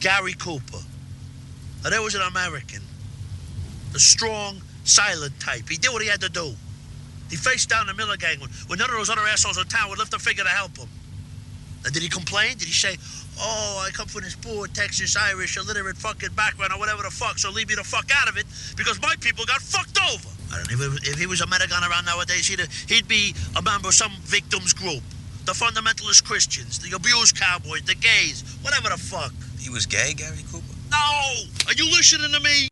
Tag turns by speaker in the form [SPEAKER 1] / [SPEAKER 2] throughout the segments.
[SPEAKER 1] Gary Cooper. Now, there was an American, the strong, silent type. He did what he had to do. He faced down the Miller gang when, when none of those other assholes in town would lift a finger to help him. And did he complain? Did he say, oh, I come from this poor Texas Irish illiterate fucking background or whatever the fuck, so leave me the fuck out of it because my people got fucked over? I don't know. If, if he was a Metagon around nowadays, he'd, he'd be a member of some victims group. The fundamentalist Christians, the abused cowboys, the gays, whatever the fuck.
[SPEAKER 2] He was gay, Gary Cooper.
[SPEAKER 1] No! Are you listening to me?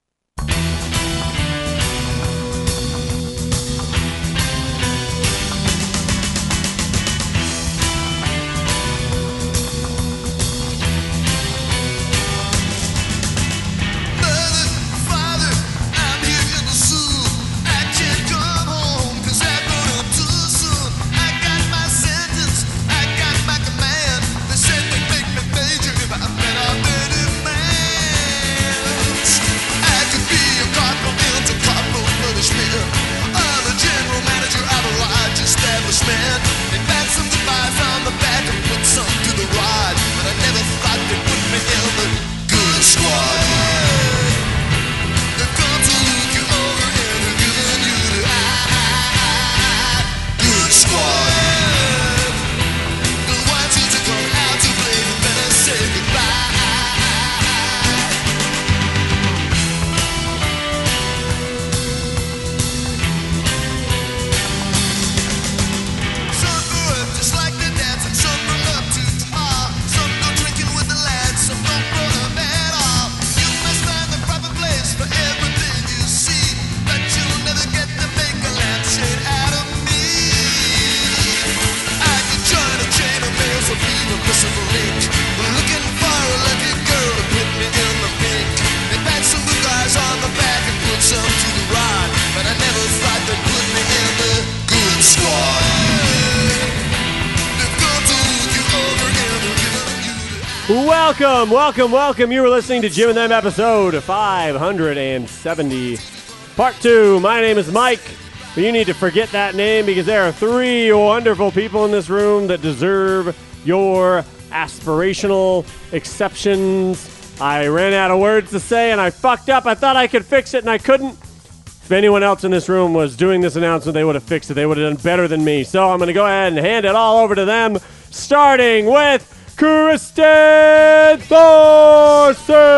[SPEAKER 3] Establishment. They packed some supplies on the back and put some to the ride, but I never thought they put me in the good squad. They're gonna look you over and they're giving you the eye. Good squad. The ones who took one out to play the better say goodbye. Some grew up just like their dads, and some grew up too far. Some go drinking with the lads, some don't grow up at all. You must find the proper place for everything you see, but you'll never get to make a lampshade out of me. I could join a chain of males or be the whistle for ink. Looking for a lucky girl to put me in the pink. They pat some good guys on the back and put some to the rod, but I never thought they'd put me in the good squad. They've gone to look you over and they're giving you the
[SPEAKER 4] Welcome, welcome, welcome. You were listening to Jim and Them episode 570, part two. My name is Mike, but you need to forget that name because there are three wonderful people in this room that deserve your aspirational exceptions. I ran out of words to say and I fucked up. I thought I could fix it and I couldn't. If anyone else in this room was doing this announcement, they would have fixed it. They would have done better than me. So I'm going to go ahead and hand it all over to them, starting with Kristen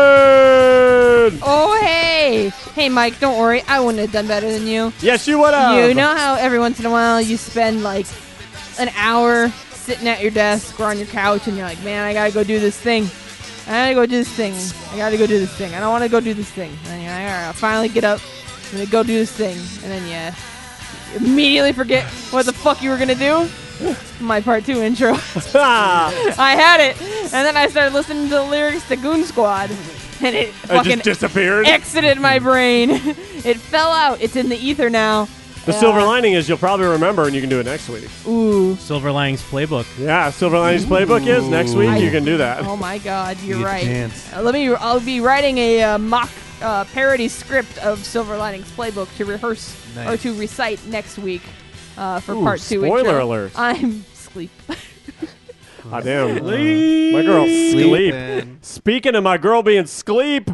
[SPEAKER 4] Thorson.
[SPEAKER 5] Oh, hey. Hey, Mike, don't worry. I wouldn't have done better than you.
[SPEAKER 4] Yes, you would have.
[SPEAKER 5] You know how every once in a while you spend like an hour sitting at your desk or on your couch and you're like, man, I gotta go do this thing. I gotta go do this thing. I gotta go do this thing. I don't wanna go do this thing. And you're like, all right, I'll finally get up. I'm gonna go do this thing. And then, yeah, immediately forget what the fuck you were gonna do. My part two intro.
[SPEAKER 4] Ah,
[SPEAKER 5] I had it. And then I started listening to the lyrics to Goon Squad. And it
[SPEAKER 4] it
[SPEAKER 5] fucking
[SPEAKER 4] just disappeared.
[SPEAKER 5] exited my brain. it fell out. It's in the ether now.
[SPEAKER 4] the silver lining is you'll probably remember, and you can do it next week.
[SPEAKER 5] Ooh.
[SPEAKER 6] Silver Lang's playbook.
[SPEAKER 4] Yeah, silver lining's playbook is next week. You can do that.
[SPEAKER 5] Oh my God, you're
[SPEAKER 6] You get to
[SPEAKER 5] right.
[SPEAKER 6] dance.
[SPEAKER 5] Uh, let me. I'll be writing a uh, mock uh, parody script of Silver Linings Playbook to rehearse or
[SPEAKER 6] Nice.
[SPEAKER 5] to recite next week uh, for
[SPEAKER 4] Ooh,
[SPEAKER 5] part two.
[SPEAKER 4] spoiler
[SPEAKER 5] intro.
[SPEAKER 4] alert.
[SPEAKER 5] I'm sleep.
[SPEAKER 4] I damn. My girl sleep. Speaking of my girl being sleep,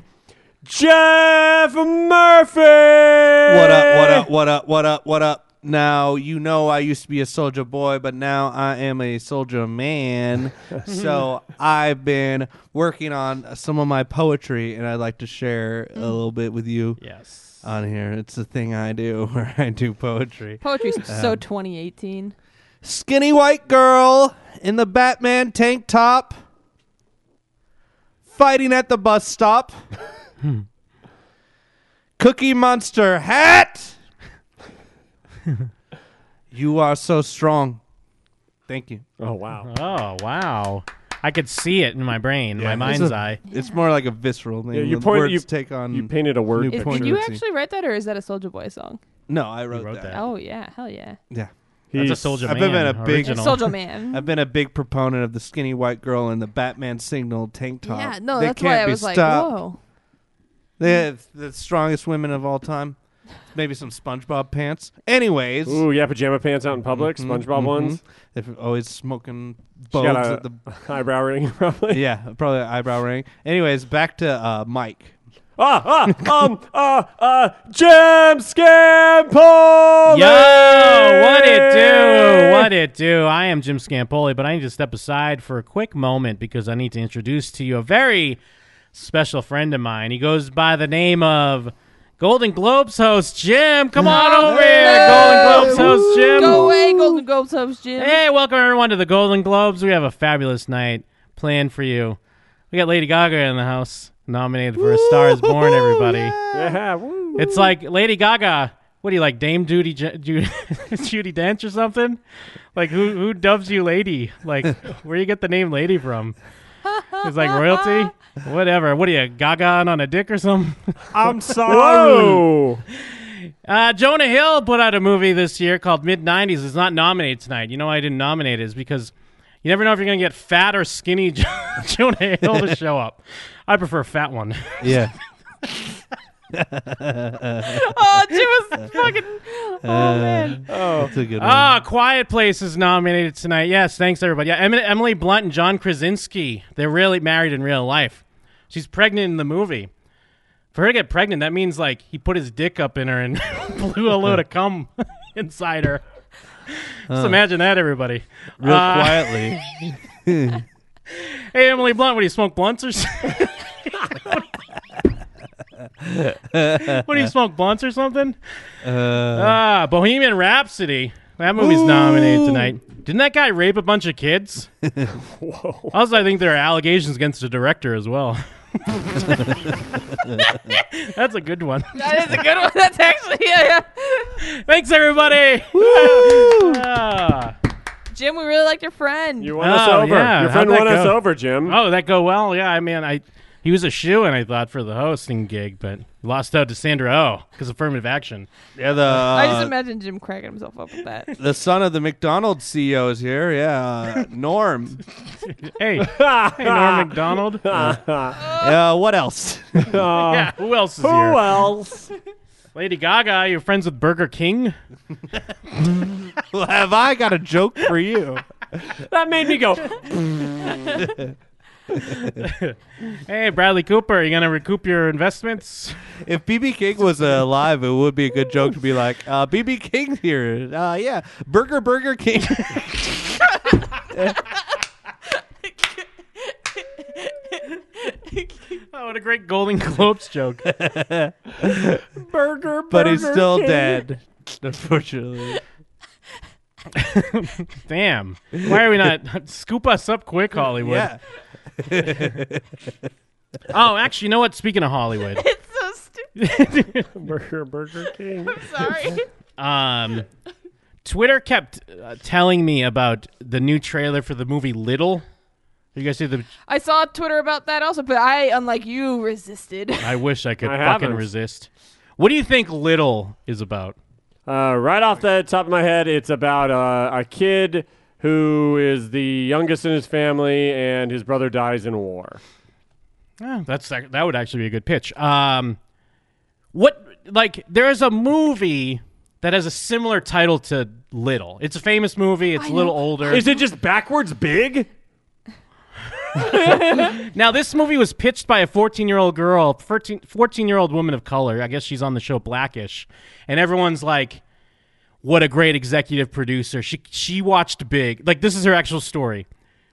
[SPEAKER 4] Jeff Murphy.
[SPEAKER 6] What up, what up, what up, what up, what up? Now, you know I used to be a soldier boy, but now I am a soldier man. so I've been working on some of my poetry, and I'd like to share a little bit with you
[SPEAKER 7] Yes.
[SPEAKER 6] on here. It's a thing I do where I do poetry.
[SPEAKER 5] Poetry's so 2018.
[SPEAKER 6] Skinny white girl in the Batman tank top, fighting at the bus stop. Cookie Monster hat. you are so strong. Thank you.
[SPEAKER 4] Oh wow.
[SPEAKER 6] Uh-huh.
[SPEAKER 7] Oh wow! I could see it in my brain, my mind's
[SPEAKER 6] It's a-
[SPEAKER 7] eye.
[SPEAKER 6] It's more like a visceral thing.
[SPEAKER 4] Yeah, you
[SPEAKER 6] The
[SPEAKER 4] point-
[SPEAKER 6] words
[SPEAKER 4] you-
[SPEAKER 6] take on.
[SPEAKER 4] You painted a word.
[SPEAKER 6] New
[SPEAKER 5] Is,
[SPEAKER 4] picture.
[SPEAKER 5] did
[SPEAKER 6] Pointer
[SPEAKER 5] you
[SPEAKER 6] routine.
[SPEAKER 5] actually write that, or is that a Soldier Boy song?
[SPEAKER 6] no, I wrote,
[SPEAKER 7] wrote
[SPEAKER 6] that.
[SPEAKER 7] that.
[SPEAKER 5] Oh yeah, hell yeah,
[SPEAKER 6] Yeah,
[SPEAKER 7] That's a
[SPEAKER 4] He's-
[SPEAKER 7] soldier
[SPEAKER 6] I've
[SPEAKER 7] man.
[SPEAKER 6] been a big-
[SPEAKER 7] original.
[SPEAKER 5] Soldier Man.
[SPEAKER 6] I've been a big proponent of the skinny white girl in the Batman signal tank top.
[SPEAKER 5] yeah, no,
[SPEAKER 6] They
[SPEAKER 5] that's
[SPEAKER 6] can't
[SPEAKER 5] why I
[SPEAKER 6] be
[SPEAKER 5] was like,
[SPEAKER 6] stopped.
[SPEAKER 5] whoa.
[SPEAKER 6] They have the strongest women of all time. maybe some SpongeBob pants. Anyways,
[SPEAKER 4] Ooh, yeah, pajama pants out in public,
[SPEAKER 6] Mm-hmm,
[SPEAKER 4] SpongeBob ones.
[SPEAKER 6] if always smoking
[SPEAKER 4] She
[SPEAKER 6] bogues
[SPEAKER 4] got
[SPEAKER 6] at
[SPEAKER 4] a
[SPEAKER 6] the
[SPEAKER 4] eyebrow ring, probably.
[SPEAKER 6] yeah, probably an eyebrow ring. Anyways, back to uh, Mike.
[SPEAKER 4] Ah, ah, um, uh, uh, Jam Scam Paul!
[SPEAKER 7] Yo, what it do? What it do? I am Jim Scampoli, but I need to step aside for a quick moment because I need to introduce to you a very special friend of mine. He goes by the name of Golden Globes host Jim. Come on over here, Golden Globes host Jim.
[SPEAKER 5] Go away, Golden Globes host Jim.
[SPEAKER 7] Hey, welcome everyone to the Golden Globes. We have a fabulous night planned for you. We got Lady Gaga in the house, nominated for A Star Is Born. Everybody,
[SPEAKER 4] Yeah, woo.
[SPEAKER 7] it's like Lady Gaga. What do you like, Dame Judy Ju- Ju- Judy Dench or something? Like who who dubs you Lady? Like where you get the name Lady from? It's like royalty, whatever. What are you, Gaga on a dick or something?
[SPEAKER 6] I'm
[SPEAKER 4] Whoa!
[SPEAKER 7] Uh, Jonah Hill put out a movie this year called Mid 90s. It's not nominated tonight. You know why I didn't nominate it is because you never know if you're going to get fat or skinny Jonah Hill to show up. I prefer fat one.
[SPEAKER 6] Yeah.
[SPEAKER 5] Oh, Jim is fucking. Oh man.
[SPEAKER 4] Oh,
[SPEAKER 6] That's a good one.
[SPEAKER 7] Ah, Quiet Place is nominated tonight. Yes, thanks everybody. Yeah, Em- Emily Blunt and John Krasinski. They're really married in real life. She's pregnant in the movie. For her to get pregnant, that means like he put his dick up in her and blew a load of cum inside her. Just imagine that, everybody.
[SPEAKER 6] Real
[SPEAKER 7] Uh,
[SPEAKER 6] quietly.
[SPEAKER 7] Hey, Emily Blunt, what do you smoke blunts or something? what do you smoke blunts or something?
[SPEAKER 6] Uh,
[SPEAKER 7] Ah, Bohemian Rhapsody. That movie's nominated tonight. Didn't that guy rape a bunch of kids?
[SPEAKER 4] whoa.
[SPEAKER 7] Also, I think there are allegations against the director as well. That's a good one.
[SPEAKER 5] That is a good one. That's actually yeah. yeah.
[SPEAKER 7] Thanks, everybody. Ah.
[SPEAKER 5] Jim, we really liked your friend.
[SPEAKER 4] You won us
[SPEAKER 7] Oh,
[SPEAKER 4] over.
[SPEAKER 7] yeah,
[SPEAKER 4] Your friend
[SPEAKER 7] how'd that
[SPEAKER 4] won us
[SPEAKER 7] go?
[SPEAKER 4] over, Jim.
[SPEAKER 7] oh, that go well. Yeah, I mean, I he was a shoe, and I thought for the hosting gig, but lost out to Sandra Oh because affirmative action.
[SPEAKER 6] yeah, the
[SPEAKER 5] I just
[SPEAKER 6] uh,
[SPEAKER 5] imagine Jim cracking himself up with that.
[SPEAKER 6] the son of the McDonald's CEO is here. Yeah, uh, Norm.
[SPEAKER 7] Hey, hey, Norm McDonald.
[SPEAKER 6] Uh, what else?
[SPEAKER 7] yeah, who else is
[SPEAKER 4] Who uh,
[SPEAKER 7] here?
[SPEAKER 4] else?
[SPEAKER 7] Lady Gaga, you're friends with Burger King?
[SPEAKER 6] Well, Have I got a joke for you?
[SPEAKER 4] That made me go.
[SPEAKER 7] Hey, Bradley Cooper, you gonna recoup your investments?
[SPEAKER 6] If BB King was alive, it would be a good joke to be like, uh, BB King's here. Uh, yeah, Burger Burger King.
[SPEAKER 7] Oh, what a great Golden Globes joke.
[SPEAKER 4] Burger,
[SPEAKER 6] but he's
[SPEAKER 4] Burger
[SPEAKER 6] still
[SPEAKER 4] King.
[SPEAKER 6] dead, unfortunately.
[SPEAKER 7] Damn. Why are we not? Scoop us up quick, Hollywood.
[SPEAKER 6] Yeah.
[SPEAKER 7] Oh, actually, you know what? Speaking of Hollywood,
[SPEAKER 5] It's so stupid.
[SPEAKER 4] Burger, Burger King.
[SPEAKER 5] Sorry.
[SPEAKER 7] um, Twitter kept uh, telling me about the new trailer for the movie Little. You guys see the?
[SPEAKER 5] I saw Twitter about that also, but I, unlike you, resisted.
[SPEAKER 7] I wish I could
[SPEAKER 4] I
[SPEAKER 7] fucking
[SPEAKER 4] haven't.
[SPEAKER 7] resist. What do you think Little is about?
[SPEAKER 4] Uh, right off the top of my head, it's about uh, a kid who is the youngest in his family, and his brother dies in war.
[SPEAKER 7] Oh, that's that that would actually be a good pitch. Um, what like there is a movie that has a similar title to Little. It's a famous movie. It's a little older.
[SPEAKER 4] Is it just backwards big?
[SPEAKER 7] now this movie was pitched by a 14 year old girl, 14 year old woman of color. I guess she's on the show Blackish, and everyone's like. What a great executive producer. She she watched Big. Like this is her actual story.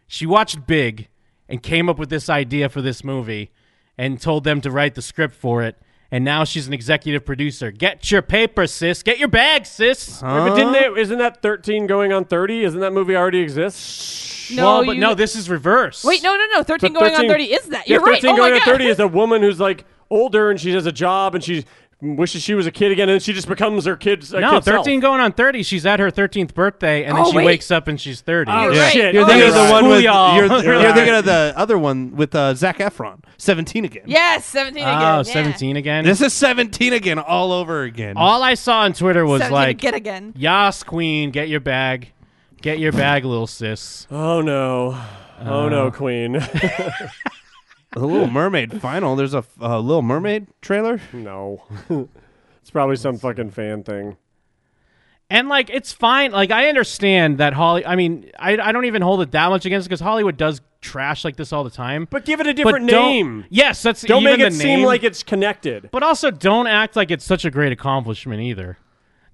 [SPEAKER 7] She watched Big and came up with this idea for this movie and told them to write the script for it. And now she's an executive producer. Get your paper, sis. Get your bag, sis.
[SPEAKER 4] But didn't they, isn't that 13 going on 30? Isn't that movie already exist?
[SPEAKER 5] No,
[SPEAKER 7] well, but
[SPEAKER 5] you-
[SPEAKER 7] no, this is reverse.
[SPEAKER 5] Wait, no, no, no. Thirteen
[SPEAKER 4] So
[SPEAKER 5] going on thirty is that?
[SPEAKER 4] Yeah,
[SPEAKER 5] You're right.
[SPEAKER 4] 13
[SPEAKER 5] oh
[SPEAKER 4] going
[SPEAKER 5] my
[SPEAKER 4] on
[SPEAKER 5] God.
[SPEAKER 4] 30 is a woman who's like older and she has a job and she wishes she was a kid again and she just becomes her kid's uh,
[SPEAKER 7] No,
[SPEAKER 4] kid's self.
[SPEAKER 7] 13 going on 30. She's at her 13th birthday, and then
[SPEAKER 5] Oh,
[SPEAKER 7] she
[SPEAKER 5] wait.
[SPEAKER 7] wakes up and she's 30.
[SPEAKER 4] Oh,
[SPEAKER 5] Yeah.
[SPEAKER 4] shit.
[SPEAKER 5] You're
[SPEAKER 4] Oh,
[SPEAKER 5] thinking
[SPEAKER 4] you're
[SPEAKER 5] of the
[SPEAKER 4] right.
[SPEAKER 7] one-
[SPEAKER 6] with,
[SPEAKER 7] School, y'all.
[SPEAKER 6] you're, you're
[SPEAKER 7] Right.
[SPEAKER 6] thinking of the other one with uh, Zach Efron. 17 again.
[SPEAKER 5] Yes, seventeen again.
[SPEAKER 7] Oh,
[SPEAKER 5] yeah.
[SPEAKER 7] 17 again.
[SPEAKER 6] This is 17 again all over again.
[SPEAKER 7] All I saw on Twitter was
[SPEAKER 5] Seventeen
[SPEAKER 7] like,
[SPEAKER 5] again again.
[SPEAKER 7] Yas, queen, get your bag. Get your bag, little sis.
[SPEAKER 4] Oh, no. Oh,
[SPEAKER 6] Uh.
[SPEAKER 4] no, queen.
[SPEAKER 6] the Little Mermaid final. There's a uh, Little Mermaid trailer.
[SPEAKER 4] no. It's probably some fucking fan thing.
[SPEAKER 7] And like it's fine. Like I understand that Holly. I mean, I, I don't even hold it that much against because Hollywood does trash like this all the time.
[SPEAKER 4] But give it a different
[SPEAKER 7] don't-
[SPEAKER 4] name.
[SPEAKER 7] Yes, that's
[SPEAKER 4] Don't
[SPEAKER 7] even
[SPEAKER 4] make it
[SPEAKER 7] the
[SPEAKER 4] seem
[SPEAKER 7] name.
[SPEAKER 4] like it's connected.
[SPEAKER 7] But also, don't act like it's such a great accomplishment either.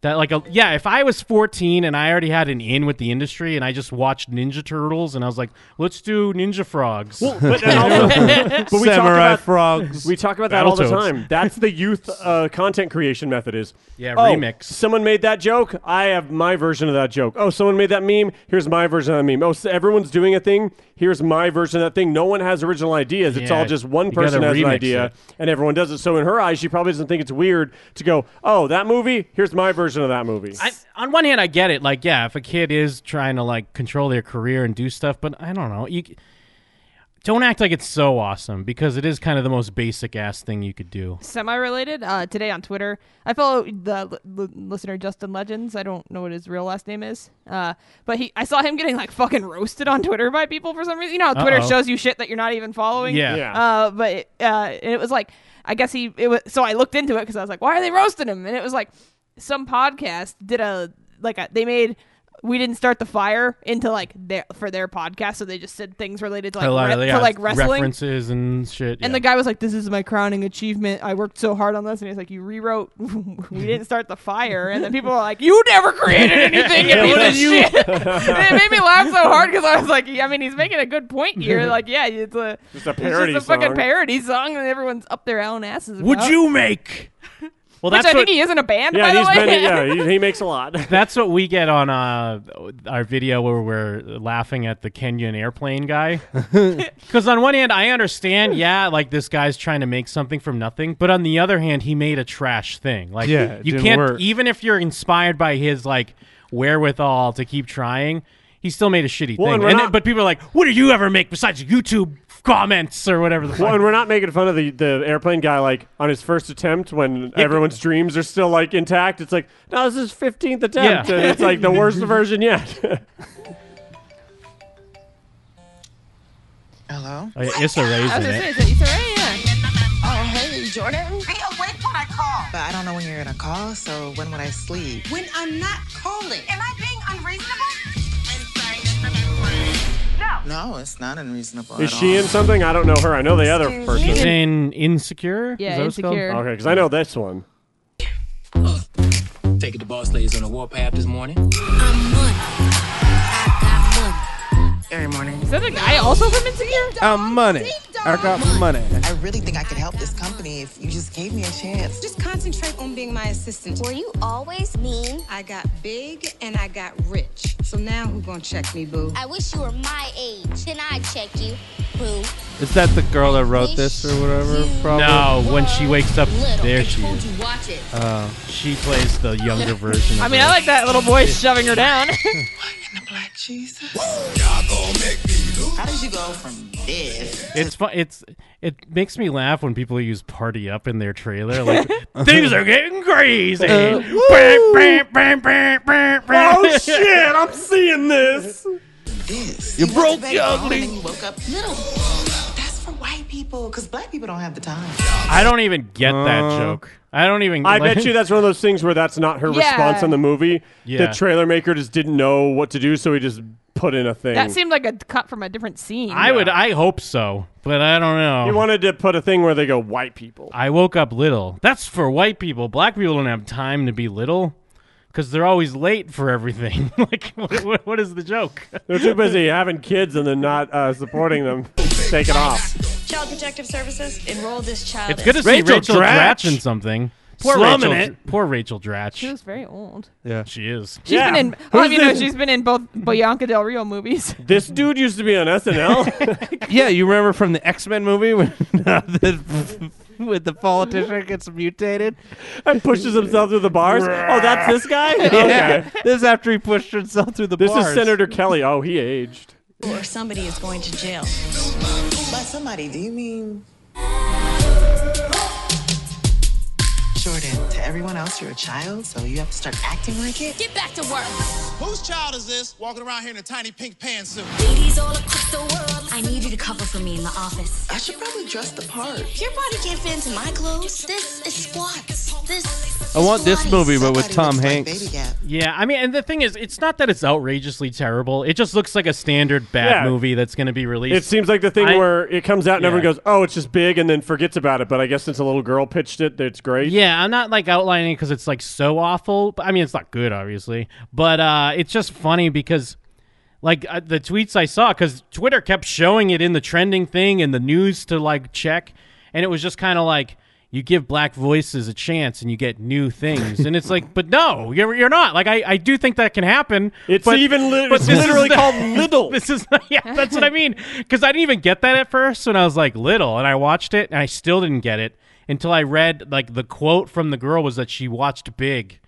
[SPEAKER 7] That like a, yeah, if I was 14 and I already had an in with the industry and I just watched Ninja Turtles and I was like, let's do Ninja Frogs.
[SPEAKER 4] But, then also- but we talk
[SPEAKER 6] Samurai
[SPEAKER 4] about
[SPEAKER 6] frogs.
[SPEAKER 4] we talk about that all the
[SPEAKER 7] Battletoads.
[SPEAKER 4] time. That's the youth uh, content creation method is.
[SPEAKER 7] Yeah,
[SPEAKER 4] oh,
[SPEAKER 7] remix.
[SPEAKER 4] Someone made that joke. I have my version of that joke. Oh, someone made that meme. Here's my version of that meme. Oh, so everyone's doing a thing. Here's my version of that thing. No one has original ideas. It's
[SPEAKER 7] Yeah,
[SPEAKER 4] all just one
[SPEAKER 7] you gotta
[SPEAKER 4] person has an
[SPEAKER 7] remix
[SPEAKER 4] idea
[SPEAKER 7] it.
[SPEAKER 4] and everyone does it. So in her eyes, she probably doesn't think it's weird to go, "Oh, that movie. Here's my version of that movie."
[SPEAKER 7] I, on one hand, I get it. Like, yeah, if a kid is trying to like control their career and do stuff, but I don't know. You c- don't act like it's so awesome because it is kind of the most basic ass thing you could do.
[SPEAKER 5] Semi-related. Uh, today on Twitter, I follow the l- l- listener Justin Legends. I don't know what his real last name is, uh, but he I saw him getting like fucking roasted on Twitter by people for some reason. You know, how Twitter
[SPEAKER 7] Uh-oh.
[SPEAKER 5] shows you shit that you're not even following.
[SPEAKER 7] Yeah.
[SPEAKER 4] yeah.
[SPEAKER 5] Uh, but it, uh, and it was like I guess he it was so I looked into it because I was like, why are they roasting him? And it was like some podcast did a like a, they made we didn't start the fire into like their for their podcast, so they just said things related to like,
[SPEAKER 7] A lot
[SPEAKER 5] re-
[SPEAKER 7] of-
[SPEAKER 5] to,
[SPEAKER 7] yeah,
[SPEAKER 5] like wrestling.
[SPEAKER 7] references and
[SPEAKER 5] And
[SPEAKER 7] shit. yeah.
[SPEAKER 5] the guy was like, "This is my crowning achievement. I worked so hard on this." And he's like, "You rewrote. we didn't start the fire." And then people were like, "You never created anything. You piece of shit." and it made me laugh so hard because I was like, "I mean, he's making a good point here. Like, yeah, it's a
[SPEAKER 4] It's a
[SPEAKER 5] it's
[SPEAKER 4] parody
[SPEAKER 5] just a fucking
[SPEAKER 4] song.
[SPEAKER 5] parody song and everyone's up their own asses.
[SPEAKER 7] would
[SPEAKER 5] about.
[SPEAKER 7] you make? Well,
[SPEAKER 5] Which
[SPEAKER 7] that's
[SPEAKER 5] I
[SPEAKER 7] what,
[SPEAKER 5] think he is in a band,
[SPEAKER 4] yeah,
[SPEAKER 5] by the
[SPEAKER 4] he's
[SPEAKER 5] way.
[SPEAKER 4] been, yeah, he, he makes a lot.
[SPEAKER 7] that's what we get on uh, our video where we're laughing at the Kenyan airplane guy. Because on one hand, I understand, yeah, like this guy's trying to make something from nothing, but on the other hand, he made a trash thing. Like,
[SPEAKER 6] Yeah, it
[SPEAKER 7] you
[SPEAKER 6] didn't
[SPEAKER 7] can't
[SPEAKER 6] work.
[SPEAKER 7] even if you're inspired by his like wherewithal to keep trying, he still made a shitty
[SPEAKER 4] Well, and
[SPEAKER 7] thing.
[SPEAKER 4] we're
[SPEAKER 7] And
[SPEAKER 4] not-
[SPEAKER 7] then- but people are like, "What do you ever make besides YouTube comments or whatever the fuck?"
[SPEAKER 4] Well, and we're not making fun of the, the airplane guy, like on his first attempt when everyone's dreams are still like intact. It's like, no, this is fifteenth attempt,
[SPEAKER 7] Yeah.
[SPEAKER 4] and it's like the worst version yet.
[SPEAKER 2] Hello?
[SPEAKER 7] Oh, yeah, Issa Rae's
[SPEAKER 5] I was
[SPEAKER 7] in
[SPEAKER 5] gonna
[SPEAKER 7] it.
[SPEAKER 5] say, it's a- it's a Ray, yeah.
[SPEAKER 2] Oh, hey, Jordan.
[SPEAKER 8] Be awake when I call.
[SPEAKER 2] But I don't know when you're gonna call, so when would I sleep?
[SPEAKER 8] When I'm not calling. Am I being unreasonable?
[SPEAKER 2] No, it's not unreasonable.
[SPEAKER 4] is
[SPEAKER 2] at
[SPEAKER 4] she
[SPEAKER 2] all.
[SPEAKER 4] in something? I don't know her. I know the other person.
[SPEAKER 7] She's in Insecure.
[SPEAKER 5] Yeah,
[SPEAKER 7] Is that what it's called?
[SPEAKER 5] Insecure.
[SPEAKER 4] Okay, because I know this one.
[SPEAKER 9] Taking the boss ladies on a warpath this morning.
[SPEAKER 2] Every morning.
[SPEAKER 5] Is that the guy also from Insecure?
[SPEAKER 6] I'm money. I got money.
[SPEAKER 2] I really think I could help this company if you just gave me a chance.
[SPEAKER 8] Just concentrate on being my assistant.
[SPEAKER 10] Were you always mean?
[SPEAKER 8] I got big and I got rich. So now who gonna check me, boo?
[SPEAKER 10] I wish you were my age. Then I'd check you, boo.
[SPEAKER 6] Is that the girl that wrote this or whatever?
[SPEAKER 10] You-
[SPEAKER 6] Probably.
[SPEAKER 7] No, when she wakes up,
[SPEAKER 10] Little.
[SPEAKER 7] there
[SPEAKER 10] I
[SPEAKER 7] she
[SPEAKER 10] told
[SPEAKER 7] is.
[SPEAKER 10] you, watch it.
[SPEAKER 7] She plays the younger version. Of
[SPEAKER 5] I mean, I like that little boy shoving her down.
[SPEAKER 2] In the black Jesus. How did you go from this?
[SPEAKER 7] it's fun. It's it makes me laugh when people use "Party Up" in their trailer. Like things are getting crazy. Bam, bam, bam, bam, bam, bam.
[SPEAKER 4] Uh, Oh shit! I'm seeing this.
[SPEAKER 2] This. You,
[SPEAKER 6] broke
[SPEAKER 2] the
[SPEAKER 6] the ugly-
[SPEAKER 2] And then you woke up little. That's for white people, because black people don't have the time.
[SPEAKER 7] I don't even get that joke. I don't even.
[SPEAKER 4] Uh, I
[SPEAKER 7] like-
[SPEAKER 4] bet you that's one of those things where that's not her
[SPEAKER 5] Yeah.
[SPEAKER 4] response on the movie.
[SPEAKER 7] Yeah.
[SPEAKER 4] The trailer maker just didn't know what to do, so he just put in a thing.
[SPEAKER 5] that seemed like a cut from a different scene.
[SPEAKER 7] I would. I hope so, but I don't know.
[SPEAKER 4] he wanted to put a thing where they go white people.
[SPEAKER 7] I woke up little. That's for white people. Black people don't have time to be little because they're always late for everything. like, what- what, what is the joke?
[SPEAKER 4] They're too busy having kids and then not uh, supporting them. Take it off.
[SPEAKER 8] Child Protective Services, enroll this child.
[SPEAKER 7] It's good to see
[SPEAKER 6] Rachel
[SPEAKER 7] Rachel,
[SPEAKER 6] Dratch.
[SPEAKER 7] Dratch. in something. Poor
[SPEAKER 6] Slumming
[SPEAKER 7] Rachel.
[SPEAKER 6] it.
[SPEAKER 7] Poor Rachel
[SPEAKER 5] She
[SPEAKER 7] Dratch.
[SPEAKER 5] was very old.
[SPEAKER 6] Yeah.
[SPEAKER 7] She is.
[SPEAKER 5] She's
[SPEAKER 4] Yeah.
[SPEAKER 5] been in.
[SPEAKER 4] Who's
[SPEAKER 5] Oh, you know,
[SPEAKER 4] this-
[SPEAKER 5] she's been in both Bianca Del Rio movies.
[SPEAKER 4] This dude used to be on SNL.
[SPEAKER 6] Yeah, you remember from the X Men movie when the, with the politician gets mutated?
[SPEAKER 4] and pushes himself through the bars. oh, that's this guy? Okay.
[SPEAKER 6] Yeah. This is after he pushed himself through the
[SPEAKER 4] This
[SPEAKER 6] bars.
[SPEAKER 4] is Senator Kelly. Oh, he aged.
[SPEAKER 8] Or somebody is going to jail.
[SPEAKER 2] By somebody, do you mean? Jordan, to everyone else, you're a child, so you have to start acting like it.
[SPEAKER 10] Get back to work.
[SPEAKER 3] Whose child is this walking around here in a tiny pink pantsuit?
[SPEAKER 10] Ladies all across the world. I need you to cover for me in the office. I should probably dress the part. Your body can't fit into my clothes. This is squats. This.
[SPEAKER 6] I want this movie, but with Tom Hanks.
[SPEAKER 7] Yeah, I mean, and the thing is, it's not that it's outrageously terrible. It just looks like a standard bad
[SPEAKER 4] Yeah.
[SPEAKER 7] movie that's going to be released.
[SPEAKER 4] It seems like the thing
[SPEAKER 7] I-
[SPEAKER 4] where it comes out and
[SPEAKER 7] Yeah.
[SPEAKER 4] everyone goes, "Oh, it's just big," and then forgets about it. But I guess since a little girl pitched it, that's great.
[SPEAKER 7] Yeah, I'm not like outlining because it's like so awful. But I mean, it's not good, obviously. But uh, it's just funny because, like, uh, the tweets I saw because Twitter kept showing it in the trending thing and the news to like check, and it was just kind of like you give black voices a chance and you get new things, and it's like, but no, you're you're not. Like, I, I do think that can happen.
[SPEAKER 4] It's
[SPEAKER 7] but,
[SPEAKER 4] even li-
[SPEAKER 7] but
[SPEAKER 4] it's
[SPEAKER 7] this is
[SPEAKER 4] literally
[SPEAKER 7] the-
[SPEAKER 4] called Little.
[SPEAKER 7] This is yeah, that's what I mean. Because I didn't even get that at first when I was like little, and I watched it, and I still didn't get it until I read like the quote from the girl was that she watched Big,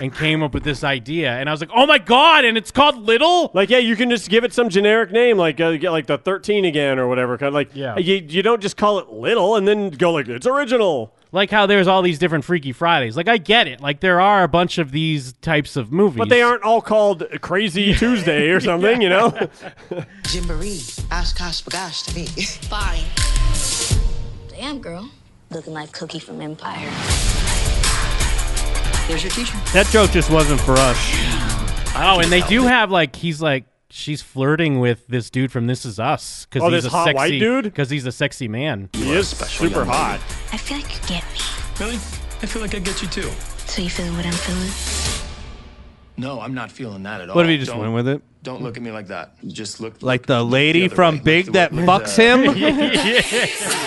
[SPEAKER 7] and came up with this idea, and I was like, oh my god, and it's called Little.
[SPEAKER 4] Like yeah, you can just give it some generic name, like uh, get like the thirteen again or whatever. Kind of like
[SPEAKER 7] Yeah.
[SPEAKER 4] you, you don't just call it little and then go like it's original.
[SPEAKER 7] Like how there's all these different Freaky Fridays. Like I get it. Like there are a bunch of these types of movies,
[SPEAKER 4] But they aren't all called Crazy Tuesday or something, you know?
[SPEAKER 2] Jimboree. Oshkosh bagosh to me.
[SPEAKER 10] Fine. Damn, girl. Looking like Cookie from Empire.
[SPEAKER 2] There's your teacher.
[SPEAKER 6] That joke just wasn't for us.
[SPEAKER 7] Oh, and they do have like he's like she's flirting with this dude from This Is Us because
[SPEAKER 4] Oh,
[SPEAKER 7] he's
[SPEAKER 4] this
[SPEAKER 7] a
[SPEAKER 4] hot
[SPEAKER 7] sexy,
[SPEAKER 4] white dude?
[SPEAKER 7] because he's a sexy man.
[SPEAKER 4] he is super hot.
[SPEAKER 10] I feel like you get me.
[SPEAKER 9] Really? I feel like I get you too.
[SPEAKER 10] So you feeling what I'm feeling?
[SPEAKER 9] No, I'm not feeling that at all.
[SPEAKER 6] What if he just
[SPEAKER 9] Don't-
[SPEAKER 6] went with it?
[SPEAKER 9] Don't look at me like that. You Just look
[SPEAKER 6] Like the lady
[SPEAKER 9] other
[SPEAKER 6] from
[SPEAKER 9] way.
[SPEAKER 6] Big
[SPEAKER 9] Look
[SPEAKER 6] that
[SPEAKER 9] the way- look
[SPEAKER 6] fucks
[SPEAKER 9] the-
[SPEAKER 6] him?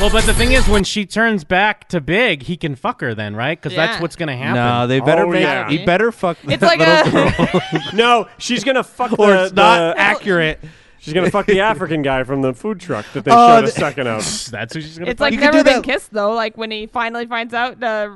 [SPEAKER 7] Well, but the thing is, when she turns back to big, he can fuck her then, right? Because that's
[SPEAKER 5] Yeah.
[SPEAKER 7] what's gonna happen.
[SPEAKER 6] no, they better
[SPEAKER 4] Oh,
[SPEAKER 6] make.
[SPEAKER 4] yeah.
[SPEAKER 6] He better fuck
[SPEAKER 5] It's
[SPEAKER 6] that
[SPEAKER 5] like
[SPEAKER 6] little
[SPEAKER 5] a-
[SPEAKER 6] girl.
[SPEAKER 4] No, she's gonna fuck
[SPEAKER 6] or
[SPEAKER 4] the,
[SPEAKER 6] it's not
[SPEAKER 4] the-
[SPEAKER 6] accurate.
[SPEAKER 4] she's gonna fuck the African guy from the food truck that they
[SPEAKER 6] Oh,
[SPEAKER 4] showed a
[SPEAKER 6] the-
[SPEAKER 4] second of.
[SPEAKER 7] that's who she's gonna.
[SPEAKER 5] It's like
[SPEAKER 6] You could
[SPEAKER 5] never
[SPEAKER 6] do
[SPEAKER 5] been
[SPEAKER 6] that-
[SPEAKER 5] kissed though. Like when he finally finds out uh,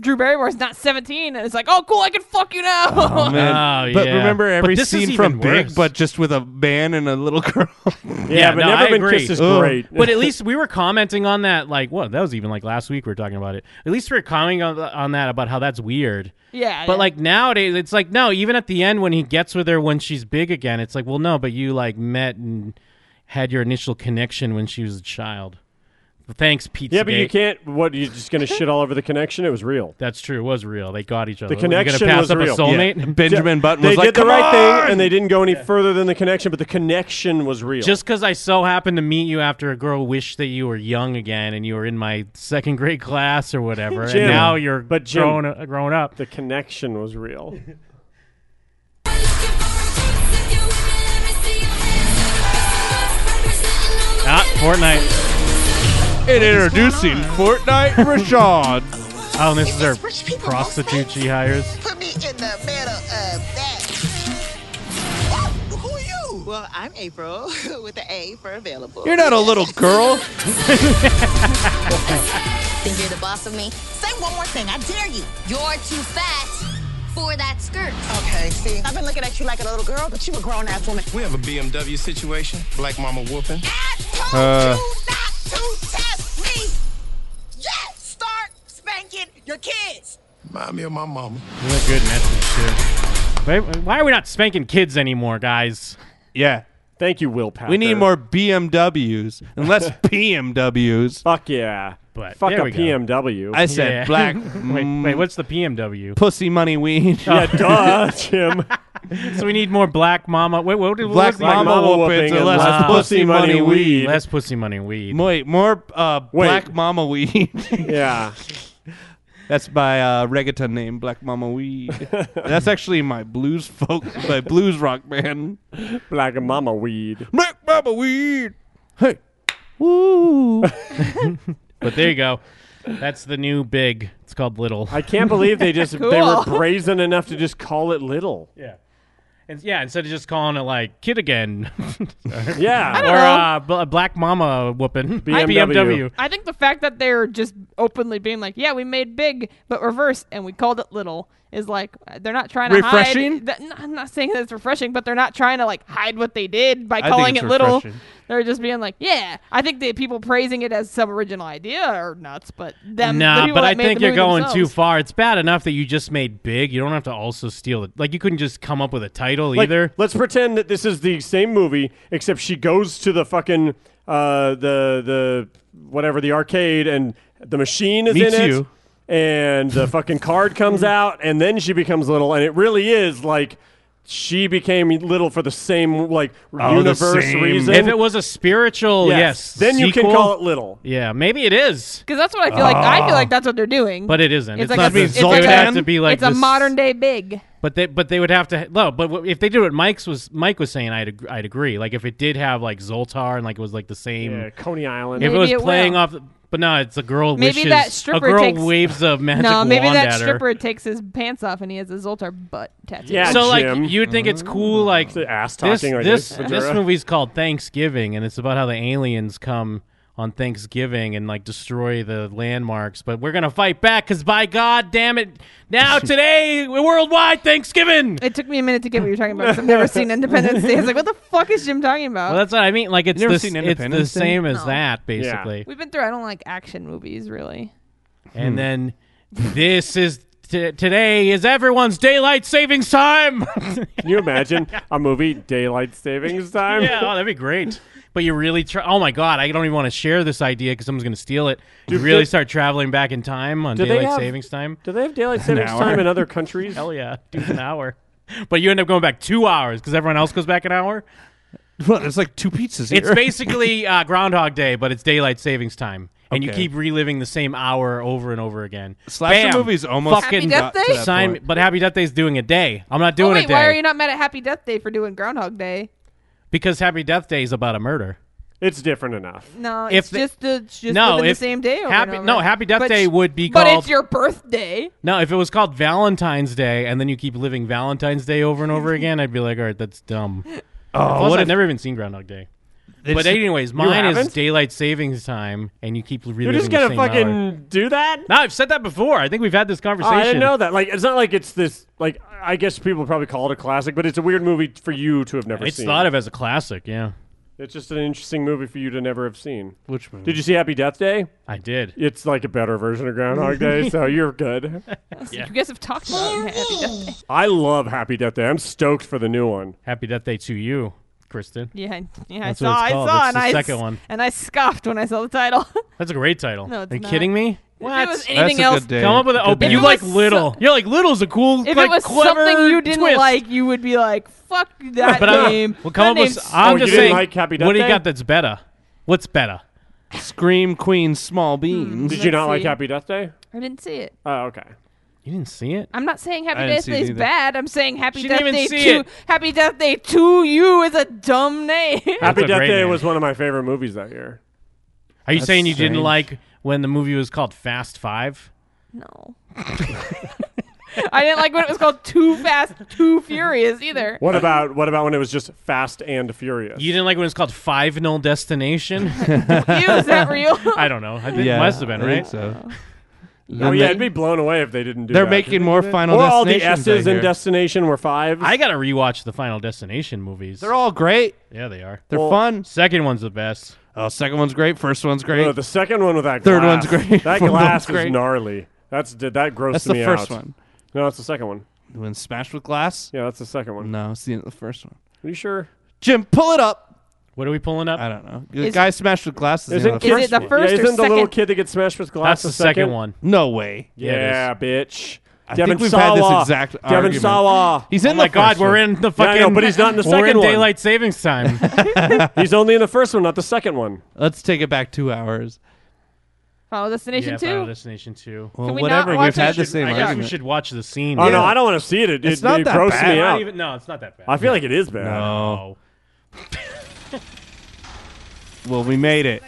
[SPEAKER 5] Drew Barrymore's not 17, and it's like, oh cool, I can fuck you now.
[SPEAKER 7] Oh,
[SPEAKER 6] but
[SPEAKER 7] yeah.
[SPEAKER 6] remember
[SPEAKER 7] But
[SPEAKER 6] every
[SPEAKER 7] this is
[SPEAKER 6] scene
[SPEAKER 7] even
[SPEAKER 6] from Big,
[SPEAKER 7] worse.
[SPEAKER 6] but just with a man and a little girl.
[SPEAKER 4] Yeah, but
[SPEAKER 7] no,
[SPEAKER 4] never
[SPEAKER 7] I
[SPEAKER 4] been
[SPEAKER 7] agree.
[SPEAKER 4] kissed is
[SPEAKER 6] Ugh.
[SPEAKER 4] great.
[SPEAKER 7] but at least we were commenting on that. Like, what? That was even like last week. We were talking about it. At least we were commenting on, on that about how that's weird.
[SPEAKER 5] yeah.
[SPEAKER 7] But
[SPEAKER 5] yeah.
[SPEAKER 7] like nowadays, it's like no. Even at the end, when he gets with her when she's big again, it's like, well, no, but you like met and had your initial connection when she was a child. Thanks, Pete.
[SPEAKER 4] yeah, but you can't. What you're just gonna shit all over the connection? It was real.
[SPEAKER 7] That's true. It was real. They got each other.
[SPEAKER 4] The
[SPEAKER 7] You're gonna
[SPEAKER 4] connection
[SPEAKER 7] pass
[SPEAKER 4] was
[SPEAKER 7] up
[SPEAKER 4] real.
[SPEAKER 7] a soulmate.
[SPEAKER 6] Benjamin Button
[SPEAKER 4] They
[SPEAKER 6] was
[SPEAKER 4] did
[SPEAKER 6] like,
[SPEAKER 4] the
[SPEAKER 6] "Come
[SPEAKER 4] right
[SPEAKER 6] on!"
[SPEAKER 4] thing, and they didn't go any further than the connection. But the connection was real.
[SPEAKER 7] Just because I so happened to meet you after a girl wished that you were young again and you were in my second grade class or whatever,
[SPEAKER 4] Jim,
[SPEAKER 7] and now you're
[SPEAKER 4] but Jim-
[SPEAKER 7] grown, uh, grown up.
[SPEAKER 4] the connection was real.
[SPEAKER 7] Ah, Fortnite.
[SPEAKER 6] And introducing Fortnite Rashad.
[SPEAKER 7] Oh, and this is our
[SPEAKER 2] rich people
[SPEAKER 7] prostitute she hires.
[SPEAKER 2] Put me in the middle of that. who are you? Well, I'm April with the A for available.
[SPEAKER 6] You're not a little girl.
[SPEAKER 10] Think you're the boss of me?
[SPEAKER 2] Say one more thing. I dare you.
[SPEAKER 10] You're too fat for that skirt.
[SPEAKER 2] Okay, see, I've been looking at you like a little girl, but you a grown ass woman.
[SPEAKER 9] We have a BMW situation. Black mama whooping.
[SPEAKER 2] I told
[SPEAKER 6] Uh.
[SPEAKER 2] you not to test me. Yes, start spanking your kids.
[SPEAKER 9] Remind me of my mama.
[SPEAKER 6] good message
[SPEAKER 7] Why- Why are we not spanking kids anymore, guys?
[SPEAKER 6] Yeah,
[SPEAKER 4] Thank you, Will Packer.
[SPEAKER 6] we need more BMWs and less PMWs.
[SPEAKER 4] Fuck yeah.
[SPEAKER 7] But
[SPEAKER 4] fuck
[SPEAKER 7] there
[SPEAKER 4] a
[SPEAKER 7] we go.
[SPEAKER 4] PMW.
[SPEAKER 6] I said
[SPEAKER 7] Yeah.
[SPEAKER 6] black.
[SPEAKER 7] Wait, wait, what's the PMW?
[SPEAKER 6] pussy money weed?
[SPEAKER 7] Oh.
[SPEAKER 4] yeah, duh, Jim.
[SPEAKER 7] So we need more black mama. Wait, what, did- what
[SPEAKER 6] Black
[SPEAKER 7] was the-
[SPEAKER 4] Black
[SPEAKER 6] mama
[SPEAKER 4] mama
[SPEAKER 6] whoopings
[SPEAKER 4] whooping
[SPEAKER 6] and
[SPEAKER 4] and
[SPEAKER 6] less
[SPEAKER 7] less
[SPEAKER 6] pussy money weed.
[SPEAKER 7] Less pussy money weed.
[SPEAKER 6] Wait, more uh, black mama weed.
[SPEAKER 4] Yeah.
[SPEAKER 6] That's my uh, reggaeton name, Black Mama Weed. That's actually my blues folk, my blues rock band.
[SPEAKER 4] Black mama weed.
[SPEAKER 6] Black Mama Weed. Hey, woo!
[SPEAKER 7] But there you go. That's the new big. It's called Little.
[SPEAKER 4] I can't believe they just they were brazen enough to just call it little.
[SPEAKER 7] Yeah. And yeah, instead of just calling it like kid again
[SPEAKER 4] Yeah.
[SPEAKER 7] or
[SPEAKER 5] know.
[SPEAKER 7] uh, bl- black mama whooping
[SPEAKER 4] BMW.
[SPEAKER 5] I think the fact that they're just openly being like, yeah, we made big, but reverse, and we called it little, is like uh, they're not trying to
[SPEAKER 6] Refreshing?
[SPEAKER 5] hide. That, no, I'm not saying that it's refreshing, but they're not trying to like hide what they did by
[SPEAKER 6] I think
[SPEAKER 5] calling
[SPEAKER 6] it's
[SPEAKER 5] it little.
[SPEAKER 6] refreshing.
[SPEAKER 5] They're just being like, yeah. I think that people praising it as some original idea are nuts, but them. the
[SPEAKER 7] nah,
[SPEAKER 5] people
[SPEAKER 7] but
[SPEAKER 5] that
[SPEAKER 7] I
[SPEAKER 5] made the
[SPEAKER 7] think you're
[SPEAKER 5] movie
[SPEAKER 7] going too
[SPEAKER 5] themselves-
[SPEAKER 7] far. It's bad enough that you just made big. You don't have to also steal it. Like you couldn't just come up with a title
[SPEAKER 4] Like,
[SPEAKER 7] either.
[SPEAKER 4] Let's pretend that this is the same movie, except she goes to the fucking uh, the the whatever the arcade, and the machine is
[SPEAKER 6] Meets
[SPEAKER 4] in
[SPEAKER 6] you.
[SPEAKER 4] it, and the fucking card comes out, and then she becomes little, and it really is like she became little for the same like
[SPEAKER 6] Oh, the
[SPEAKER 4] universe
[SPEAKER 6] same.
[SPEAKER 4] reason.
[SPEAKER 7] If it was a spiritual, yes,
[SPEAKER 4] then you can
[SPEAKER 7] sequel-
[SPEAKER 4] call it little.
[SPEAKER 7] Yeah, maybe it is,
[SPEAKER 5] Because that's what I feel like. I feel like that's what they're doing.
[SPEAKER 7] but it isn't.
[SPEAKER 5] It's
[SPEAKER 7] It's,
[SPEAKER 5] like
[SPEAKER 7] not.
[SPEAKER 5] a-
[SPEAKER 7] the-
[SPEAKER 5] it's
[SPEAKER 7] it
[SPEAKER 5] like
[SPEAKER 7] would
[SPEAKER 5] a-
[SPEAKER 7] have to be like
[SPEAKER 5] it's a
[SPEAKER 7] this-
[SPEAKER 5] modern day big.
[SPEAKER 7] But they but they would have to no. But w- if they did what Mike's was Mike was saying, I'd ag- I'd agree. Like if it did have like Zoltar and like it was like the same.
[SPEAKER 4] Yeah, Coney Island.
[SPEAKER 7] If
[SPEAKER 5] Maybe
[SPEAKER 7] it was
[SPEAKER 5] it
[SPEAKER 7] playing
[SPEAKER 5] will.
[SPEAKER 7] off, but no, it's a girl.
[SPEAKER 5] Maybe
[SPEAKER 7] wishes,
[SPEAKER 5] that stripper
[SPEAKER 7] A girl
[SPEAKER 5] takes-
[SPEAKER 7] waves a magic
[SPEAKER 5] no, maybe
[SPEAKER 7] wand
[SPEAKER 5] that
[SPEAKER 7] at her.
[SPEAKER 5] stripper takes his pants off and he has a Zoltar butt tattoo.
[SPEAKER 4] Yeah.
[SPEAKER 7] So like
[SPEAKER 4] Jim.
[SPEAKER 7] you would think it's cool
[SPEAKER 6] Mm.
[SPEAKER 7] like
[SPEAKER 4] the ass
[SPEAKER 7] this
[SPEAKER 4] talking right
[SPEAKER 7] this
[SPEAKER 4] there,
[SPEAKER 7] this
[SPEAKER 4] Ventura.
[SPEAKER 7] movie's called Thanksgiving and it's about how the aliens come on Thanksgiving and like destroy the landmarks but we're going to fight back cuz by god damn it now today worldwide Thanksgiving.
[SPEAKER 5] It took me a minute to get what you're talking about 'cause I've never seen Independence Day. I was like, what the fuck is Jim talking about?
[SPEAKER 7] Well that's what I mean like it's
[SPEAKER 6] never
[SPEAKER 7] this,
[SPEAKER 6] seen
[SPEAKER 7] it's the
[SPEAKER 6] Independence Day?
[SPEAKER 7] same as
[SPEAKER 5] No.
[SPEAKER 7] that basically.
[SPEAKER 5] We've been through. I don't like action movies really.
[SPEAKER 6] Hmm.
[SPEAKER 7] And then this is t- today is everyone's daylight savings time.
[SPEAKER 4] Can you imagine a movie daylight savings time?
[SPEAKER 7] Yeah, oh, that'd be great. But you really try. Oh my god, I don't even want to share this idea because someone's going to steal it. you really
[SPEAKER 4] they-
[SPEAKER 7] start traveling back in time on
[SPEAKER 4] Do they
[SPEAKER 7] daylight
[SPEAKER 4] have-
[SPEAKER 7] savings time.
[SPEAKER 4] Do they have daylight savings
[SPEAKER 6] hour.
[SPEAKER 4] time in other countries?
[SPEAKER 7] Hell yeah, do an hour. But you end up going back two hours because everyone else goes back an hour.
[SPEAKER 6] Well, there's like two pizzas here.
[SPEAKER 7] It's basically uh, Groundhog Day, but it's daylight savings time, and you
[SPEAKER 6] Okay.
[SPEAKER 7] keep reliving the same hour over and over again.
[SPEAKER 6] Slasher
[SPEAKER 7] Bam!
[SPEAKER 6] movies almost
[SPEAKER 5] Happy
[SPEAKER 7] Fucking
[SPEAKER 5] Death
[SPEAKER 6] got to
[SPEAKER 5] Day?
[SPEAKER 6] that
[SPEAKER 7] sign. me-
[SPEAKER 6] point.
[SPEAKER 7] But Happy Death Day's doing a day. I'm not doing
[SPEAKER 5] oh wait,
[SPEAKER 7] a day
[SPEAKER 5] why are you not mad at Happy Death Day for doing Groundhog Day?
[SPEAKER 7] because Happy Death Day is about a murder.
[SPEAKER 4] It's different enough.
[SPEAKER 5] No,
[SPEAKER 7] If
[SPEAKER 5] it's
[SPEAKER 7] the-
[SPEAKER 5] just the it's just
[SPEAKER 7] No,
[SPEAKER 5] living
[SPEAKER 7] if-
[SPEAKER 5] the same day. Over
[SPEAKER 7] Happy-
[SPEAKER 5] and over.
[SPEAKER 7] no, Happy Death
[SPEAKER 5] But
[SPEAKER 7] Day
[SPEAKER 5] sh-
[SPEAKER 7] would be
[SPEAKER 5] But
[SPEAKER 7] called-
[SPEAKER 5] it's your birthday.
[SPEAKER 7] No, if it was called Valentine's Day and then you keep living Valentine's Day over and over again, I'd be like, all right, that's dumb. Plus,
[SPEAKER 6] what
[SPEAKER 7] I've
[SPEAKER 6] if-
[SPEAKER 7] never even seen Groundhog Day.
[SPEAKER 6] It's-
[SPEAKER 7] but anyways, mine is
[SPEAKER 4] haven't?
[SPEAKER 7] daylight savings time, and you keep reliving
[SPEAKER 4] You're just
[SPEAKER 7] the
[SPEAKER 4] gonna
[SPEAKER 7] same
[SPEAKER 4] fucking
[SPEAKER 7] hour.
[SPEAKER 4] do that?
[SPEAKER 7] No, I've said that before. I think we've had this
[SPEAKER 4] Oh,
[SPEAKER 7] conversation.
[SPEAKER 4] I didn't know that. Like, it's not like it's this. Like, I guess people probably call it a classic, but it's a weird movie for you to have never
[SPEAKER 7] It's
[SPEAKER 4] seen.
[SPEAKER 7] thought of as a classic. Yeah,
[SPEAKER 4] It's just an interesting movie for you to never have seen.
[SPEAKER 6] Which movie?
[SPEAKER 4] Did you see Happy Death Day?
[SPEAKER 7] I did.
[SPEAKER 4] It's like a better version of Groundhog Day, so you're good.
[SPEAKER 5] You guys have talked about Happy Death Day.
[SPEAKER 4] I love Happy Death Day. I'm stoked for the new one.
[SPEAKER 7] Happy Death Day to you, Kristen.
[SPEAKER 5] Yeah, I- yeah.
[SPEAKER 7] That's
[SPEAKER 5] I
[SPEAKER 7] what
[SPEAKER 5] saw. I
[SPEAKER 7] it's called.
[SPEAKER 5] saw,
[SPEAKER 7] That's
[SPEAKER 5] and
[SPEAKER 7] the
[SPEAKER 5] I
[SPEAKER 7] second
[SPEAKER 5] s-
[SPEAKER 7] one.
[SPEAKER 5] and I scoffed when I saw the title.
[SPEAKER 7] That's a great title.
[SPEAKER 5] No, it's
[SPEAKER 7] Are you
[SPEAKER 5] not.
[SPEAKER 7] kidding me?
[SPEAKER 5] If it was
[SPEAKER 7] What?
[SPEAKER 5] anything
[SPEAKER 6] a
[SPEAKER 5] else,
[SPEAKER 6] good day.
[SPEAKER 7] Come up with a. Oh,
[SPEAKER 6] Good
[SPEAKER 7] but
[SPEAKER 6] day.
[SPEAKER 7] you
[SPEAKER 5] If it
[SPEAKER 7] like
[SPEAKER 5] was
[SPEAKER 7] little.
[SPEAKER 5] so-
[SPEAKER 7] You're like little's a cool.
[SPEAKER 5] if
[SPEAKER 7] like,
[SPEAKER 5] it was
[SPEAKER 7] clever
[SPEAKER 5] something you didn't
[SPEAKER 7] twist.
[SPEAKER 5] like, you would be like, "Fuck that
[SPEAKER 7] But I'm-
[SPEAKER 5] name."
[SPEAKER 7] we'll come
[SPEAKER 5] That
[SPEAKER 7] up with.
[SPEAKER 5] name's-
[SPEAKER 7] I'm
[SPEAKER 4] Oh, you
[SPEAKER 7] just
[SPEAKER 4] didn't
[SPEAKER 7] saying.
[SPEAKER 4] like Happy Death
[SPEAKER 7] what do you
[SPEAKER 4] Day?
[SPEAKER 7] got that's better? What's better?
[SPEAKER 6] Scream Queen Small Beans.
[SPEAKER 4] Did you not
[SPEAKER 5] Let's
[SPEAKER 4] like
[SPEAKER 5] see.
[SPEAKER 4] Happy Death Day?
[SPEAKER 5] I didn't see it.
[SPEAKER 4] Oh, okay.
[SPEAKER 7] You didn't see it.
[SPEAKER 5] I'm not saying Happy
[SPEAKER 6] I didn't
[SPEAKER 5] Death
[SPEAKER 6] see
[SPEAKER 5] Day
[SPEAKER 6] it
[SPEAKER 5] is
[SPEAKER 6] either.
[SPEAKER 5] bad. I'm saying Happy
[SPEAKER 7] She
[SPEAKER 5] Death
[SPEAKER 7] didn't even
[SPEAKER 5] Day
[SPEAKER 7] see
[SPEAKER 5] to
[SPEAKER 7] it.
[SPEAKER 5] Happy Death Day to you is a dumb name.
[SPEAKER 4] Happy
[SPEAKER 7] a
[SPEAKER 4] Death
[SPEAKER 7] great
[SPEAKER 4] Day
[SPEAKER 7] name.
[SPEAKER 4] was one of my favorite movies that year.
[SPEAKER 7] Are you
[SPEAKER 6] That's
[SPEAKER 7] saying you didn't
[SPEAKER 6] strange.
[SPEAKER 7] like when the movie was called Fast Five?
[SPEAKER 5] no. I didn't like when it was called Too Fast, Too Furious either.
[SPEAKER 4] What about what about when it was just Fast and Furious?
[SPEAKER 7] You didn't like when it was called Five Null Destination?
[SPEAKER 5] You is that real?
[SPEAKER 7] I don't know. I think it
[SPEAKER 6] Yeah,
[SPEAKER 7] must have been,
[SPEAKER 6] I
[SPEAKER 7] right?
[SPEAKER 6] think so.
[SPEAKER 4] oh
[SPEAKER 6] Then
[SPEAKER 4] yeah,
[SPEAKER 6] they-
[SPEAKER 4] I'd be blown away if they didn't do
[SPEAKER 6] They're
[SPEAKER 4] that.
[SPEAKER 6] making more Final
[SPEAKER 4] Or all the
[SPEAKER 6] Destinations,
[SPEAKER 4] S's
[SPEAKER 6] I
[SPEAKER 4] in
[SPEAKER 6] hear.
[SPEAKER 4] Destination were fives.
[SPEAKER 7] I got to rewatch the Final Destination movies.
[SPEAKER 6] They're all great.
[SPEAKER 7] yeah, they are.
[SPEAKER 6] They're
[SPEAKER 4] Well-
[SPEAKER 6] fun.
[SPEAKER 7] Second one's the best.
[SPEAKER 6] Oh, second one's great. First one's
[SPEAKER 4] No,
[SPEAKER 6] great.
[SPEAKER 4] the second one with that
[SPEAKER 6] Third
[SPEAKER 4] glass.
[SPEAKER 6] one's great.
[SPEAKER 4] That
[SPEAKER 6] Fourth
[SPEAKER 4] glass
[SPEAKER 6] one's
[SPEAKER 4] is
[SPEAKER 6] great.
[SPEAKER 4] gnarly. That's did that grossed
[SPEAKER 6] That's the
[SPEAKER 4] me
[SPEAKER 6] first
[SPEAKER 4] out.
[SPEAKER 6] one.
[SPEAKER 4] No, that's the second one.
[SPEAKER 6] When Smash with Glass.
[SPEAKER 4] Yeah, that's the second one.
[SPEAKER 6] No, it's the end of the first one.
[SPEAKER 4] Are you sure?
[SPEAKER 6] Jim, pull it up.
[SPEAKER 7] What are we pulling up?
[SPEAKER 6] I don't know. The
[SPEAKER 5] Is-
[SPEAKER 6] guy smashed with glass. Is the end of the
[SPEAKER 5] Is
[SPEAKER 6] first
[SPEAKER 5] it the
[SPEAKER 6] one.
[SPEAKER 5] fir- first
[SPEAKER 4] yeah,
[SPEAKER 5] or
[SPEAKER 4] isn't the little
[SPEAKER 5] second?
[SPEAKER 4] kid that gets smashed with glass
[SPEAKER 7] That's the second one.
[SPEAKER 6] No way.
[SPEAKER 4] Yeah,
[SPEAKER 7] Yeah,
[SPEAKER 4] bitch.
[SPEAKER 6] I
[SPEAKER 4] Devin
[SPEAKER 6] think we've
[SPEAKER 4] Sawa.
[SPEAKER 6] had this exact
[SPEAKER 4] Devin
[SPEAKER 6] argument.
[SPEAKER 4] Sawa.
[SPEAKER 6] He's
[SPEAKER 7] Oh
[SPEAKER 6] in
[SPEAKER 7] my
[SPEAKER 6] the
[SPEAKER 7] God,
[SPEAKER 6] first
[SPEAKER 7] we're
[SPEAKER 6] one.
[SPEAKER 7] in the
[SPEAKER 4] Yeah, I
[SPEAKER 7] fucking.
[SPEAKER 4] know, but he's not in the
[SPEAKER 7] we're
[SPEAKER 4] second
[SPEAKER 7] in
[SPEAKER 4] one.
[SPEAKER 7] daylight savings time.
[SPEAKER 4] He's only in the first one, not the second one.
[SPEAKER 6] Let's take it back two hours.
[SPEAKER 5] Final Destination
[SPEAKER 7] yeah, Final
[SPEAKER 5] Two.
[SPEAKER 7] Destination Two.
[SPEAKER 6] Well,
[SPEAKER 5] Can we not
[SPEAKER 6] whatever.
[SPEAKER 5] watch
[SPEAKER 6] We've
[SPEAKER 5] it?
[SPEAKER 6] had the
[SPEAKER 5] Should-
[SPEAKER 6] same
[SPEAKER 7] I guess we
[SPEAKER 6] argument.
[SPEAKER 7] should watch the scene.
[SPEAKER 4] Oh no,
[SPEAKER 7] Yeah.
[SPEAKER 4] I don't want to see it. It,
[SPEAKER 6] It's
[SPEAKER 4] it,
[SPEAKER 6] not
[SPEAKER 4] it
[SPEAKER 6] that
[SPEAKER 4] grossed
[SPEAKER 6] bad.
[SPEAKER 4] me
[SPEAKER 7] Not
[SPEAKER 4] out.
[SPEAKER 7] even- no, it's not that bad.
[SPEAKER 4] I feel like it is bad.
[SPEAKER 6] No.
[SPEAKER 7] oh.
[SPEAKER 6] Well, we made it.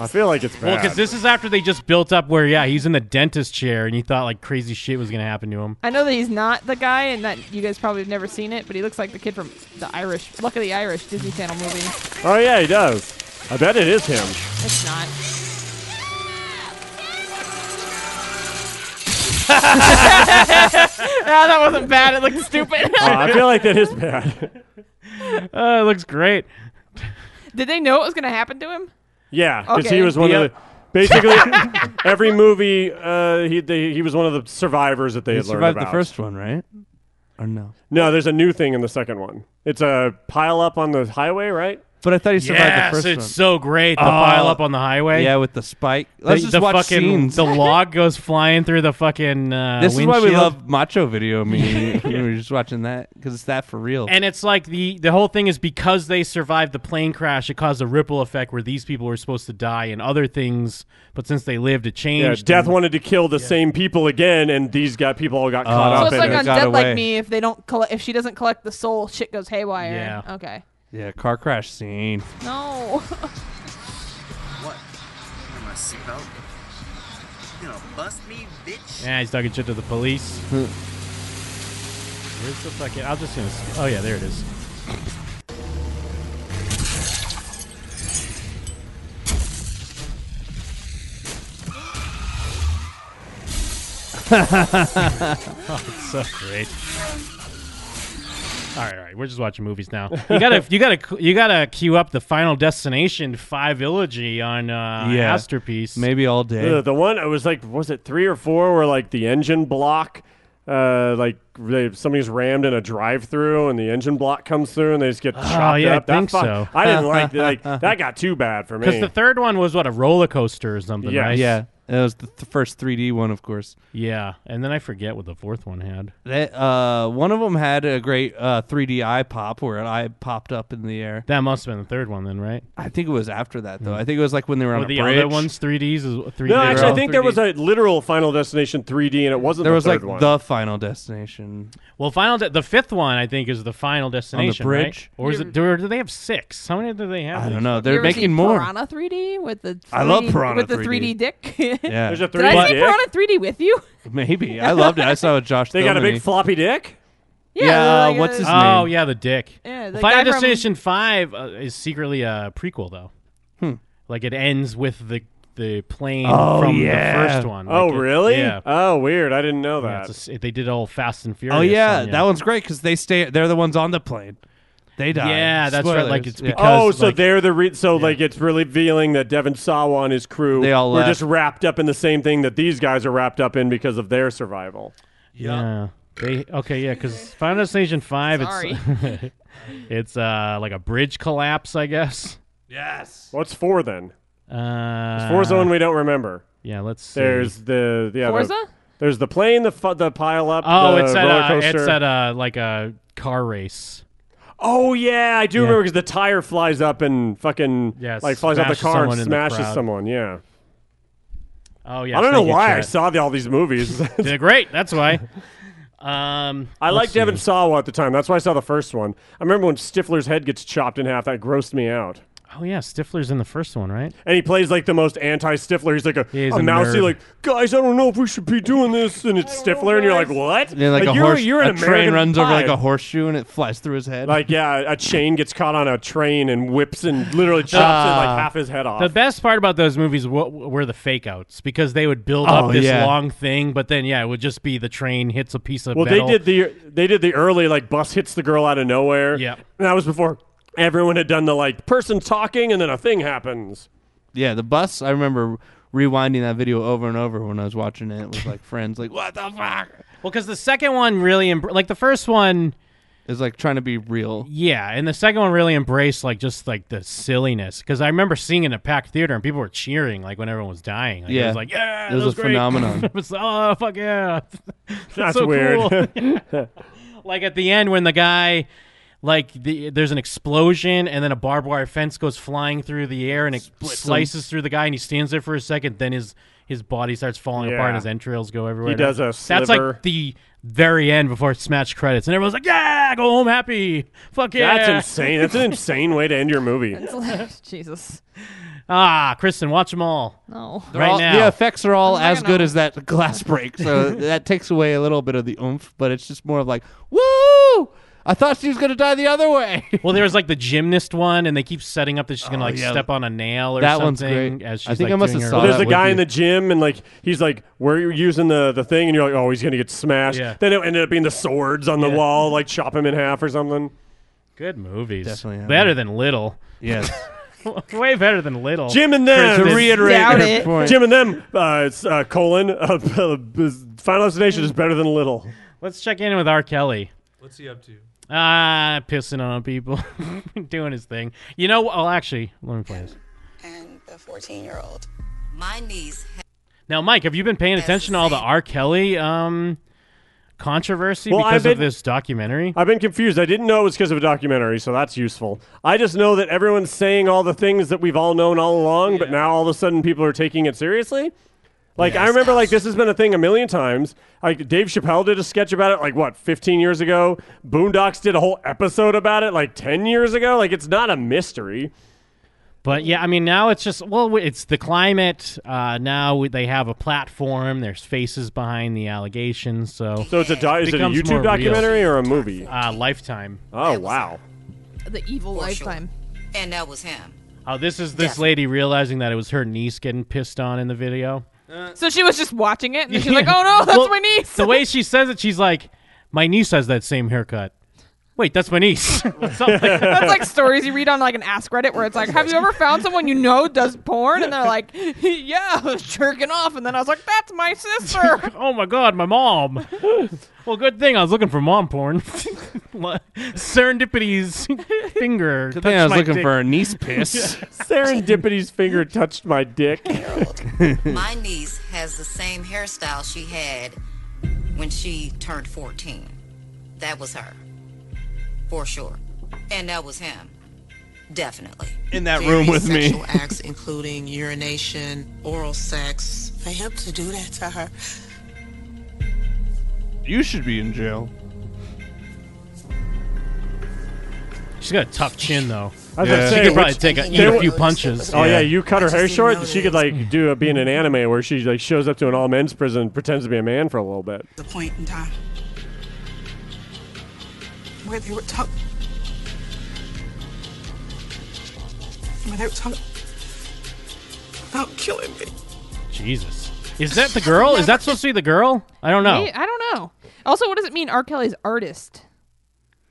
[SPEAKER 4] I feel like it's bad.
[SPEAKER 7] Well, because this is after they just built up where, yeah, he's in the dentist chair, and you thought like crazy shit was gonna happen to him.
[SPEAKER 5] I know that he's not the guy, and that you guys probably have never seen it, but he looks like the kid from the Irish, Luck of the Irish Disney Channel movie.
[SPEAKER 4] oh yeah, he does. I bet it is him.
[SPEAKER 5] It's not. that wasn't bad. It looked stupid.
[SPEAKER 4] Oh, I feel like that is bad.
[SPEAKER 7] Uh, it looks great.
[SPEAKER 5] Did they know what was gonna happen to him?
[SPEAKER 4] yeah, because he
[SPEAKER 5] Okay.
[SPEAKER 4] was one of
[SPEAKER 7] Yep.
[SPEAKER 4] the uh, basically every movie. Uh, he they, he was one of the survivors that they
[SPEAKER 6] He
[SPEAKER 4] had learned
[SPEAKER 6] survived
[SPEAKER 4] about.
[SPEAKER 6] the first one, right? Or no?
[SPEAKER 4] No, there's a new thing in the second one. It's a pile up on the highway, right?
[SPEAKER 6] But I thought he survived
[SPEAKER 7] yes,
[SPEAKER 6] the first
[SPEAKER 7] it's
[SPEAKER 6] one.
[SPEAKER 7] so great. The pile up on the highway.
[SPEAKER 6] yeah, with the spike.
[SPEAKER 7] The,
[SPEAKER 6] Let's just
[SPEAKER 7] the
[SPEAKER 6] watch
[SPEAKER 7] fucking
[SPEAKER 6] scenes.
[SPEAKER 7] the log goes flying through the fucking. Uh,
[SPEAKER 6] this is why we
[SPEAKER 7] windshield.
[SPEAKER 6] love macho video. Me, we were just watching that because it's that for real.
[SPEAKER 7] And it's like the the whole thing is because they survived the plane crash, it caused a ripple effect where these people were supposed to die and other things, but since they lived, it
[SPEAKER 4] Yeah,
[SPEAKER 7] changed.
[SPEAKER 4] Death wanted to kill the same people again, and these got people all got caught
[SPEAKER 6] Oh.
[SPEAKER 5] So
[SPEAKER 4] up
[SPEAKER 5] it's
[SPEAKER 4] in
[SPEAKER 5] like
[SPEAKER 4] it.
[SPEAKER 5] on
[SPEAKER 6] got
[SPEAKER 5] Dead
[SPEAKER 6] away.
[SPEAKER 5] Like Me, if they don't collect, if she doesn't collect the soul, shit goes haywire.
[SPEAKER 7] Yeah.
[SPEAKER 5] Okay.
[SPEAKER 6] yeah, car crash scene.
[SPEAKER 5] No.
[SPEAKER 3] What? In my seatbelt? You gonna bust me, bitch?
[SPEAKER 7] Yeah, he's talking shit to the police.
[SPEAKER 6] Hmm.
[SPEAKER 7] Where's the fucking? I was just gonna. skip- Oh yeah, there it is. oh, it's so great. All right, all right. We're just watching movies now. You gotta, you gotta, you gotta queue up the Final Destination Five Eulogy on uh,
[SPEAKER 6] Yeah.
[SPEAKER 7] Masterpiece.
[SPEAKER 6] Maybe all day.
[SPEAKER 4] The, the one it was like was it three or four where like the engine block uh like they, somebody's rammed in a drive through and the engine block comes through and they just get chopped
[SPEAKER 7] Oh, yeah, I
[SPEAKER 4] up. That
[SPEAKER 7] think
[SPEAKER 4] fuck-
[SPEAKER 7] so.
[SPEAKER 4] I didn't like like that got too bad for
[SPEAKER 7] Because
[SPEAKER 4] me.
[SPEAKER 7] the third one was what a roller coaster or something,
[SPEAKER 4] Yes.
[SPEAKER 7] right?
[SPEAKER 6] yeah, it was the th- first 3D one, of course.
[SPEAKER 7] yeah. And then I forget what the fourth one had.
[SPEAKER 6] That uh, one of them had a great uh, 3D eye pop where an eye popped up in the air.
[SPEAKER 7] That must have been the third one then, right?
[SPEAKER 6] I think it was after that
[SPEAKER 7] Hmm.
[SPEAKER 6] though. I think it was like when they were on
[SPEAKER 7] Were
[SPEAKER 6] a
[SPEAKER 7] the
[SPEAKER 6] bridge.
[SPEAKER 7] other ones three Ds? Is three?
[SPEAKER 4] no,
[SPEAKER 7] they were
[SPEAKER 4] actually, I
[SPEAKER 7] all-
[SPEAKER 4] think there was
[SPEAKER 6] 3D.
[SPEAKER 4] a literal Final Destination 3D, and it wasn't.
[SPEAKER 6] There
[SPEAKER 4] the
[SPEAKER 6] was
[SPEAKER 4] third
[SPEAKER 6] like
[SPEAKER 4] one.
[SPEAKER 6] the final destination.
[SPEAKER 7] Well, final de- the fifth one I think is the final destination, right?
[SPEAKER 6] bridge?
[SPEAKER 7] Or
[SPEAKER 5] Mm.
[SPEAKER 7] is it? Do, or do they have six? How many do they
[SPEAKER 6] I
[SPEAKER 7] have? these?
[SPEAKER 6] don't know.
[SPEAKER 5] You
[SPEAKER 6] They're
[SPEAKER 5] ever see
[SPEAKER 6] making more.
[SPEAKER 5] Piranha 3D with the. 3D,
[SPEAKER 6] I love Piranha
[SPEAKER 5] with the
[SPEAKER 6] 3D.
[SPEAKER 5] 3D, dick.
[SPEAKER 6] Yeah,
[SPEAKER 4] There's a 3D.
[SPEAKER 5] Did I see
[SPEAKER 4] dick.
[SPEAKER 5] Piranha 3D with you?
[SPEAKER 6] maybe. I loved it. I saw it. Josh.
[SPEAKER 4] They got a big
[SPEAKER 6] Thomany.
[SPEAKER 4] floppy dick.
[SPEAKER 6] Yeah,
[SPEAKER 5] like uh,
[SPEAKER 6] what's
[SPEAKER 5] a-
[SPEAKER 6] his
[SPEAKER 7] Oh
[SPEAKER 6] name.
[SPEAKER 7] yeah, the dick.
[SPEAKER 5] Yeah, the
[SPEAKER 7] final
[SPEAKER 5] guy from-
[SPEAKER 7] Destination Five uh, is secretly a prequel though. Like it ends with the the plane
[SPEAKER 6] Hmm. Oh,
[SPEAKER 7] from
[SPEAKER 6] yeah.
[SPEAKER 7] the first one.
[SPEAKER 4] oh
[SPEAKER 7] Like it-
[SPEAKER 4] really?
[SPEAKER 7] Yeah.
[SPEAKER 4] Oh weird. I didn't know
[SPEAKER 7] Yeah,
[SPEAKER 4] that.
[SPEAKER 7] it's a s- they did all Fast and Furious.
[SPEAKER 6] Oh yeah,
[SPEAKER 7] on ya.
[SPEAKER 6] that one's great because they stay. They're the ones on the plane. They die.
[SPEAKER 7] Yeah, that's right, like,
[SPEAKER 6] Spoilers.
[SPEAKER 7] it's
[SPEAKER 6] Yeah.
[SPEAKER 7] because-
[SPEAKER 4] Oh, so
[SPEAKER 7] like-
[SPEAKER 4] they're the re- so like it's revealing that Devin Sawa and his crew
[SPEAKER 6] They all
[SPEAKER 4] were
[SPEAKER 6] left.
[SPEAKER 4] just wrapped up in the same thing that these guys are wrapped up in because of their survival.
[SPEAKER 7] Yeah. They okay, yeah, because Final Destination Five, it's it's uh like a bridge collapse, I guess.
[SPEAKER 4] What's four then?
[SPEAKER 7] Uh,
[SPEAKER 4] Four's the one we don't remember.
[SPEAKER 7] Yeah, let's. See.
[SPEAKER 4] There's the yeah. the-
[SPEAKER 5] Forza?
[SPEAKER 4] there's the plane, the fu- the pile up.
[SPEAKER 7] oh,
[SPEAKER 4] the
[SPEAKER 7] it's at
[SPEAKER 4] roller
[SPEAKER 7] a,
[SPEAKER 4] coaster.
[SPEAKER 7] it's at a like a car race.
[SPEAKER 4] oh yeah, I do
[SPEAKER 7] Yeah.
[SPEAKER 4] remember because the tire flies up and fucking
[SPEAKER 7] Yeah,
[SPEAKER 4] like flies out the
[SPEAKER 7] smashes
[SPEAKER 4] car
[SPEAKER 7] someone
[SPEAKER 4] and
[SPEAKER 7] in the
[SPEAKER 4] smashes
[SPEAKER 7] crowd.
[SPEAKER 4] someone. Yeah.
[SPEAKER 7] Oh yeah,
[SPEAKER 4] I don't know
[SPEAKER 7] Snake
[SPEAKER 4] why I
[SPEAKER 7] Chat.
[SPEAKER 4] saw the, all these movies.
[SPEAKER 7] They're great. That's why. Um,
[SPEAKER 4] I
[SPEAKER 7] let's
[SPEAKER 4] liked Devin
[SPEAKER 7] see.
[SPEAKER 4] Sawa at the time. That's why I saw the first one. I remember when Stifler's head gets chopped in half. That grossed me out.
[SPEAKER 7] Oh yeah, Stifler's in the first one, right?
[SPEAKER 4] and he plays like the most anti-Stifler. He's like a,
[SPEAKER 7] He is
[SPEAKER 4] a,
[SPEAKER 7] a
[SPEAKER 4] mousy,
[SPEAKER 7] nerd.
[SPEAKER 4] like guys, I don't know if we should be doing this, and it's Stifler, and you're like, what?
[SPEAKER 6] Yeah, like, a
[SPEAKER 4] you're,
[SPEAKER 6] horse.
[SPEAKER 4] You're
[SPEAKER 6] a
[SPEAKER 4] an
[SPEAKER 6] train
[SPEAKER 4] American
[SPEAKER 6] runs over like
[SPEAKER 4] Pie.
[SPEAKER 6] a horseshoe and it flies through his head.
[SPEAKER 4] Like yeah, a chain gets caught on a train and whips and literally chops it like half his head off.
[SPEAKER 7] The best part about those movies w- were the fake outs because they would build
[SPEAKER 6] Oh,
[SPEAKER 7] up this
[SPEAKER 6] yeah.
[SPEAKER 7] long thing, but then yeah, it would just be the train hits a piece of
[SPEAKER 4] well,
[SPEAKER 7] metal.
[SPEAKER 4] they did the they did the early like bus hits the girl out of nowhere.
[SPEAKER 7] Yeah.
[SPEAKER 4] and that was before everyone had done the like person talking and then a thing happens.
[SPEAKER 6] yeah, the bus. I remember rewinding that video over and over when I was watching it with like friends. Like what the fuck?
[SPEAKER 7] Well, because the second one really, em- like the first one,
[SPEAKER 6] It's like trying to be real.
[SPEAKER 7] yeah, and the second one really embraced like just like the silliness. Because I remember seeing it in a packed theater and people were cheering like when everyone was dying. Like, it
[SPEAKER 6] Yeah.
[SPEAKER 7] was like yeah,
[SPEAKER 6] It was
[SPEAKER 7] that
[SPEAKER 6] a
[SPEAKER 7] great."
[SPEAKER 6] phenomenon.
[SPEAKER 7] it was oh fuck yeah, that's,
[SPEAKER 4] That's
[SPEAKER 7] so
[SPEAKER 4] weird.
[SPEAKER 7] cool. Yeah. like at the end when the guy. Like the, there's an explosion and then a barbed wire fence goes flying through the air and it
[SPEAKER 6] Splits him.
[SPEAKER 7] slices through the guy and he stands there for a second. Then his his body starts falling apart
[SPEAKER 4] Yeah.
[SPEAKER 7] and his entrails go everywhere.
[SPEAKER 4] He
[SPEAKER 7] And
[SPEAKER 4] does a
[SPEAKER 7] That's
[SPEAKER 4] sliver.
[SPEAKER 7] like the very end before it smash credits, and everyone's like, "Yeah, go home happy. Fuck yeah!"
[SPEAKER 4] That's insane. That's an insane way to end your movie.
[SPEAKER 5] Jesus.
[SPEAKER 7] Ah, Kristen, watch them all
[SPEAKER 5] No.
[SPEAKER 6] They're
[SPEAKER 7] right
[SPEAKER 6] all-
[SPEAKER 7] now.
[SPEAKER 6] the effects are all
[SPEAKER 5] I'm not
[SPEAKER 6] as
[SPEAKER 5] gonna-
[SPEAKER 6] good as that glass break, so that takes away a little bit of the oomph, but it's just more of like woo. I thought she was gonna die the other way.
[SPEAKER 7] Well, there was like the gymnast one, and they keep setting up that she's gonna
[SPEAKER 6] Oh,
[SPEAKER 7] like
[SPEAKER 6] yeah.
[SPEAKER 7] step on a nail or
[SPEAKER 6] That
[SPEAKER 7] something.
[SPEAKER 6] one's great.
[SPEAKER 7] As she's,
[SPEAKER 6] I think
[SPEAKER 7] like,
[SPEAKER 6] I must
[SPEAKER 7] doing
[SPEAKER 6] have
[SPEAKER 7] her-
[SPEAKER 6] saw
[SPEAKER 4] So there's
[SPEAKER 6] that
[SPEAKER 4] the
[SPEAKER 6] with
[SPEAKER 4] guy
[SPEAKER 6] you.
[SPEAKER 4] in the gym, and like he's like, "We're using the the thing," and you're like, "Oh, he's gonna get smashed."
[SPEAKER 7] Yeah.
[SPEAKER 4] Then it ended up being the swords on the
[SPEAKER 7] Yeah.
[SPEAKER 4] wall, like chop him in half or something.
[SPEAKER 7] Good movies.
[SPEAKER 6] Definitely have
[SPEAKER 7] better than Little.
[SPEAKER 6] Yes.
[SPEAKER 7] Way better than Little.
[SPEAKER 4] Jim and them.
[SPEAKER 6] to
[SPEAKER 7] Kristen.
[SPEAKER 6] reiterate
[SPEAKER 5] Doubt
[SPEAKER 6] her
[SPEAKER 5] it.
[SPEAKER 6] point,
[SPEAKER 4] Jim and them. Uh, it's, uh, colon. Uh, Final Destination is better than Little.
[SPEAKER 7] Let's check in with R. Kelly.
[SPEAKER 6] what's he up to?
[SPEAKER 7] Ah, pissing on people, doing his thing. You know, oh, actually, let me play this.
[SPEAKER 2] And the 14 year old.
[SPEAKER 10] My niece
[SPEAKER 7] Now, Mike, have you been paying attention to all the R. Kelly um, controversy
[SPEAKER 4] Well,
[SPEAKER 7] because
[SPEAKER 4] I've
[SPEAKER 7] of
[SPEAKER 4] been-
[SPEAKER 7] this documentary?
[SPEAKER 4] I've been confused. I didn't know it was because of a documentary, so that's useful. I just know that everyone's saying all the things that we've all known all along, but now all of a sudden people are taking it seriously. Like I remember, like this has been a thing a million times. Like Dave Chappelle did a sketch about it, like what, 15 years ago. Boondocks did a whole episode about it, like 10 years ago. Like it's not a mystery.
[SPEAKER 7] But yeah, I mean, now it's just well, it's the climate. Uh, now we, they have a platform. There's faces behind the allegations. So
[SPEAKER 4] So it's a do- is it a
[SPEAKER 7] Becomes more
[SPEAKER 4] YouTube
[SPEAKER 7] real.
[SPEAKER 4] documentary or a movie?
[SPEAKER 7] uh, Lifetime.
[SPEAKER 4] Oh wow!
[SPEAKER 5] The evil
[SPEAKER 10] sure.
[SPEAKER 5] lifetime.
[SPEAKER 10] And that was him.
[SPEAKER 7] Oh, this is this lady realizing that it was her niece getting pissed on in the video.
[SPEAKER 5] So she was just watching it, and then she's like, "Oh no, that's
[SPEAKER 7] Well,
[SPEAKER 5] my niece."
[SPEAKER 7] the way she says it, she's like, "My niece has that same haircut." Wait, that's my niece. Something like that.
[SPEAKER 5] That's like stories you read on like an Ask Reddit where it's like, "Have you ever found someone you know does porn?" And they're like, "Yeah, I was jerking off," and then I was like, "That's my sister."
[SPEAKER 7] Oh my god, my mom. well, good thing I was looking for mom porn. Serendipity's finger.
[SPEAKER 6] Good
[SPEAKER 7] touched
[SPEAKER 6] thing I was
[SPEAKER 7] my
[SPEAKER 6] looking
[SPEAKER 7] dick.
[SPEAKER 6] for a niece piss.
[SPEAKER 4] Serendipity's finger touched my dick.
[SPEAKER 10] My niece has the same hairstyle she had when she turned 14. That was her. For sure. And that was him. Definitely.
[SPEAKER 6] in that room with me.
[SPEAKER 2] Sexual acts, including urination, oral sex. For him to do that to her.
[SPEAKER 6] You should be in jail.
[SPEAKER 7] She's got a tough chin though.
[SPEAKER 4] I was
[SPEAKER 6] Yeah.
[SPEAKER 4] gonna
[SPEAKER 6] She
[SPEAKER 4] say,
[SPEAKER 7] She could
[SPEAKER 4] which-
[SPEAKER 7] probably take a, eat
[SPEAKER 4] They
[SPEAKER 7] a
[SPEAKER 4] were-
[SPEAKER 7] few punches.
[SPEAKER 4] Oh yeah, you cut her
[SPEAKER 2] I just
[SPEAKER 4] hair
[SPEAKER 2] didn't
[SPEAKER 4] short.
[SPEAKER 2] know
[SPEAKER 4] She could like do a, be in an anime where she like shows up to an all men's prison, and pretends to be a man for a little bit.
[SPEAKER 2] The point in time where they were talking. Where they were talking about killing me.
[SPEAKER 7] Jesus. Is that the girl? Is that supposed to be the girl? I don't
[SPEAKER 6] Oh.
[SPEAKER 7] know.
[SPEAKER 5] Hey, I don't know. Also, what does it mean? R. Kelly's artist.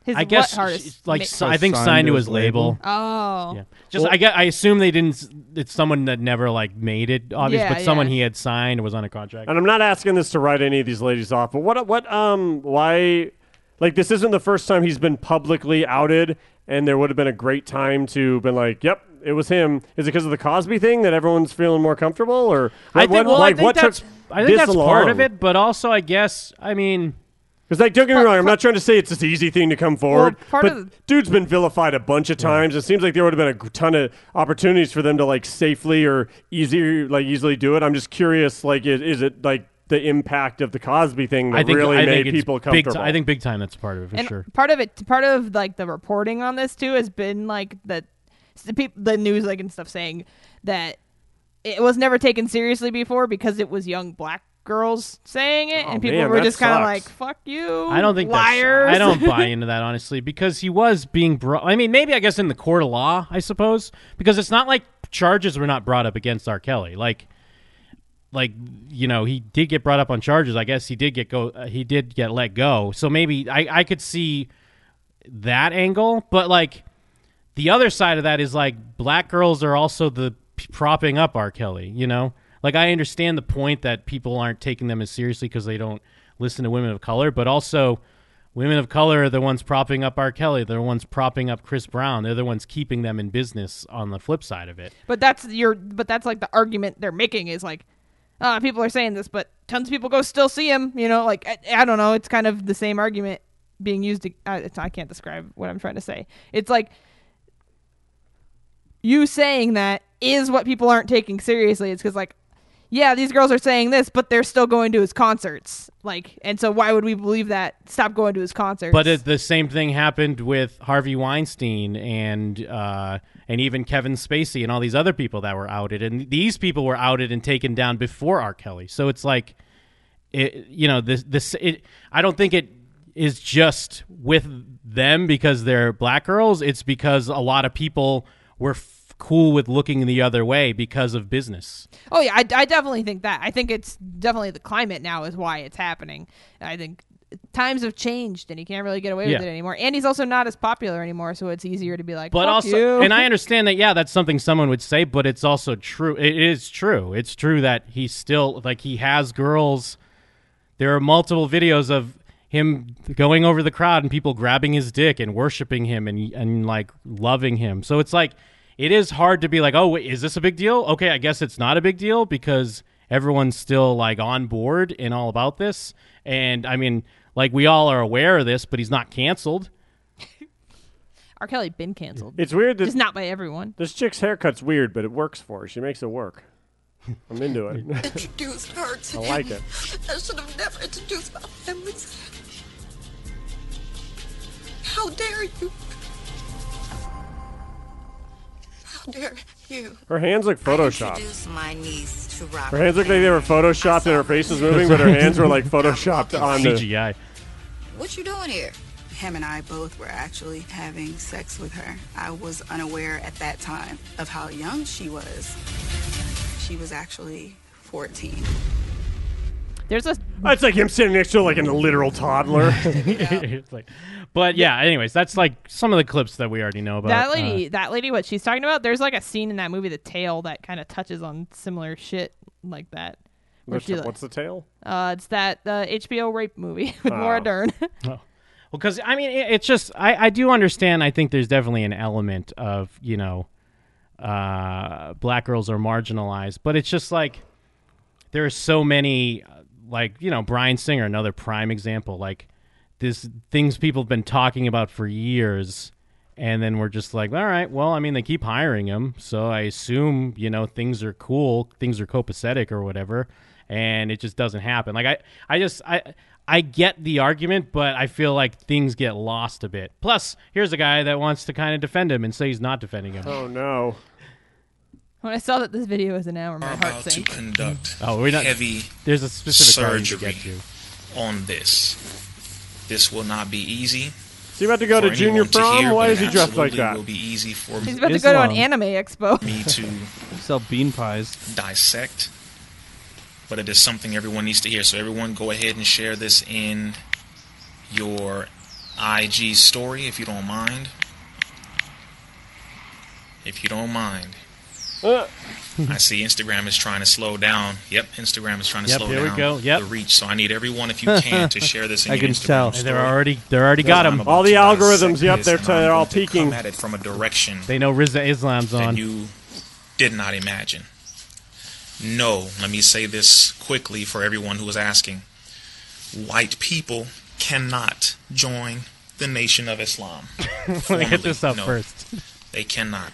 [SPEAKER 5] His
[SPEAKER 7] I guess
[SPEAKER 5] what artist?
[SPEAKER 7] she's, like
[SPEAKER 5] Ma-
[SPEAKER 7] si- I think signed to his label.
[SPEAKER 5] oh,
[SPEAKER 7] Yeah. Just I get I assume they didn't s- it's someone that never like made it obvious
[SPEAKER 5] Yeah,
[SPEAKER 7] but someone
[SPEAKER 5] yeah.
[SPEAKER 7] he had signed or was on a contract.
[SPEAKER 4] And I'm not asking this to write any of these ladies off, but what what um why like this isn't the first time he's been publicly outed, and there would have been a great time to been like, yep. It was him. Is it because of the Cosby thing that everyone's feeling more comfortable, or
[SPEAKER 7] I think,
[SPEAKER 4] what,
[SPEAKER 7] well,
[SPEAKER 4] like
[SPEAKER 7] I think
[SPEAKER 4] what
[SPEAKER 7] that's,
[SPEAKER 4] took
[SPEAKER 7] I think
[SPEAKER 4] this
[SPEAKER 7] that's part of
[SPEAKER 4] long?
[SPEAKER 7] it, but also I guess I mean
[SPEAKER 4] Because like, don't get me wrong, I'm not trying to say it's this easy thing to come forward.
[SPEAKER 5] part
[SPEAKER 4] but
[SPEAKER 5] of the-
[SPEAKER 4] dude's been vilified a bunch of times. It seems like there would have been a g- ton of opportunities for them to like safely or easier, like easily do it. I'm just curious, like, is, is it like the impact of the Cosby thing that
[SPEAKER 7] I think
[SPEAKER 4] really
[SPEAKER 7] I
[SPEAKER 4] made
[SPEAKER 7] think it's
[SPEAKER 4] people
[SPEAKER 7] big ti-
[SPEAKER 4] comfortable?
[SPEAKER 7] I think big time that's part of it for
[SPEAKER 5] and
[SPEAKER 7] sure.
[SPEAKER 5] part of it, part of like the reporting on this too has been like that the people, the news, like and stuff saying that it was never taken seriously before because it was young black girls saying
[SPEAKER 7] Oh,
[SPEAKER 5] it, and people
[SPEAKER 4] man,
[SPEAKER 5] were
[SPEAKER 4] that
[SPEAKER 5] just kind of
[SPEAKER 4] sucks.
[SPEAKER 5] like, "Fuck you."
[SPEAKER 7] I don't think
[SPEAKER 5] liars.
[SPEAKER 7] That's, I don't buy into that honestly because he was being brought. I mean, maybe I guess in the court of law, I suppose, because it's not like charges were not brought up against R. Kelly. Like, like you know, he did get brought up on charges. I guess he did get go. Uh, he did get let go. So maybe I I could see that angle, but like the other side of that is like black girls are also the p- propping up R. Kelly. You know, like I understand the point that people aren't taking them as seriously because they don't listen to women of color, but also women of color are the ones propping up R. Kelly. They're the ones propping up Chris Brown. They're the ones keeping them in business. On the flip side of it,
[SPEAKER 5] But that's your. But that's like the argument they're making is like, uh, people are saying this, but tons of people go still see him. You know, like I, I don't know. It's kind of the same argument being used. To, I, it's, I can't describe what I'm trying to say. It's like you saying that is what people aren't taking seriously. It's because like, yeah, these girls are saying this, but they're still going to his concerts. Like, and so why would we believe that? Stop going to his concerts.
[SPEAKER 7] but it, the same thing happened with Harvey Weinstein and uh, and even Kevin Spacey and all these other people that were outed, and these people were outed and taken down before R. Kelly. So it's like, it, you know, this this it, I don't think it is just with them because they're black girls. It's because a lot of people were f- cool with looking the other way because of business.
[SPEAKER 5] Oh yeah, I, I definitely think that. I think it's definitely the climate now is why it's happening. I think times have changed and he can't really get away
[SPEAKER 7] Yeah.
[SPEAKER 5] with it anymore. And he's also not as popular anymore, so it's easier to be like.
[SPEAKER 7] But
[SPEAKER 5] "Fuck
[SPEAKER 7] also,
[SPEAKER 5] you."
[SPEAKER 7] and I understand that. Yeah, that's something someone would say, but it's also true. It is true. It's true that he still like he has girls. There are multiple videos of him going over the crowd and people grabbing his dick and worshiping him and and like loving him. So it's like it is hard to be like, oh, wait, is this a big deal? Okay, I guess it's not a big deal because everyone's still like on board and all about this. And I mean, like we all are aware of this, but he's not canceled.
[SPEAKER 5] R. Kelly been canceled.
[SPEAKER 4] It's weird that
[SPEAKER 5] Just not by everyone.
[SPEAKER 4] this chick's haircut's weird, but it works for her. She makes it work. I'm into it.
[SPEAKER 11] introduced her to
[SPEAKER 4] I
[SPEAKER 11] him.
[SPEAKER 4] like it.
[SPEAKER 11] I should have never introduced my family. to him. How dare you? How dare you?
[SPEAKER 4] Her hands look photoshopped.
[SPEAKER 10] Introduce my niece to
[SPEAKER 4] Her
[SPEAKER 10] Robert.
[SPEAKER 4] hands look like they were photoshopped and her face was moving, but her hands were like photoshopped on the.
[SPEAKER 7] CGI.
[SPEAKER 10] What you doing here?
[SPEAKER 12] Him and I both were actually having sex with her. I was unaware at that time of how young she was. She was actually 14.
[SPEAKER 5] There's
[SPEAKER 7] Uh,
[SPEAKER 5] a
[SPEAKER 4] It's like him sitting next to her like in a literal toddler.
[SPEAKER 7] It's like- but yeah, anyways, that's like some of the clips that we already know about.
[SPEAKER 5] that
[SPEAKER 7] Uh,
[SPEAKER 5] lady, that lady, what she's talking about. There's like a scene in that movie, The Tale, that kind of touches on similar shit like that. Where
[SPEAKER 4] What's
[SPEAKER 5] she,
[SPEAKER 4] the,
[SPEAKER 5] like-
[SPEAKER 4] what's the tail?
[SPEAKER 5] Uh, it's that uh, HBO rape movie with Laura
[SPEAKER 4] Oh.
[SPEAKER 5] Dern.
[SPEAKER 7] Well, because I mean, it, it's just I, I do understand. I think there's definitely an element of you know, uh, black girls are marginalized, but it's just like there are so many, uh, like you know, Brian Singer, another prime example. Like this things people have been talking about for years, and then we're just like, all right, well, I mean, they keep hiring him, so I assume you know things are cool, things are copacetic or whatever, and it just doesn't happen. Like I, I just I. I get the argument, but I feel like things get lost a bit. Plus, here's a guy that wants to kind of defend him and say he's not defending him.
[SPEAKER 4] Oh no.
[SPEAKER 5] when I saw that this video was an hour, my heart
[SPEAKER 13] to
[SPEAKER 5] sank.
[SPEAKER 13] conduct
[SPEAKER 4] Mm.
[SPEAKER 7] Oh, we're not-
[SPEAKER 13] heavy
[SPEAKER 7] There's a specific article you
[SPEAKER 13] surgery on this. This will not be easy.
[SPEAKER 4] Is he about to go
[SPEAKER 13] for
[SPEAKER 4] to junior
[SPEAKER 13] anyone to
[SPEAKER 4] prom?
[SPEAKER 13] hear,
[SPEAKER 4] Why
[SPEAKER 13] but
[SPEAKER 4] is he
[SPEAKER 13] it
[SPEAKER 4] dressed like
[SPEAKER 13] absolutely
[SPEAKER 4] that?
[SPEAKER 13] Will be easy for
[SPEAKER 5] He's about to go to
[SPEAKER 7] um,
[SPEAKER 5] an anime expo.
[SPEAKER 13] me to
[SPEAKER 6] Sell bean pies.
[SPEAKER 13] dissect, but it is something everyone needs to hear. So everyone, go ahead and share this in your IG story if you don't mind. If you don't mind.
[SPEAKER 4] Uh,
[SPEAKER 13] I see Instagram is trying to slow down. Yep, Instagram is trying to
[SPEAKER 7] Yep,
[SPEAKER 13] slow
[SPEAKER 7] here we
[SPEAKER 13] down
[SPEAKER 7] go. Yep.
[SPEAKER 13] the reach. So I need everyone, if you can, to share this in
[SPEAKER 6] I
[SPEAKER 13] your
[SPEAKER 6] can
[SPEAKER 13] Instagram
[SPEAKER 6] tell.
[SPEAKER 13] story.
[SPEAKER 7] They're already they're already got
[SPEAKER 13] I'm
[SPEAKER 7] him.
[SPEAKER 13] about
[SPEAKER 4] All the
[SPEAKER 13] to
[SPEAKER 4] algorithms,
[SPEAKER 13] dissect
[SPEAKER 4] yep,
[SPEAKER 13] this,
[SPEAKER 4] they're,
[SPEAKER 13] and I'm
[SPEAKER 4] they're all
[SPEAKER 13] going to Come
[SPEAKER 4] peeking.
[SPEAKER 13] at it from a direction
[SPEAKER 7] They know Riza Islam's
[SPEAKER 13] that
[SPEAKER 7] on.
[SPEAKER 13] you did not imagine. No, let me say this quickly for everyone who was asking. White people cannot join the Nation of Islam.
[SPEAKER 7] Let me
[SPEAKER 13] Formally,
[SPEAKER 7] get this up
[SPEAKER 13] no.
[SPEAKER 7] first.
[SPEAKER 13] They cannot.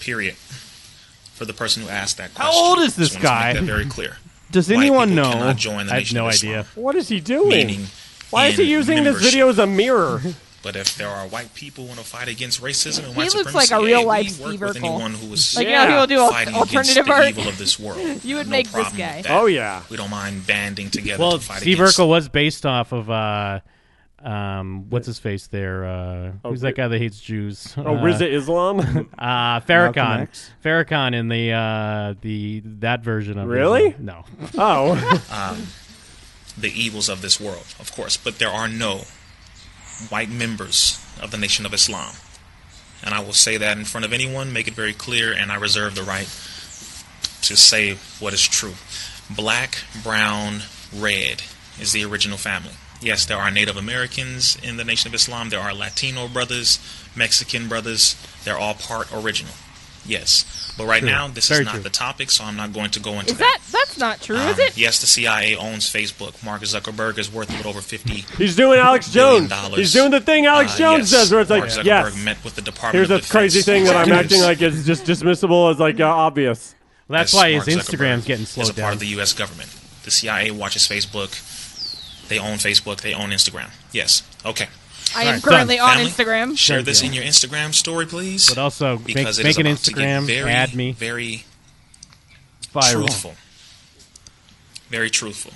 [SPEAKER 13] Period. For the person who asked that
[SPEAKER 6] How
[SPEAKER 13] question.
[SPEAKER 6] old is this
[SPEAKER 13] Just wanted to
[SPEAKER 6] guy?
[SPEAKER 13] make that very clear.
[SPEAKER 6] Does
[SPEAKER 13] White
[SPEAKER 6] anyone
[SPEAKER 13] people
[SPEAKER 6] know?
[SPEAKER 13] cannot join the
[SPEAKER 7] I have
[SPEAKER 13] Nation
[SPEAKER 7] no
[SPEAKER 13] of Islam,
[SPEAKER 7] idea.
[SPEAKER 4] What is he doing?
[SPEAKER 13] Meaning
[SPEAKER 4] Why is he
[SPEAKER 13] in
[SPEAKER 4] using this
[SPEAKER 13] membership.
[SPEAKER 4] video as a mirror?
[SPEAKER 13] But if there are white people who want to fight against racism and white
[SPEAKER 5] looks
[SPEAKER 13] supremacy,
[SPEAKER 5] like a
[SPEAKER 13] hey,
[SPEAKER 5] real-life
[SPEAKER 13] we work
[SPEAKER 5] Steve
[SPEAKER 13] with
[SPEAKER 5] Urkel.
[SPEAKER 13] anyone who is
[SPEAKER 5] Like you know,
[SPEAKER 4] Yeah.
[SPEAKER 5] people do al-
[SPEAKER 13] fighting
[SPEAKER 5] alternative
[SPEAKER 13] against the
[SPEAKER 5] art.
[SPEAKER 13] evil of this world.
[SPEAKER 5] You would
[SPEAKER 13] No
[SPEAKER 5] make this
[SPEAKER 13] problem with
[SPEAKER 5] guy.
[SPEAKER 13] that.
[SPEAKER 4] oh yeah.
[SPEAKER 13] We don't mind banding together
[SPEAKER 7] Well,
[SPEAKER 13] to fight
[SPEAKER 7] Steve
[SPEAKER 13] against
[SPEAKER 7] Urkel was based off of uh, um, what's his face there? Uh, who's that guy that hates Jews?
[SPEAKER 4] Oh,
[SPEAKER 7] uh,
[SPEAKER 4] Riza Islam.
[SPEAKER 7] Uh,
[SPEAKER 6] Malcolm
[SPEAKER 7] Farrakhan.
[SPEAKER 6] X?
[SPEAKER 7] Farrakhan in the uh, the that version of
[SPEAKER 4] Really?
[SPEAKER 7] Islam. No.
[SPEAKER 4] oh,
[SPEAKER 13] the evils of this world, of course. But there are no white members of the Nation of Islam. And I will say that in front of anyone, make it very clear, and I reserve the right to say what is true. Black, brown, red is the original family. Yes, there are Native Americans in the Nation of Islam, there are Latino brothers, Mexican brothers, they're all part original. Yes. But right now, this
[SPEAKER 7] Very
[SPEAKER 13] is not
[SPEAKER 7] true.
[SPEAKER 13] the topic, so I'm not going to go into
[SPEAKER 5] Is that that's not true, is
[SPEAKER 13] um,
[SPEAKER 5] it?
[SPEAKER 13] Yes, the CIA owns Facebook. Mark Zuckerberg is worth a little over fifty.
[SPEAKER 4] he's doing Alex
[SPEAKER 13] Billion
[SPEAKER 4] Jones.
[SPEAKER 13] dollars.
[SPEAKER 4] He's doing the thing Alex
[SPEAKER 13] Uh, yes,
[SPEAKER 4] Jones does, where it's
[SPEAKER 13] Mark
[SPEAKER 4] like,
[SPEAKER 13] Zuckerberg
[SPEAKER 4] yes.
[SPEAKER 13] met with the Department
[SPEAKER 4] Here's
[SPEAKER 13] of
[SPEAKER 4] a crazy
[SPEAKER 13] Defense
[SPEAKER 4] thing that I'm
[SPEAKER 13] executives.
[SPEAKER 4] acting like it's just dismissible as like uh, obvious.
[SPEAKER 7] Well, that's
[SPEAKER 13] Yes,
[SPEAKER 7] why his
[SPEAKER 13] Mark
[SPEAKER 7] Instagram's
[SPEAKER 13] Zuckerberg
[SPEAKER 7] getting
[SPEAKER 13] is a
[SPEAKER 7] slowed
[SPEAKER 13] part
[SPEAKER 7] down.
[SPEAKER 13] of the U.S. government. The CIA watches Facebook. They own Facebook. They own Instagram. Yes. Okay.
[SPEAKER 5] I am
[SPEAKER 7] Alright, done.
[SPEAKER 5] currently on
[SPEAKER 13] Family?
[SPEAKER 5] Instagram.
[SPEAKER 13] Share
[SPEAKER 7] Thank
[SPEAKER 13] this
[SPEAKER 7] you.
[SPEAKER 13] in your Instagram story, please.
[SPEAKER 7] But also make,
[SPEAKER 13] because
[SPEAKER 7] make
[SPEAKER 13] it
[SPEAKER 7] an
[SPEAKER 13] is about
[SPEAKER 7] Instagram,
[SPEAKER 13] to get very,
[SPEAKER 7] add me.
[SPEAKER 13] Very
[SPEAKER 6] Viral.
[SPEAKER 13] truthful. Very truthful.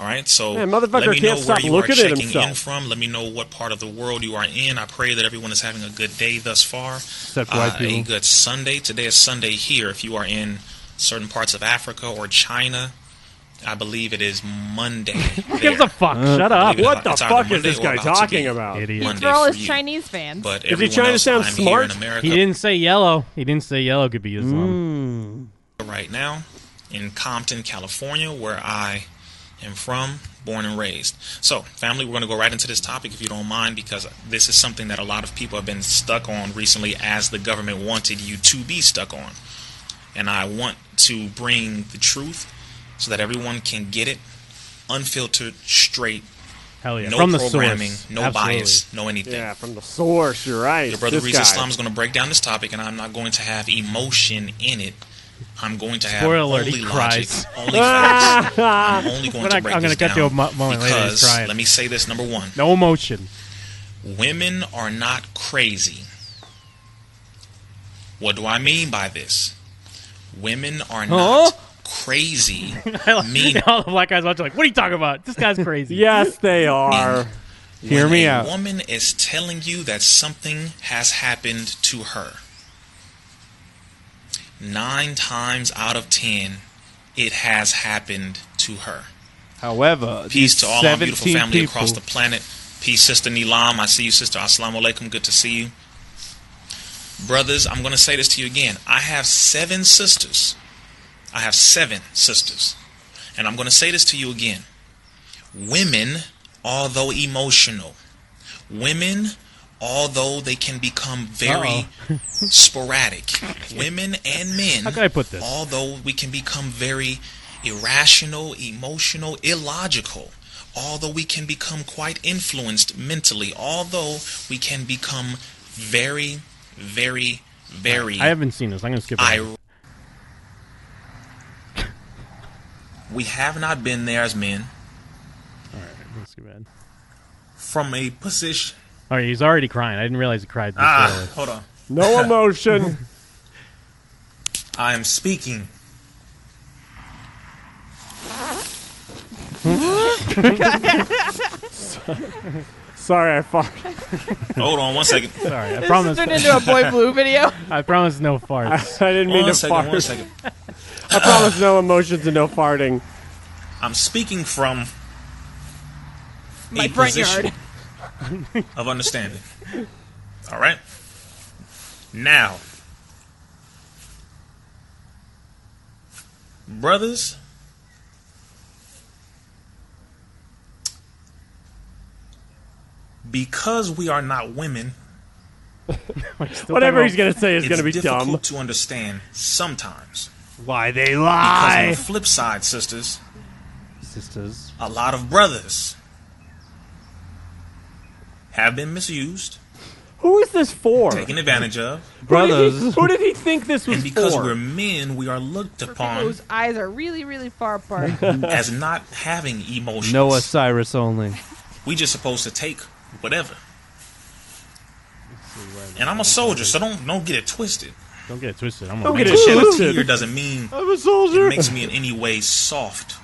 [SPEAKER 13] All right, so
[SPEAKER 4] Man, motherfucker
[SPEAKER 13] let me know
[SPEAKER 4] can't
[SPEAKER 13] where
[SPEAKER 4] stop
[SPEAKER 13] you
[SPEAKER 4] looking
[SPEAKER 13] are
[SPEAKER 4] at
[SPEAKER 13] checking in
[SPEAKER 4] himself.
[SPEAKER 13] from. Let me know what part of the world you are in. I pray that everyone is having a good day thus far.
[SPEAKER 6] Except white
[SPEAKER 13] Uh,
[SPEAKER 6] people.
[SPEAKER 13] A good Sunday. Today is Sunday here. If you are in certain parts of Africa or China, I believe it is Monday. Who
[SPEAKER 4] gives a fuck? Shut up. What the fuck is this guy talking about?
[SPEAKER 7] Idiot.
[SPEAKER 5] He's
[SPEAKER 13] Monday
[SPEAKER 5] for all
[SPEAKER 13] for
[SPEAKER 5] his
[SPEAKER 13] you.
[SPEAKER 5] Chinese fans.
[SPEAKER 13] But
[SPEAKER 7] Is
[SPEAKER 13] everyone else, I'm Here in America
[SPEAKER 7] He didn't say yellow. He didn't say yellow could be Islam.
[SPEAKER 13] right now in Compton, California, where I am from, born and raised. So, family, we're going to go right into this topic if you don't mind, because this is something that a lot of people have been stuck on recently as the government wanted you to be stuck on. And I want to bring the truth so that everyone can get it unfiltered, straight.
[SPEAKER 7] Hell yeah.
[SPEAKER 13] No
[SPEAKER 7] From the
[SPEAKER 13] programming,
[SPEAKER 7] source.
[SPEAKER 13] no
[SPEAKER 7] Absolutely.
[SPEAKER 13] bias, no anything.
[SPEAKER 4] Yeah, from the source. You're right.
[SPEAKER 13] Your brother
[SPEAKER 4] This
[SPEAKER 13] Reese
[SPEAKER 4] guy.
[SPEAKER 13] Islam is going to break down this topic, and I'm not going to have emotion in it. I'm going to have
[SPEAKER 7] Spoiler alert,
[SPEAKER 13] only
[SPEAKER 7] he
[SPEAKER 13] logic,
[SPEAKER 7] cries.
[SPEAKER 13] only facts. I'm only going
[SPEAKER 7] We're
[SPEAKER 13] to
[SPEAKER 7] not-
[SPEAKER 13] break
[SPEAKER 7] I'm gonna
[SPEAKER 13] this
[SPEAKER 7] cut
[SPEAKER 13] down
[SPEAKER 7] to a mo- moment later, he's
[SPEAKER 13] because
[SPEAKER 7] crying.
[SPEAKER 13] let me say this: number one,
[SPEAKER 7] No emotion.
[SPEAKER 13] women are not crazy. What do I mean by this? Women are not crazy.
[SPEAKER 7] I like, all the black guys watching like, what are you talking about? This guy's crazy.
[SPEAKER 4] yes, they are.
[SPEAKER 13] when a woman is telling you that something has happened to her, nine times out of ten, it has happened to her.
[SPEAKER 6] However,
[SPEAKER 13] Peace
[SPEAKER 6] these
[SPEAKER 13] to all our
[SPEAKER 6] 17
[SPEAKER 13] beautiful family
[SPEAKER 6] people,
[SPEAKER 13] across the planet. Peace, Sister Nilam. I see you, Sister. Assalamu alaikum. Good to see you. Brothers, I'm going to say this to you again. I have seven sisters. I have seven sisters. And I'm going to say this to you again. Women, although emotional, women, although they can become very sporadic, women and men,
[SPEAKER 7] How can I put this?
[SPEAKER 13] although we can become very irrational, emotional, illogical, although we can become quite influenced mentally, although we can become very, very, very
[SPEAKER 7] I haven't seen this. I'm gonna skip it.
[SPEAKER 13] I- we have not been there as men.
[SPEAKER 7] Alright, that's too bad.
[SPEAKER 13] From a position.
[SPEAKER 7] All right, he's already crying. I didn't realize he cried. This
[SPEAKER 13] Ah,
[SPEAKER 7] early.
[SPEAKER 13] hold on.
[SPEAKER 4] No emotion.
[SPEAKER 13] I am speaking.
[SPEAKER 4] Sorry, I farted.
[SPEAKER 13] Hold on one second.
[SPEAKER 7] Sorry, I
[SPEAKER 5] This
[SPEAKER 7] promise.
[SPEAKER 5] turned into a Boy Blue video.
[SPEAKER 7] I promise no
[SPEAKER 4] I,
[SPEAKER 7] farts.
[SPEAKER 4] didn't mean
[SPEAKER 13] One
[SPEAKER 4] to
[SPEAKER 13] second, one
[SPEAKER 4] fart.
[SPEAKER 13] second.
[SPEAKER 4] I promise no emotions and no farting.
[SPEAKER 13] I'm speaking from
[SPEAKER 5] My
[SPEAKER 13] a
[SPEAKER 5] front
[SPEAKER 13] position of understanding. All right. Now, brothers, because we are not women,
[SPEAKER 4] Whatever he's gonna say is
[SPEAKER 13] it's
[SPEAKER 4] gonna be
[SPEAKER 13] difficult
[SPEAKER 4] dumb.
[SPEAKER 13] to understand sometimes.
[SPEAKER 6] Why they
[SPEAKER 13] Because on
[SPEAKER 6] lie?
[SPEAKER 13] the flip side, sisters,
[SPEAKER 6] Sisters.
[SPEAKER 13] a lot of brothers have been misused,
[SPEAKER 4] Who is this for?
[SPEAKER 13] taken advantage of.
[SPEAKER 4] Brothers. Who did he, who did he think this was
[SPEAKER 13] And because
[SPEAKER 4] for?
[SPEAKER 13] we're men, we are looked upon
[SPEAKER 5] Whose eyes are really, really far apart.
[SPEAKER 13] as not having emotions.
[SPEAKER 6] Noah Cyrus only.
[SPEAKER 13] We just supposed to take whatever. And I'm a soldier, so don't don't get it twisted.
[SPEAKER 7] Don't get it twisted. I'm
[SPEAKER 4] Don't
[SPEAKER 7] gonna
[SPEAKER 4] get
[SPEAKER 13] To shed a
[SPEAKER 4] Twisted.
[SPEAKER 13] tear doesn't mean
[SPEAKER 4] I'm a soldier.
[SPEAKER 13] it makes me in any way soft,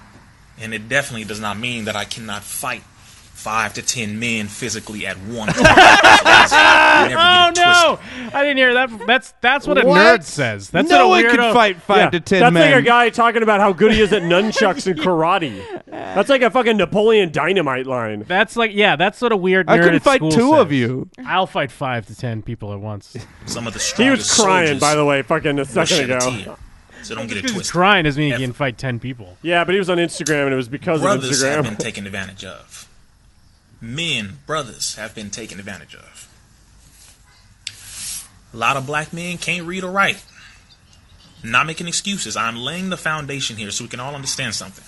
[SPEAKER 13] and it definitely does not mean that I cannot fight five to ten men physically at one time. Never get
[SPEAKER 7] Oh
[SPEAKER 13] it twisted.
[SPEAKER 7] no! I didn't hear that. That's that's what a
[SPEAKER 6] What?
[SPEAKER 7] nerd says. That's
[SPEAKER 6] no one
[SPEAKER 7] what a weirdo.
[SPEAKER 6] can fight five
[SPEAKER 4] Yeah,
[SPEAKER 6] to ten
[SPEAKER 4] That's
[SPEAKER 6] men.
[SPEAKER 4] like a guy talking about how good he is at nunchucks and karate. That's like a fucking Napoleon Dynamite line.
[SPEAKER 7] That's like yeah. That's what a weird.
[SPEAKER 6] I
[SPEAKER 7] nerd
[SPEAKER 6] can
[SPEAKER 7] at
[SPEAKER 6] fight
[SPEAKER 7] school
[SPEAKER 6] two
[SPEAKER 7] says.
[SPEAKER 6] of you.
[SPEAKER 7] I'll fight five to ten people at once.
[SPEAKER 13] Some of the strongest
[SPEAKER 4] He was crying,
[SPEAKER 13] soldiers
[SPEAKER 4] by the way, fucking a
[SPEAKER 13] will
[SPEAKER 4] second
[SPEAKER 13] shed a
[SPEAKER 4] ago.
[SPEAKER 13] tear, so don't get it
[SPEAKER 7] Because he's
[SPEAKER 13] twisted.
[SPEAKER 7] crying doesn't mean he can fight ten people.
[SPEAKER 4] Yeah, but he was on Instagram, and it was because
[SPEAKER 13] brothers
[SPEAKER 4] of
[SPEAKER 13] have been
[SPEAKER 4] Instagram.
[SPEAKER 13] taken advantage of. Men, brothers have been taken advantage of. A lot of black men can't read or write. Not making excuses. I'm laying the foundation here so we can all understand something.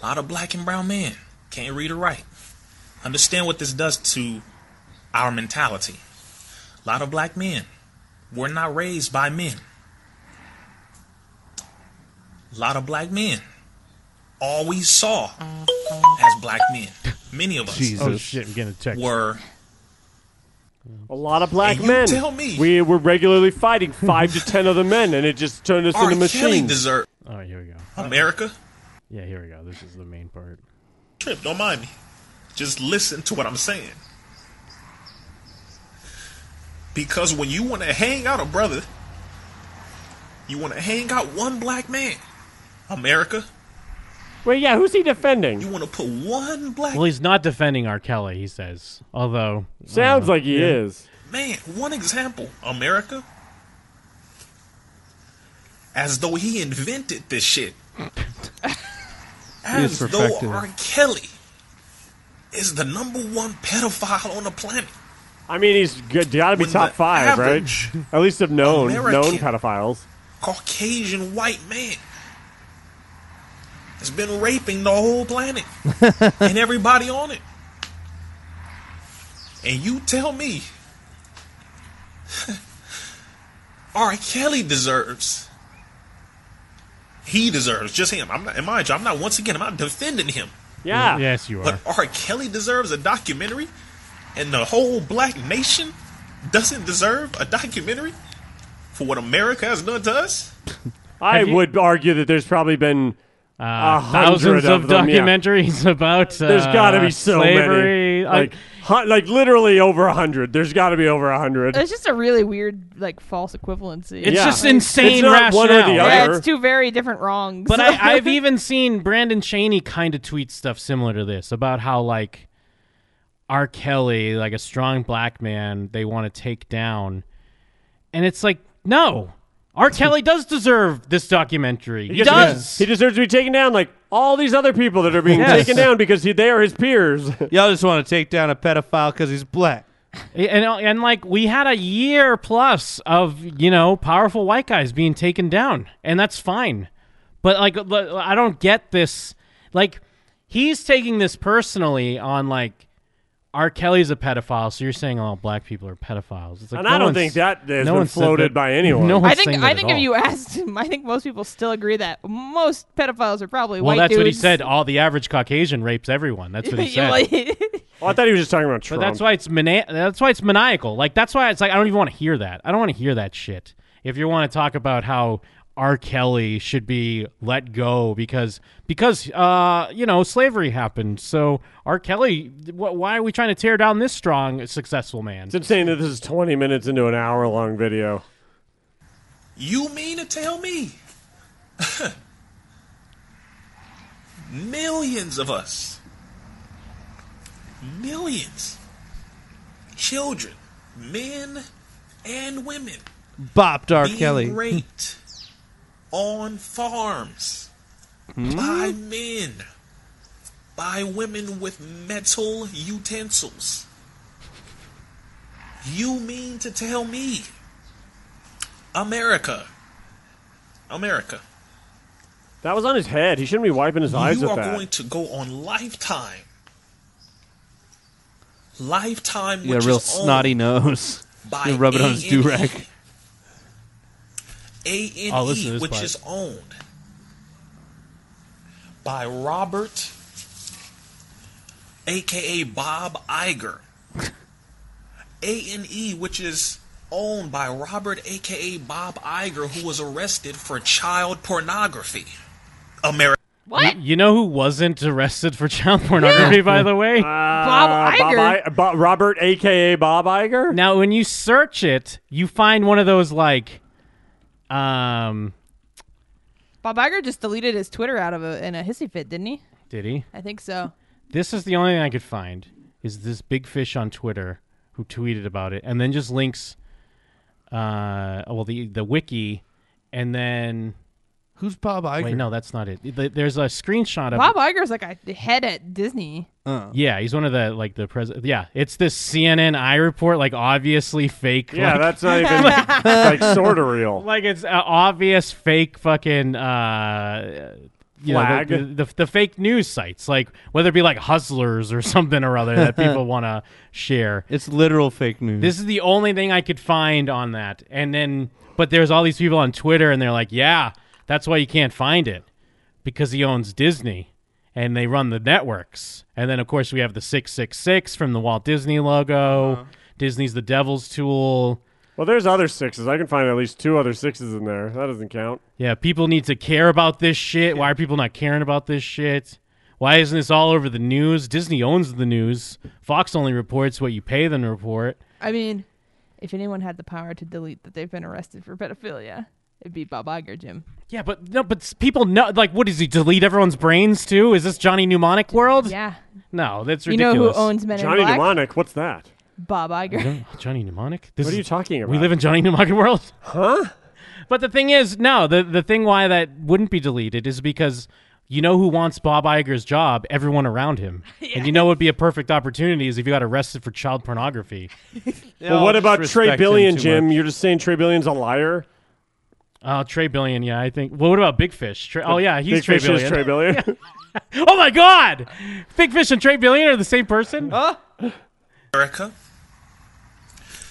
[SPEAKER 13] A lot of black and brown men can't read or write. Understand what this does to our mentality. A lot of black men were not raised by men. A lot of black men always saw as black men. Many of us
[SPEAKER 7] Oh shit! I'm getting a text.
[SPEAKER 13] were
[SPEAKER 4] A lot of black
[SPEAKER 13] And you
[SPEAKER 4] men.
[SPEAKER 13] tell me.
[SPEAKER 4] We were regularly fighting five to ten other men, and it just turned us
[SPEAKER 13] R.
[SPEAKER 4] into
[SPEAKER 13] Kelly
[SPEAKER 4] machines.
[SPEAKER 13] dessert.
[SPEAKER 7] All right, here we go.
[SPEAKER 13] America.
[SPEAKER 7] Yeah, here we go. This is the main part.
[SPEAKER 13] Trip, don't mind me. Just listen to what I'm saying. Because when you want to hang out a brother, you want to hang out one black man. America,
[SPEAKER 4] Wait, yeah, who's he defending?
[SPEAKER 13] you want to put one black
[SPEAKER 7] Well, he's not defending R. Kelly, he says. Although
[SPEAKER 4] Sounds like he
[SPEAKER 7] yeah.
[SPEAKER 4] is.
[SPEAKER 13] man, one example, America. As though he invented this shit. As though
[SPEAKER 6] perfected it.
[SPEAKER 13] R. Kelly is the number one pedophile on the planet.
[SPEAKER 4] I mean, he's good. Got to be
[SPEAKER 13] When
[SPEAKER 4] top
[SPEAKER 13] the
[SPEAKER 4] five, right?
[SPEAKER 13] average
[SPEAKER 4] At least of known known
[SPEAKER 13] American-
[SPEAKER 4] pedophiles.
[SPEAKER 13] Caucasian white man has been raping the whole planet and everybody on it. And you tell me R. Kelly deserves. He deserves just him. I'm not, and mind you, I'm not once again. I'm not defending him.
[SPEAKER 4] Yeah.
[SPEAKER 7] Yes, you are.
[SPEAKER 13] But R. Kelly deserves a documentary, and the whole black nation doesn't deserve a documentary for what America has done to us.
[SPEAKER 4] I
[SPEAKER 7] Have you-
[SPEAKER 4] would argue that there's probably been a hundred
[SPEAKER 7] Uh, thousands of,
[SPEAKER 4] them, yeah.
[SPEAKER 7] documentaries about. Uh,
[SPEAKER 4] There's got to be so
[SPEAKER 7] slavery.
[SPEAKER 4] many,
[SPEAKER 7] I-
[SPEAKER 4] like hu- like literally over a hundred. There's got to be over a hundred.
[SPEAKER 5] It's just a really weird, like, false equivalency.
[SPEAKER 7] It's
[SPEAKER 4] Yeah.
[SPEAKER 7] just insane
[SPEAKER 4] It's not one or
[SPEAKER 7] rationale.
[SPEAKER 4] the
[SPEAKER 5] yeah,
[SPEAKER 4] other.
[SPEAKER 5] it's two very different wrongs.
[SPEAKER 7] But I, I've even seen Brandon Cheney kind of tweet stuff similar to this about how like R. Kelly, like a strong black man, they want to take down, and it's like no, R. Kelly does deserve this documentary. He,
[SPEAKER 4] gets-
[SPEAKER 7] does.
[SPEAKER 4] He deserves to be taken down, like all these other people that are being
[SPEAKER 7] Yes.
[SPEAKER 4] taken down because he, they are his peers.
[SPEAKER 6] Y'all just want to take down a pedophile because he's black.
[SPEAKER 7] And uh, and like we had a year plus of you know powerful white guys being taken down, and that's fine. But like l- I don't get this. Like he's taking this personally on like R. Kelly's a pedophile, so you're saying all black people are pedophiles. It's like,
[SPEAKER 4] And
[SPEAKER 7] no
[SPEAKER 4] I don't
[SPEAKER 7] one's-
[SPEAKER 4] think that has
[SPEAKER 7] no
[SPEAKER 4] been
[SPEAKER 7] one said
[SPEAKER 4] floated
[SPEAKER 7] that-
[SPEAKER 4] by anyone.
[SPEAKER 7] No one's
[SPEAKER 5] I think
[SPEAKER 7] saying that
[SPEAKER 5] I
[SPEAKER 7] at
[SPEAKER 5] think if
[SPEAKER 7] all.
[SPEAKER 5] you asked him, I think most people still agree that most pedophiles are probably
[SPEAKER 7] well,
[SPEAKER 5] white
[SPEAKER 7] that's
[SPEAKER 5] dudes.
[SPEAKER 7] what he said. All the average Caucasian rapes everyone. That's what he
[SPEAKER 5] Yeah,
[SPEAKER 7] said.
[SPEAKER 5] like-
[SPEAKER 4] Well, Oh, I thought he was just talking about
[SPEAKER 7] But
[SPEAKER 4] Trump.
[SPEAKER 7] that's why it's mana- that's why it's maniacal. Like that's why it's like I don't even want to hear that. I don't want to hear that shit. If you want to talk about how R. Kelly should be let go because because uh you know slavery happened, so R. Kelly, wh- why are we trying to tear down this strong successful man?
[SPEAKER 4] it's insane that this is 20 minutes into an hour long video.
[SPEAKER 13] You mean to tell me millions of us, millions, children, men and women,
[SPEAKER 6] Bopped R.
[SPEAKER 13] being
[SPEAKER 6] Kelly.
[SPEAKER 13] raped on farms
[SPEAKER 6] Hmm?
[SPEAKER 13] by men, by women with metal utensils. You mean to tell me, America, America,
[SPEAKER 4] That was on his head. He shouldn't be wiping his eyes
[SPEAKER 13] you
[SPEAKER 4] with
[SPEAKER 13] are
[SPEAKER 4] that.
[SPEAKER 13] going to go on lifetime? Lifetime,
[SPEAKER 6] Yeah,
[SPEAKER 13] which
[SPEAKER 6] real
[SPEAKER 13] is owned
[SPEAKER 6] snotty nose.
[SPEAKER 13] by E.
[SPEAKER 6] You rub it on his do rag.
[SPEAKER 13] A N
[SPEAKER 7] Oh, listen to
[SPEAKER 13] E,
[SPEAKER 7] this
[SPEAKER 13] which
[SPEAKER 7] part.
[SPEAKER 13] is owned by Robert, aka Bob Iger. A N E, which is owned by Robert, aka Bob Iger, who was arrested for child pornography. America.
[SPEAKER 5] What?
[SPEAKER 7] You know who wasn't arrested for child pornography, by the way?
[SPEAKER 5] Bob
[SPEAKER 4] Bob
[SPEAKER 5] Iger.
[SPEAKER 4] I- Bo- Robert, a.k.a. Bob Iger?
[SPEAKER 7] Now, when you search it, you find one of those like, um,
[SPEAKER 5] Bob Iger just deleted his Twitter out of a, in a hissy fit, didn't he?
[SPEAKER 7] did he?
[SPEAKER 5] I think so.
[SPEAKER 7] This is the only thing I could find is this big fish on Twitter who tweeted about it, and then just links, uh, well the the wiki, and then
[SPEAKER 6] Who's Bob Iger?
[SPEAKER 7] wait, no, that's not it. Th- There's a screenshot of
[SPEAKER 5] Bob Iger's like a head at Disney.
[SPEAKER 6] Uh,
[SPEAKER 7] yeah, he's one of the like the president. Yeah, it's this CNN I report, like obviously fake.
[SPEAKER 4] yeah,
[SPEAKER 7] like,
[SPEAKER 4] that's not even like sort of real.
[SPEAKER 7] like it's uh, obvious fake fucking uh you know,
[SPEAKER 4] Flag.
[SPEAKER 7] the, the, the, the fake news sites like whether it be like hustlers or something or other that people want to share
[SPEAKER 6] it's literal fake news.
[SPEAKER 7] this is the only thing i could find on that and then but there's all these people on twitter and they're like yeah that's why you can't find it because he owns disney and they run the networks and then of course we have the 666 from the walt disney logo disney's the devil's tool
[SPEAKER 4] Well, there's other sixes. I can find at least two other sixes in there. That doesn't count.
[SPEAKER 7] Yeah, people need to care about this shit. Why are people not caring about this shit? Why isn't this all over the news? Disney owns the news. Fox only reports what you pay them to report.
[SPEAKER 5] I mean, if anyone had the power to delete that they've been arrested for pedophilia, it'd be Bob Iger, Jim.
[SPEAKER 7] Yeah, but no, but s- people know. Like, what does he delete everyone's brains too? Is this Johnny Mnemonic world?
[SPEAKER 5] Yeah.
[SPEAKER 7] No, that's
[SPEAKER 5] You know
[SPEAKER 7] ridiculous. Mhm.
[SPEAKER 5] who owns Men in
[SPEAKER 4] Johnny
[SPEAKER 5] Black?
[SPEAKER 4] Mnemonic. What's that?
[SPEAKER 5] Bob Iger.
[SPEAKER 7] Johnny Mnemonic?
[SPEAKER 4] what are you talking about?
[SPEAKER 7] We live in Johnny Mnemonic world.
[SPEAKER 4] Huh?
[SPEAKER 7] But the thing is, no, the, the thing why that wouldn't be deleted is because you know who wants Bob Iger's job? Everyone around him. And you know what would be a perfect opportunity is if you got arrested for child pornography.
[SPEAKER 4] well, what about Trey Billion, Jim? You're just saying Trey Billion's a liar.
[SPEAKER 7] Uh, Trey Billion, yeah, I think. Well, what about Big Fish? Trey, oh, yeah, he's
[SPEAKER 4] Big
[SPEAKER 7] Trey
[SPEAKER 4] Fish
[SPEAKER 7] Billion.
[SPEAKER 4] is Trey Billion.
[SPEAKER 7] Yeah. oh, my God. Big Fish and Trey Billion are the same person? Huh?
[SPEAKER 13] America.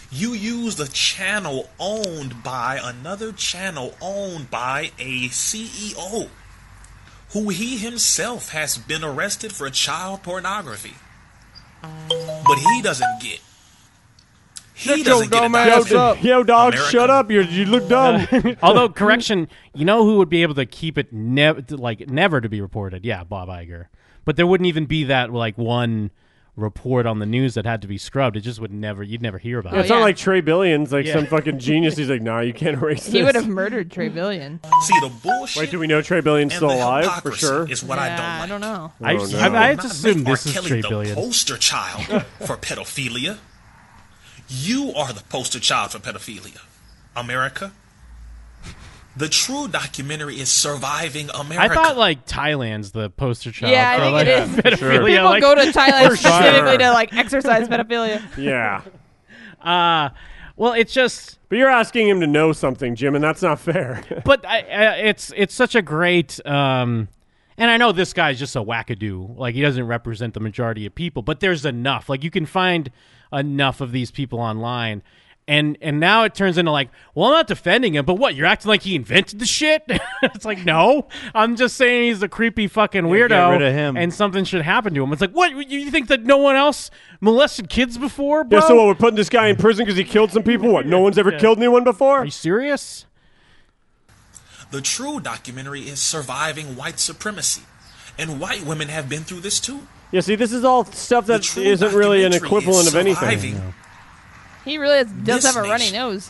[SPEAKER 13] You use a channel owned by another channel owned by a CEO who he himself has been arrested for child pornography. But he doesn't get. He doesn't get a
[SPEAKER 4] yo,
[SPEAKER 13] dime.
[SPEAKER 4] d- yo, dog, shut up! You you look dumb.
[SPEAKER 7] Although, correction, you know who would be able to keep it never, like never to be reported? Yeah, Bob Iger. But there wouldn't even be that like one report on the news that had to be scrubbed. It just would never. You'd never hear about
[SPEAKER 4] Yeah,
[SPEAKER 7] it.
[SPEAKER 4] it's not like Trey Billion's like
[SPEAKER 7] Yeah.
[SPEAKER 4] some fucking genius. He's like, nah, you can't erase
[SPEAKER 5] He
[SPEAKER 4] this.
[SPEAKER 5] would have murdered Trey Billion.
[SPEAKER 13] See the bullshit.
[SPEAKER 4] Wait, do we know Trey Billion's still alive for sure?
[SPEAKER 13] Is what I don't
[SPEAKER 5] I don't know.
[SPEAKER 7] I-
[SPEAKER 4] Oh, no.
[SPEAKER 7] I- I had to
[SPEAKER 13] Not
[SPEAKER 7] assume
[SPEAKER 13] make R.
[SPEAKER 7] this is
[SPEAKER 13] Kelly
[SPEAKER 7] Trey
[SPEAKER 13] the
[SPEAKER 7] Billion.
[SPEAKER 13] poster child for pedophilia. You are the poster child for pedophilia, America. The true documentary is surviving
[SPEAKER 7] I
[SPEAKER 13] America.
[SPEAKER 7] thought like Thailand's the poster child.
[SPEAKER 5] Yeah, I
[SPEAKER 7] for,
[SPEAKER 5] think
[SPEAKER 7] like,
[SPEAKER 5] it is.
[SPEAKER 7] pedophilia,
[SPEAKER 5] People
[SPEAKER 7] like-
[SPEAKER 5] go to Thailand
[SPEAKER 7] For
[SPEAKER 5] specifically
[SPEAKER 7] sure.
[SPEAKER 5] to like exercise pedophilia.
[SPEAKER 4] Yeah.
[SPEAKER 7] Uh, well, it's just.
[SPEAKER 4] But you're asking him to know something, Jim, and that's not fair.
[SPEAKER 7] but I, I, it's it's such a great um and I know this guy's just a wackadoo. Like he doesn't represent the majority of people, but there's enough. Like you can find enough of these people online. And and now it turns into like, well, I'm not defending him, but what? You're acting like he invented the shit? it's like, no. I'm just saying he's a creepy fucking weirdo.
[SPEAKER 6] get rid of him.
[SPEAKER 7] And something should happen to him. It's like, what? You you think that no one else molested kids before, bro?
[SPEAKER 4] yeah. So what? We're putting this guy in prison because he killed some people. What? No one's ever killed anyone before. Are you
[SPEAKER 7] serious?
[SPEAKER 13] the true documentary is surviving white supremacy, and white women have been through this too.
[SPEAKER 4] Yeah. See, this is all stuff that isn't really an
[SPEAKER 13] documentary
[SPEAKER 4] equivalent
[SPEAKER 13] is
[SPEAKER 4] of anything.
[SPEAKER 13] surviving.
[SPEAKER 5] He really has, does
[SPEAKER 13] This
[SPEAKER 5] have a runny
[SPEAKER 13] nation.
[SPEAKER 5] nose.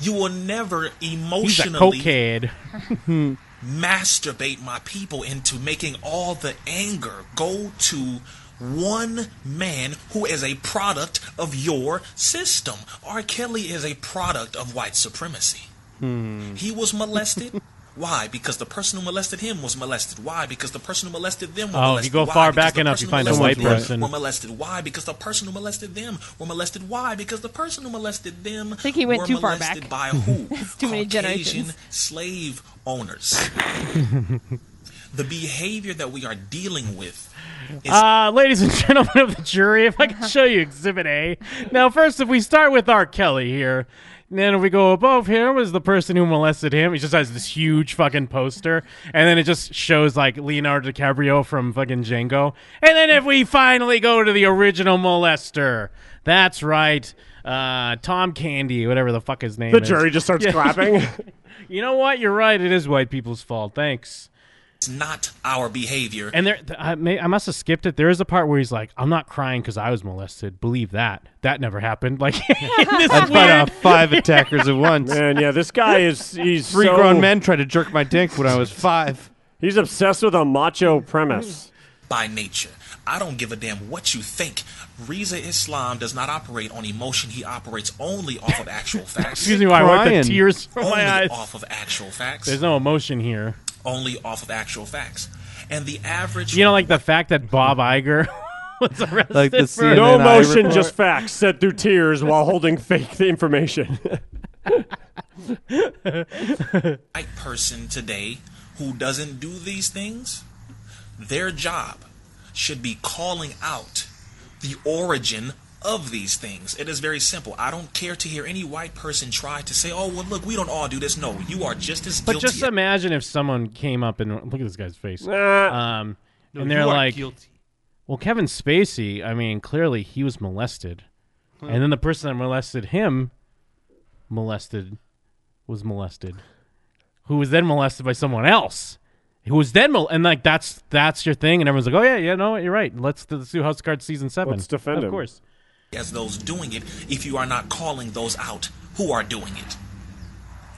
[SPEAKER 13] You will never
[SPEAKER 7] He's a
[SPEAKER 13] emotionally
[SPEAKER 7] cokehead.
[SPEAKER 13] masturbate my people into making all the anger go to one man who is a product of your system. R. Kelly is a product of white supremacy.
[SPEAKER 7] Hmm.
[SPEAKER 13] He was molested. Why? Because the person who molested him was molested. Why? Because the person who molested them were
[SPEAKER 7] Oh, if you
[SPEAKER 13] molested.
[SPEAKER 7] go
[SPEAKER 13] Why?
[SPEAKER 7] far
[SPEAKER 13] Because
[SPEAKER 7] back
[SPEAKER 13] the
[SPEAKER 7] enough,
[SPEAKER 13] person
[SPEAKER 7] you
[SPEAKER 13] who
[SPEAKER 7] find a
[SPEAKER 13] molested
[SPEAKER 7] white
[SPEAKER 13] them
[SPEAKER 7] person.
[SPEAKER 13] Were molested. Why? Because the person who molested them were molested. Why? Because the person who molested them I
[SPEAKER 5] think he went
[SPEAKER 13] were
[SPEAKER 5] too far
[SPEAKER 13] molested
[SPEAKER 5] back.
[SPEAKER 13] by who?
[SPEAKER 5] That's too many
[SPEAKER 13] Caucasian
[SPEAKER 5] generations.
[SPEAKER 13] slave owners. the behavior that we are dealing with is
[SPEAKER 7] Uh, ladies and gentlemen of the jury, if I can show you Exhibit A. Now, first, if we start with R. Kelly here, and then if we go above here was the person who molested him. He just has this huge fucking poster, and then it just shows like Leonardo DiCaprio from fucking Django. And then if we finally go to the original molester, that's right, uh, Tom Candy, whatever the fuck his name
[SPEAKER 4] The
[SPEAKER 7] is.
[SPEAKER 4] jury just starts
[SPEAKER 7] Yeah.
[SPEAKER 4] clapping.
[SPEAKER 7] you know what? You're right. It is white people's fault. Thanks.
[SPEAKER 13] it's not our behavior.
[SPEAKER 7] And there, th- I, may, I must have skipped it. There is a part where he's like, "I'm not crying because I was molested. Believe that. That never happened." Like,
[SPEAKER 6] That's about uh, five attackers at once.
[SPEAKER 4] Man, yeah, this guy is—he's
[SPEAKER 6] Three
[SPEAKER 4] so,
[SPEAKER 6] grown men tried to jerk my dick when I was five.
[SPEAKER 4] He's obsessed with a macho premise.
[SPEAKER 13] by nature. I don't give a damn what you think. Riza Islam does not operate on emotion. He operates only off of actual facts.
[SPEAKER 7] Excuse me, while I wipe the Brian. tears from my
[SPEAKER 13] only
[SPEAKER 7] eyes.
[SPEAKER 13] off of actual facts.
[SPEAKER 7] there's no emotion here.
[SPEAKER 13] only off of actual facts. And the average
[SPEAKER 7] You know, like the fact that Bob Iger was arrested.
[SPEAKER 6] Like the
[SPEAKER 7] for-
[SPEAKER 4] no motion, just facts said through tears while holding fake information.
[SPEAKER 13] white person today who doesn't do these things, their job should be calling out the origin of these things. It is very simple. I don't care to hear any white person try to say, "Oh, well, look, we don't all do this." No, you are just as
[SPEAKER 7] But
[SPEAKER 13] guilty.
[SPEAKER 7] just imagine if someone came up and look at this guy's face.
[SPEAKER 4] Nah.
[SPEAKER 7] Um,
[SPEAKER 6] No,
[SPEAKER 7] and they're
[SPEAKER 6] you are
[SPEAKER 7] like,
[SPEAKER 6] guilty.
[SPEAKER 7] "Well, Kevin Spacey. I mean, clearly he was molested." And then the person that molested him molested was molested, who was then molested by someone else, who was then mol- and like that's that's your thing, and everyone's like, oh yeah, yeah, no, you're right. Let's, let's do House of Cards season seven.
[SPEAKER 4] Let's defend
[SPEAKER 7] of
[SPEAKER 4] him.
[SPEAKER 7] course.
[SPEAKER 13] as those doing it if you are not calling those out who are doing it.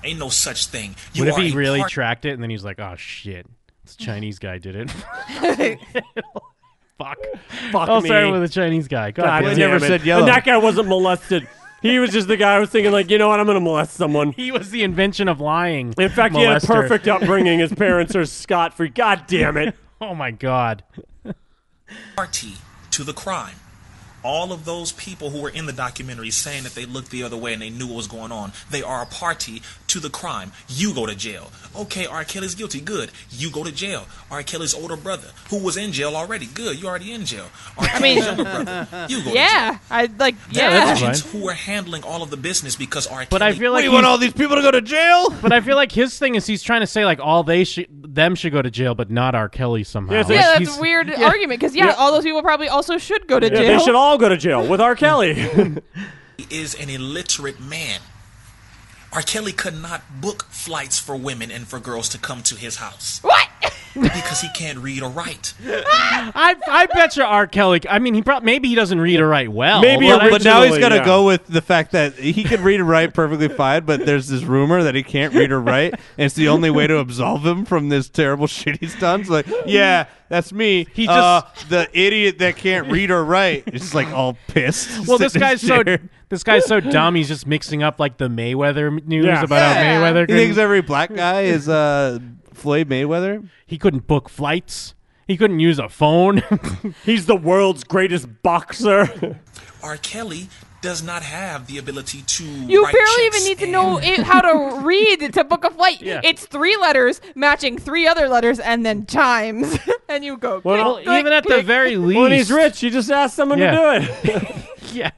[SPEAKER 13] Ain't no such thing. You
[SPEAKER 7] what if
[SPEAKER 13] are
[SPEAKER 7] he
[SPEAKER 13] a
[SPEAKER 7] really
[SPEAKER 13] part-
[SPEAKER 7] tracked it and then he's like, oh shit, this Chinese guy did it. Fuck.
[SPEAKER 4] Fuck
[SPEAKER 7] I'll
[SPEAKER 4] me.
[SPEAKER 7] start with a Chinese guy. God, damn it.
[SPEAKER 4] damn it. And that guy wasn't molested. He was just the guy who was thinking, like, you know what, I'm going to molest someone.
[SPEAKER 7] He was the invention of lying.
[SPEAKER 4] In fact, he had a
[SPEAKER 7] molester.
[SPEAKER 4] perfect upbringing. His parents are scot free. God damn it.
[SPEAKER 7] oh my god.
[SPEAKER 13] party to the crime. All of those people who were in the documentary saying that they looked the other way and they knew what was going on, they are a party to the crime. You go to jail. Okay, R. Kelly's guilty. Good. You go to jail. R. Kelly's older brother, who was in jail already. Good. you already in jail. R.
[SPEAKER 5] I mean,
[SPEAKER 13] Kelly's younger brother. You go to jail.
[SPEAKER 5] yeah, I like
[SPEAKER 13] There
[SPEAKER 5] yeah.
[SPEAKER 13] are agents who are handling all of the business because R.
[SPEAKER 7] But I
[SPEAKER 13] Kelly-
[SPEAKER 7] feel like he's-
[SPEAKER 6] people to go to jail.
[SPEAKER 7] But I feel like his thing is he's trying to say like all they should them should go to jail, but not R. Kelly somehow.
[SPEAKER 4] Yeah,
[SPEAKER 7] Like,
[SPEAKER 5] yeah, that's
[SPEAKER 7] he's-
[SPEAKER 5] a weird
[SPEAKER 7] yeah.
[SPEAKER 5] argument because yeah,
[SPEAKER 4] Yeah.
[SPEAKER 5] all those people probably also should go to
[SPEAKER 4] Yeah,
[SPEAKER 5] jail.
[SPEAKER 4] they should all go to jail with R. Kelly.
[SPEAKER 13] is an illiterate man. R. Kelly could not book flights for women and for girls to come to his house.
[SPEAKER 5] What?
[SPEAKER 13] because he can't read or write.
[SPEAKER 7] I I bet you R. Kelly. I mean, he probably maybe he doesn't read or write well.
[SPEAKER 6] but,
[SPEAKER 7] I-
[SPEAKER 6] but now he's gonna go with the fact that he can read and write perfectly fine, but there's this rumor that he can't read or write, and it's the only way to absolve him from this terrible shit he's done. It's like, yeah, that's me. He
[SPEAKER 7] He
[SPEAKER 6] just
[SPEAKER 7] just-
[SPEAKER 6] the idiot that can't read or write. It's just like all pissed.
[SPEAKER 7] Well, this
[SPEAKER 6] sitting
[SPEAKER 7] guy's
[SPEAKER 6] in
[SPEAKER 7] so
[SPEAKER 6] chair.
[SPEAKER 7] this guy's so dumb. He's just mixing up like the Mayweather m- news
[SPEAKER 6] Yeah.
[SPEAKER 7] about
[SPEAKER 6] Yeah.
[SPEAKER 7] how Mayweather.
[SPEAKER 6] He
[SPEAKER 7] couldn't-
[SPEAKER 6] thinks every black guy is uh, Floyd Mayweather.
[SPEAKER 7] He couldn't book flights. He couldn't use a phone.
[SPEAKER 4] he's the world's greatest boxer.
[SPEAKER 13] R. Kelly does not have the ability to.
[SPEAKER 5] You
[SPEAKER 13] write
[SPEAKER 5] barely
[SPEAKER 13] checks
[SPEAKER 5] even need to
[SPEAKER 13] and-
[SPEAKER 5] know it, how to read to book a flight.
[SPEAKER 13] Yeah.
[SPEAKER 5] It's three letters matching three other letters and then chimes, and you go.
[SPEAKER 7] Well,
[SPEAKER 5] click, click,
[SPEAKER 7] even at the
[SPEAKER 5] click.
[SPEAKER 7] very least,
[SPEAKER 4] when he's rich, you just ask someone
[SPEAKER 7] Yeah.
[SPEAKER 4] to do it.
[SPEAKER 7] yeah.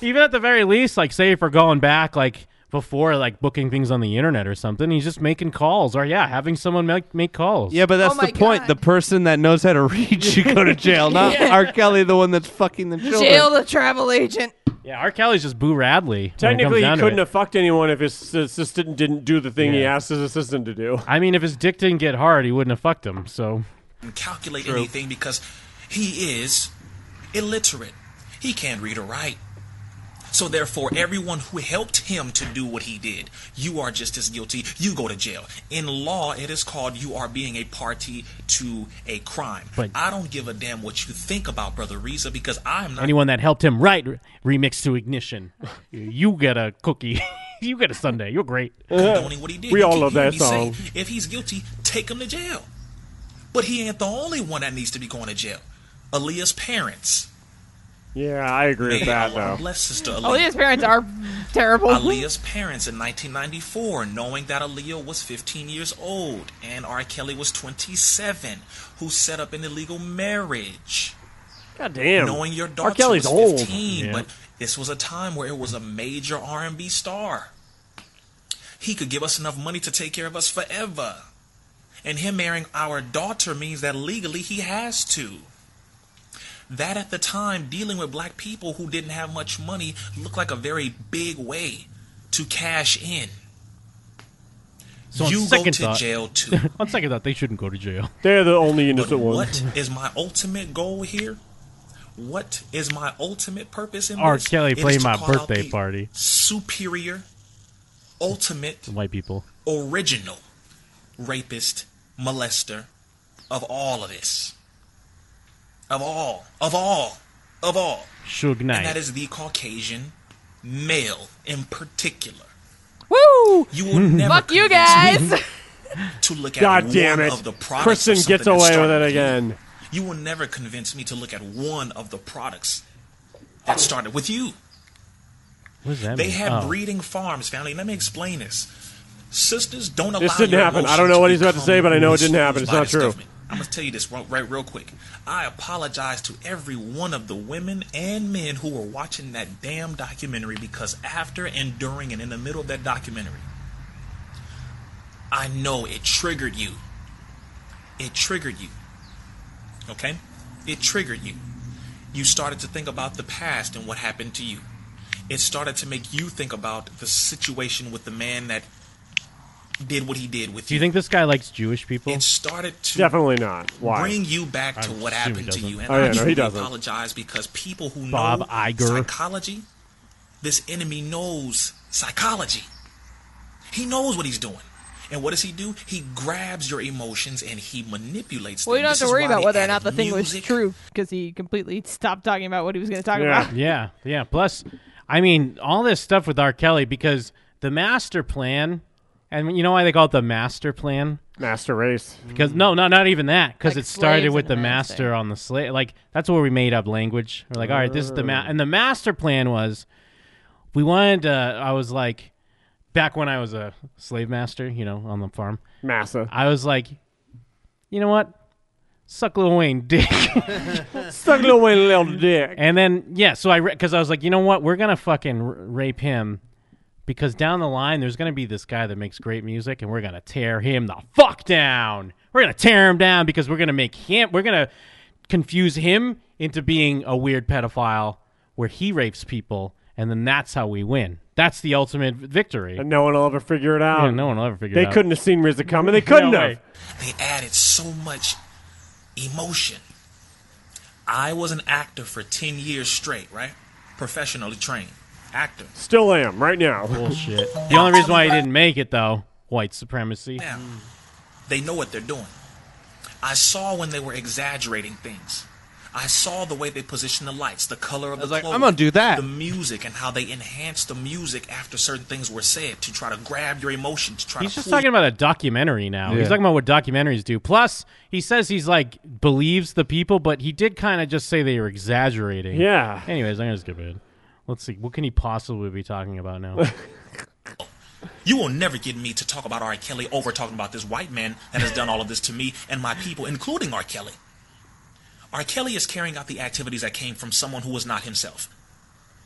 [SPEAKER 7] Even at the very least, like say if we're going back, like before, like booking things on the internet or something, he's just making calls or yeah, having someone make make calls.
[SPEAKER 6] Yeah, but
[SPEAKER 5] Oh
[SPEAKER 6] that's the point. The person that knows how to read should go to jail, not
[SPEAKER 5] Yeah.
[SPEAKER 6] R. Kelly, the one that's fucking the children.
[SPEAKER 5] jail the travel agent.
[SPEAKER 7] Yeah, R. Kelly's just Boo Radley.
[SPEAKER 4] Technically, he couldn't have fucked anyone if his assistant didn't do the thing he asked his assistant to do.
[SPEAKER 7] I mean, if his dick didn't get hard, he wouldn't have fucked him. So
[SPEAKER 13] and calculate anything because he is illiterate. He can't read or write. So therefore, everyone who helped him to do what he did, you are just as guilty. You go to jail. In law, it is called you are being a party to a crime.
[SPEAKER 7] But-
[SPEAKER 13] I don't give a damn what you think about Brother Reza because I'm not
[SPEAKER 7] anyone that helped him write re- remix to ignition, you get a cookie. you get a Sunday. You're great.
[SPEAKER 13] condoning what he did.
[SPEAKER 4] We
[SPEAKER 13] You
[SPEAKER 4] all
[SPEAKER 13] keep
[SPEAKER 4] love that
[SPEAKER 13] hearing me say,
[SPEAKER 4] song.
[SPEAKER 13] If he's guilty, take him to jail. But he ain't the only one that needs to be going to jail. Aaliyah's parents.
[SPEAKER 4] Yeah, I agree with
[SPEAKER 13] Hey,
[SPEAKER 4] that
[SPEAKER 13] Allah
[SPEAKER 4] though.
[SPEAKER 13] Bless sister Aaliyah.
[SPEAKER 5] Aaliyah's Oh, parents are terrible.
[SPEAKER 13] Aaliyah's parents in 1994, knowing that Aaliyah was 15 years old and R. Kelly was 27, who set up an illegal marriage.
[SPEAKER 4] God damn.
[SPEAKER 13] Knowing your daughter
[SPEAKER 4] R. Kelly's
[SPEAKER 13] was
[SPEAKER 4] old.
[SPEAKER 13] 15, but this was a time where it was a major R&B star. He could give us enough money to take care of us forever. And him marrying our daughter means that legally he has to. That at the time, dealing with black people who didn't have much money looked like a very big way to cash in.
[SPEAKER 7] So on
[SPEAKER 13] you go to
[SPEAKER 7] second thought-
[SPEAKER 13] jail too.
[SPEAKER 7] on second thought, they shouldn't go to jail.
[SPEAKER 4] They're the only innocent
[SPEAKER 13] What
[SPEAKER 4] ones.
[SPEAKER 13] is my ultimate goal here? What is my ultimate purpose in
[SPEAKER 7] R.
[SPEAKER 13] this?
[SPEAKER 7] Kelly
[SPEAKER 13] It is
[SPEAKER 7] played
[SPEAKER 13] to
[SPEAKER 7] my
[SPEAKER 13] call out
[SPEAKER 7] birthday
[SPEAKER 13] the
[SPEAKER 7] party.
[SPEAKER 13] Superior, ultimate,
[SPEAKER 7] White people.
[SPEAKER 13] original rapist, molester of all of this. Of all. Of all. Of all.
[SPEAKER 7] Suge Knight.
[SPEAKER 13] And that is the Caucasian male in particular.
[SPEAKER 5] Woo!
[SPEAKER 13] You will never
[SPEAKER 5] Fuck you
[SPEAKER 13] convince
[SPEAKER 5] guys.
[SPEAKER 13] me to look at
[SPEAKER 4] God
[SPEAKER 13] one
[SPEAKER 4] damn it.
[SPEAKER 13] of the products.
[SPEAKER 4] Kristen
[SPEAKER 13] of something
[SPEAKER 4] gets
[SPEAKER 13] that
[SPEAKER 4] away with
[SPEAKER 13] started
[SPEAKER 4] it again.
[SPEAKER 13] you will never convince me to look at one of the products that started with you.
[SPEAKER 7] What does that
[SPEAKER 13] They
[SPEAKER 7] mean?
[SPEAKER 13] had
[SPEAKER 7] Oh.
[SPEAKER 13] breeding farms, family. Let me explain this. Sisters don't allow
[SPEAKER 4] This didn't
[SPEAKER 13] your
[SPEAKER 4] happen. I
[SPEAKER 13] emotions
[SPEAKER 4] don't know
[SPEAKER 13] to
[SPEAKER 4] what he's about to
[SPEAKER 13] become
[SPEAKER 4] say, but I know it didn't happen. It's
[SPEAKER 13] by
[SPEAKER 4] not
[SPEAKER 13] this
[SPEAKER 4] true.
[SPEAKER 13] government. I'm gonna tell you this right, right real quick. I apologize to every one of the women and men who were watching that damn documentary because after and during and in the middle of that documentary, I know it triggered you. It triggered you. Okay? It triggered you. You started to think about the past and what happened to you. it started to make you think about the situation with the man that did what he did with
[SPEAKER 7] Do you think this guy likes Jewish people? It
[SPEAKER 13] started to
[SPEAKER 4] Definitely not. Why?
[SPEAKER 13] bring you back to
[SPEAKER 7] I'm
[SPEAKER 13] what
[SPEAKER 7] sure he
[SPEAKER 13] happened to
[SPEAKER 7] doesn't.
[SPEAKER 13] you. And
[SPEAKER 4] Oh, yeah,
[SPEAKER 13] I
[SPEAKER 4] no, he
[SPEAKER 13] truly
[SPEAKER 4] doesn't.
[SPEAKER 13] apologize because people who
[SPEAKER 7] Bob
[SPEAKER 13] know
[SPEAKER 7] Iger.
[SPEAKER 13] psychology, this enemy knows psychology. He knows what he's doing. And what does he do? He grabs your emotions and he manipulates
[SPEAKER 5] Well,
[SPEAKER 13] them.
[SPEAKER 5] you don't have
[SPEAKER 13] This
[SPEAKER 5] to
[SPEAKER 13] is
[SPEAKER 5] worry
[SPEAKER 13] why
[SPEAKER 5] about
[SPEAKER 13] they
[SPEAKER 5] whether or
[SPEAKER 13] added
[SPEAKER 5] not the thing was
[SPEAKER 13] music.
[SPEAKER 5] true because he completely stopped talking about what he was going to talk
[SPEAKER 7] yeah.
[SPEAKER 5] about.
[SPEAKER 7] Yeah, yeah. Plus, I mean, all this stuff with R. Kelly because the master plan, and you know why they call it the master plan?
[SPEAKER 4] Master race.
[SPEAKER 7] Because no, no, not even that. Because
[SPEAKER 4] Like
[SPEAKER 7] it started
[SPEAKER 4] slaves
[SPEAKER 7] with
[SPEAKER 4] and
[SPEAKER 7] the
[SPEAKER 4] the
[SPEAKER 7] master, on the slave. Like that's where we made up language. We're like, all right, this is the ma-.
[SPEAKER 4] Oh.
[SPEAKER 7] and the master plan was, we wanted. To, I was like, back when I was a slave master, you know, on the farm,
[SPEAKER 4] massa.
[SPEAKER 7] I was like, you know what, suck Lil Wayne dick.
[SPEAKER 4] Suck Lil Wayne little dick.
[SPEAKER 7] And then yeah, so I because I was like, you know what, we're gonna fucking r- rape him because down the line there's gonna be this guy that makes great music, and we're gonna tear him the fuck down. We're gonna tear him down because we're gonna make him. We're gonna confuse him into being a weird pedophile where he rapes people, and then that's how we win. That's the ultimate victory.
[SPEAKER 4] And no one will ever figure it out.
[SPEAKER 7] Yeah, no one will ever figure
[SPEAKER 4] they
[SPEAKER 7] it out.
[SPEAKER 4] couldn't have seen RZA coming. They couldn't
[SPEAKER 7] No
[SPEAKER 4] have.
[SPEAKER 7] way.
[SPEAKER 13] They added so much emotion. I was an actor for 10 years straight, right? Professionally trained actor.
[SPEAKER 4] Still am right now.
[SPEAKER 7] Bullshit. The only reason why he didn't make it though, white supremacy.
[SPEAKER 13] Now, they know what they're doing. I saw when they were exaggerating things. I saw the way they positioned the lights, the color of the clothes.
[SPEAKER 6] "I'm gonna do that."
[SPEAKER 13] The music and how they enhanced the music after certain things were said to try to grab your emotion, to try
[SPEAKER 7] He's
[SPEAKER 13] to
[SPEAKER 7] just
[SPEAKER 13] pull
[SPEAKER 7] talking about a documentary now.
[SPEAKER 6] Yeah.
[SPEAKER 7] He's talking about what documentaries do. Plus, he says he's like believes the people, but he did kind of just say they were exaggerating.
[SPEAKER 4] Yeah.
[SPEAKER 7] Anyways, I'm gonna skip it. Let's see. What can he possibly be talking about now?
[SPEAKER 13] You will never get me to talk about R. Kelly over talking about this white man that has done all of this to me and my people, including R. Kelly. R. Kelly is carrying out the activities that came from someone who was not himself.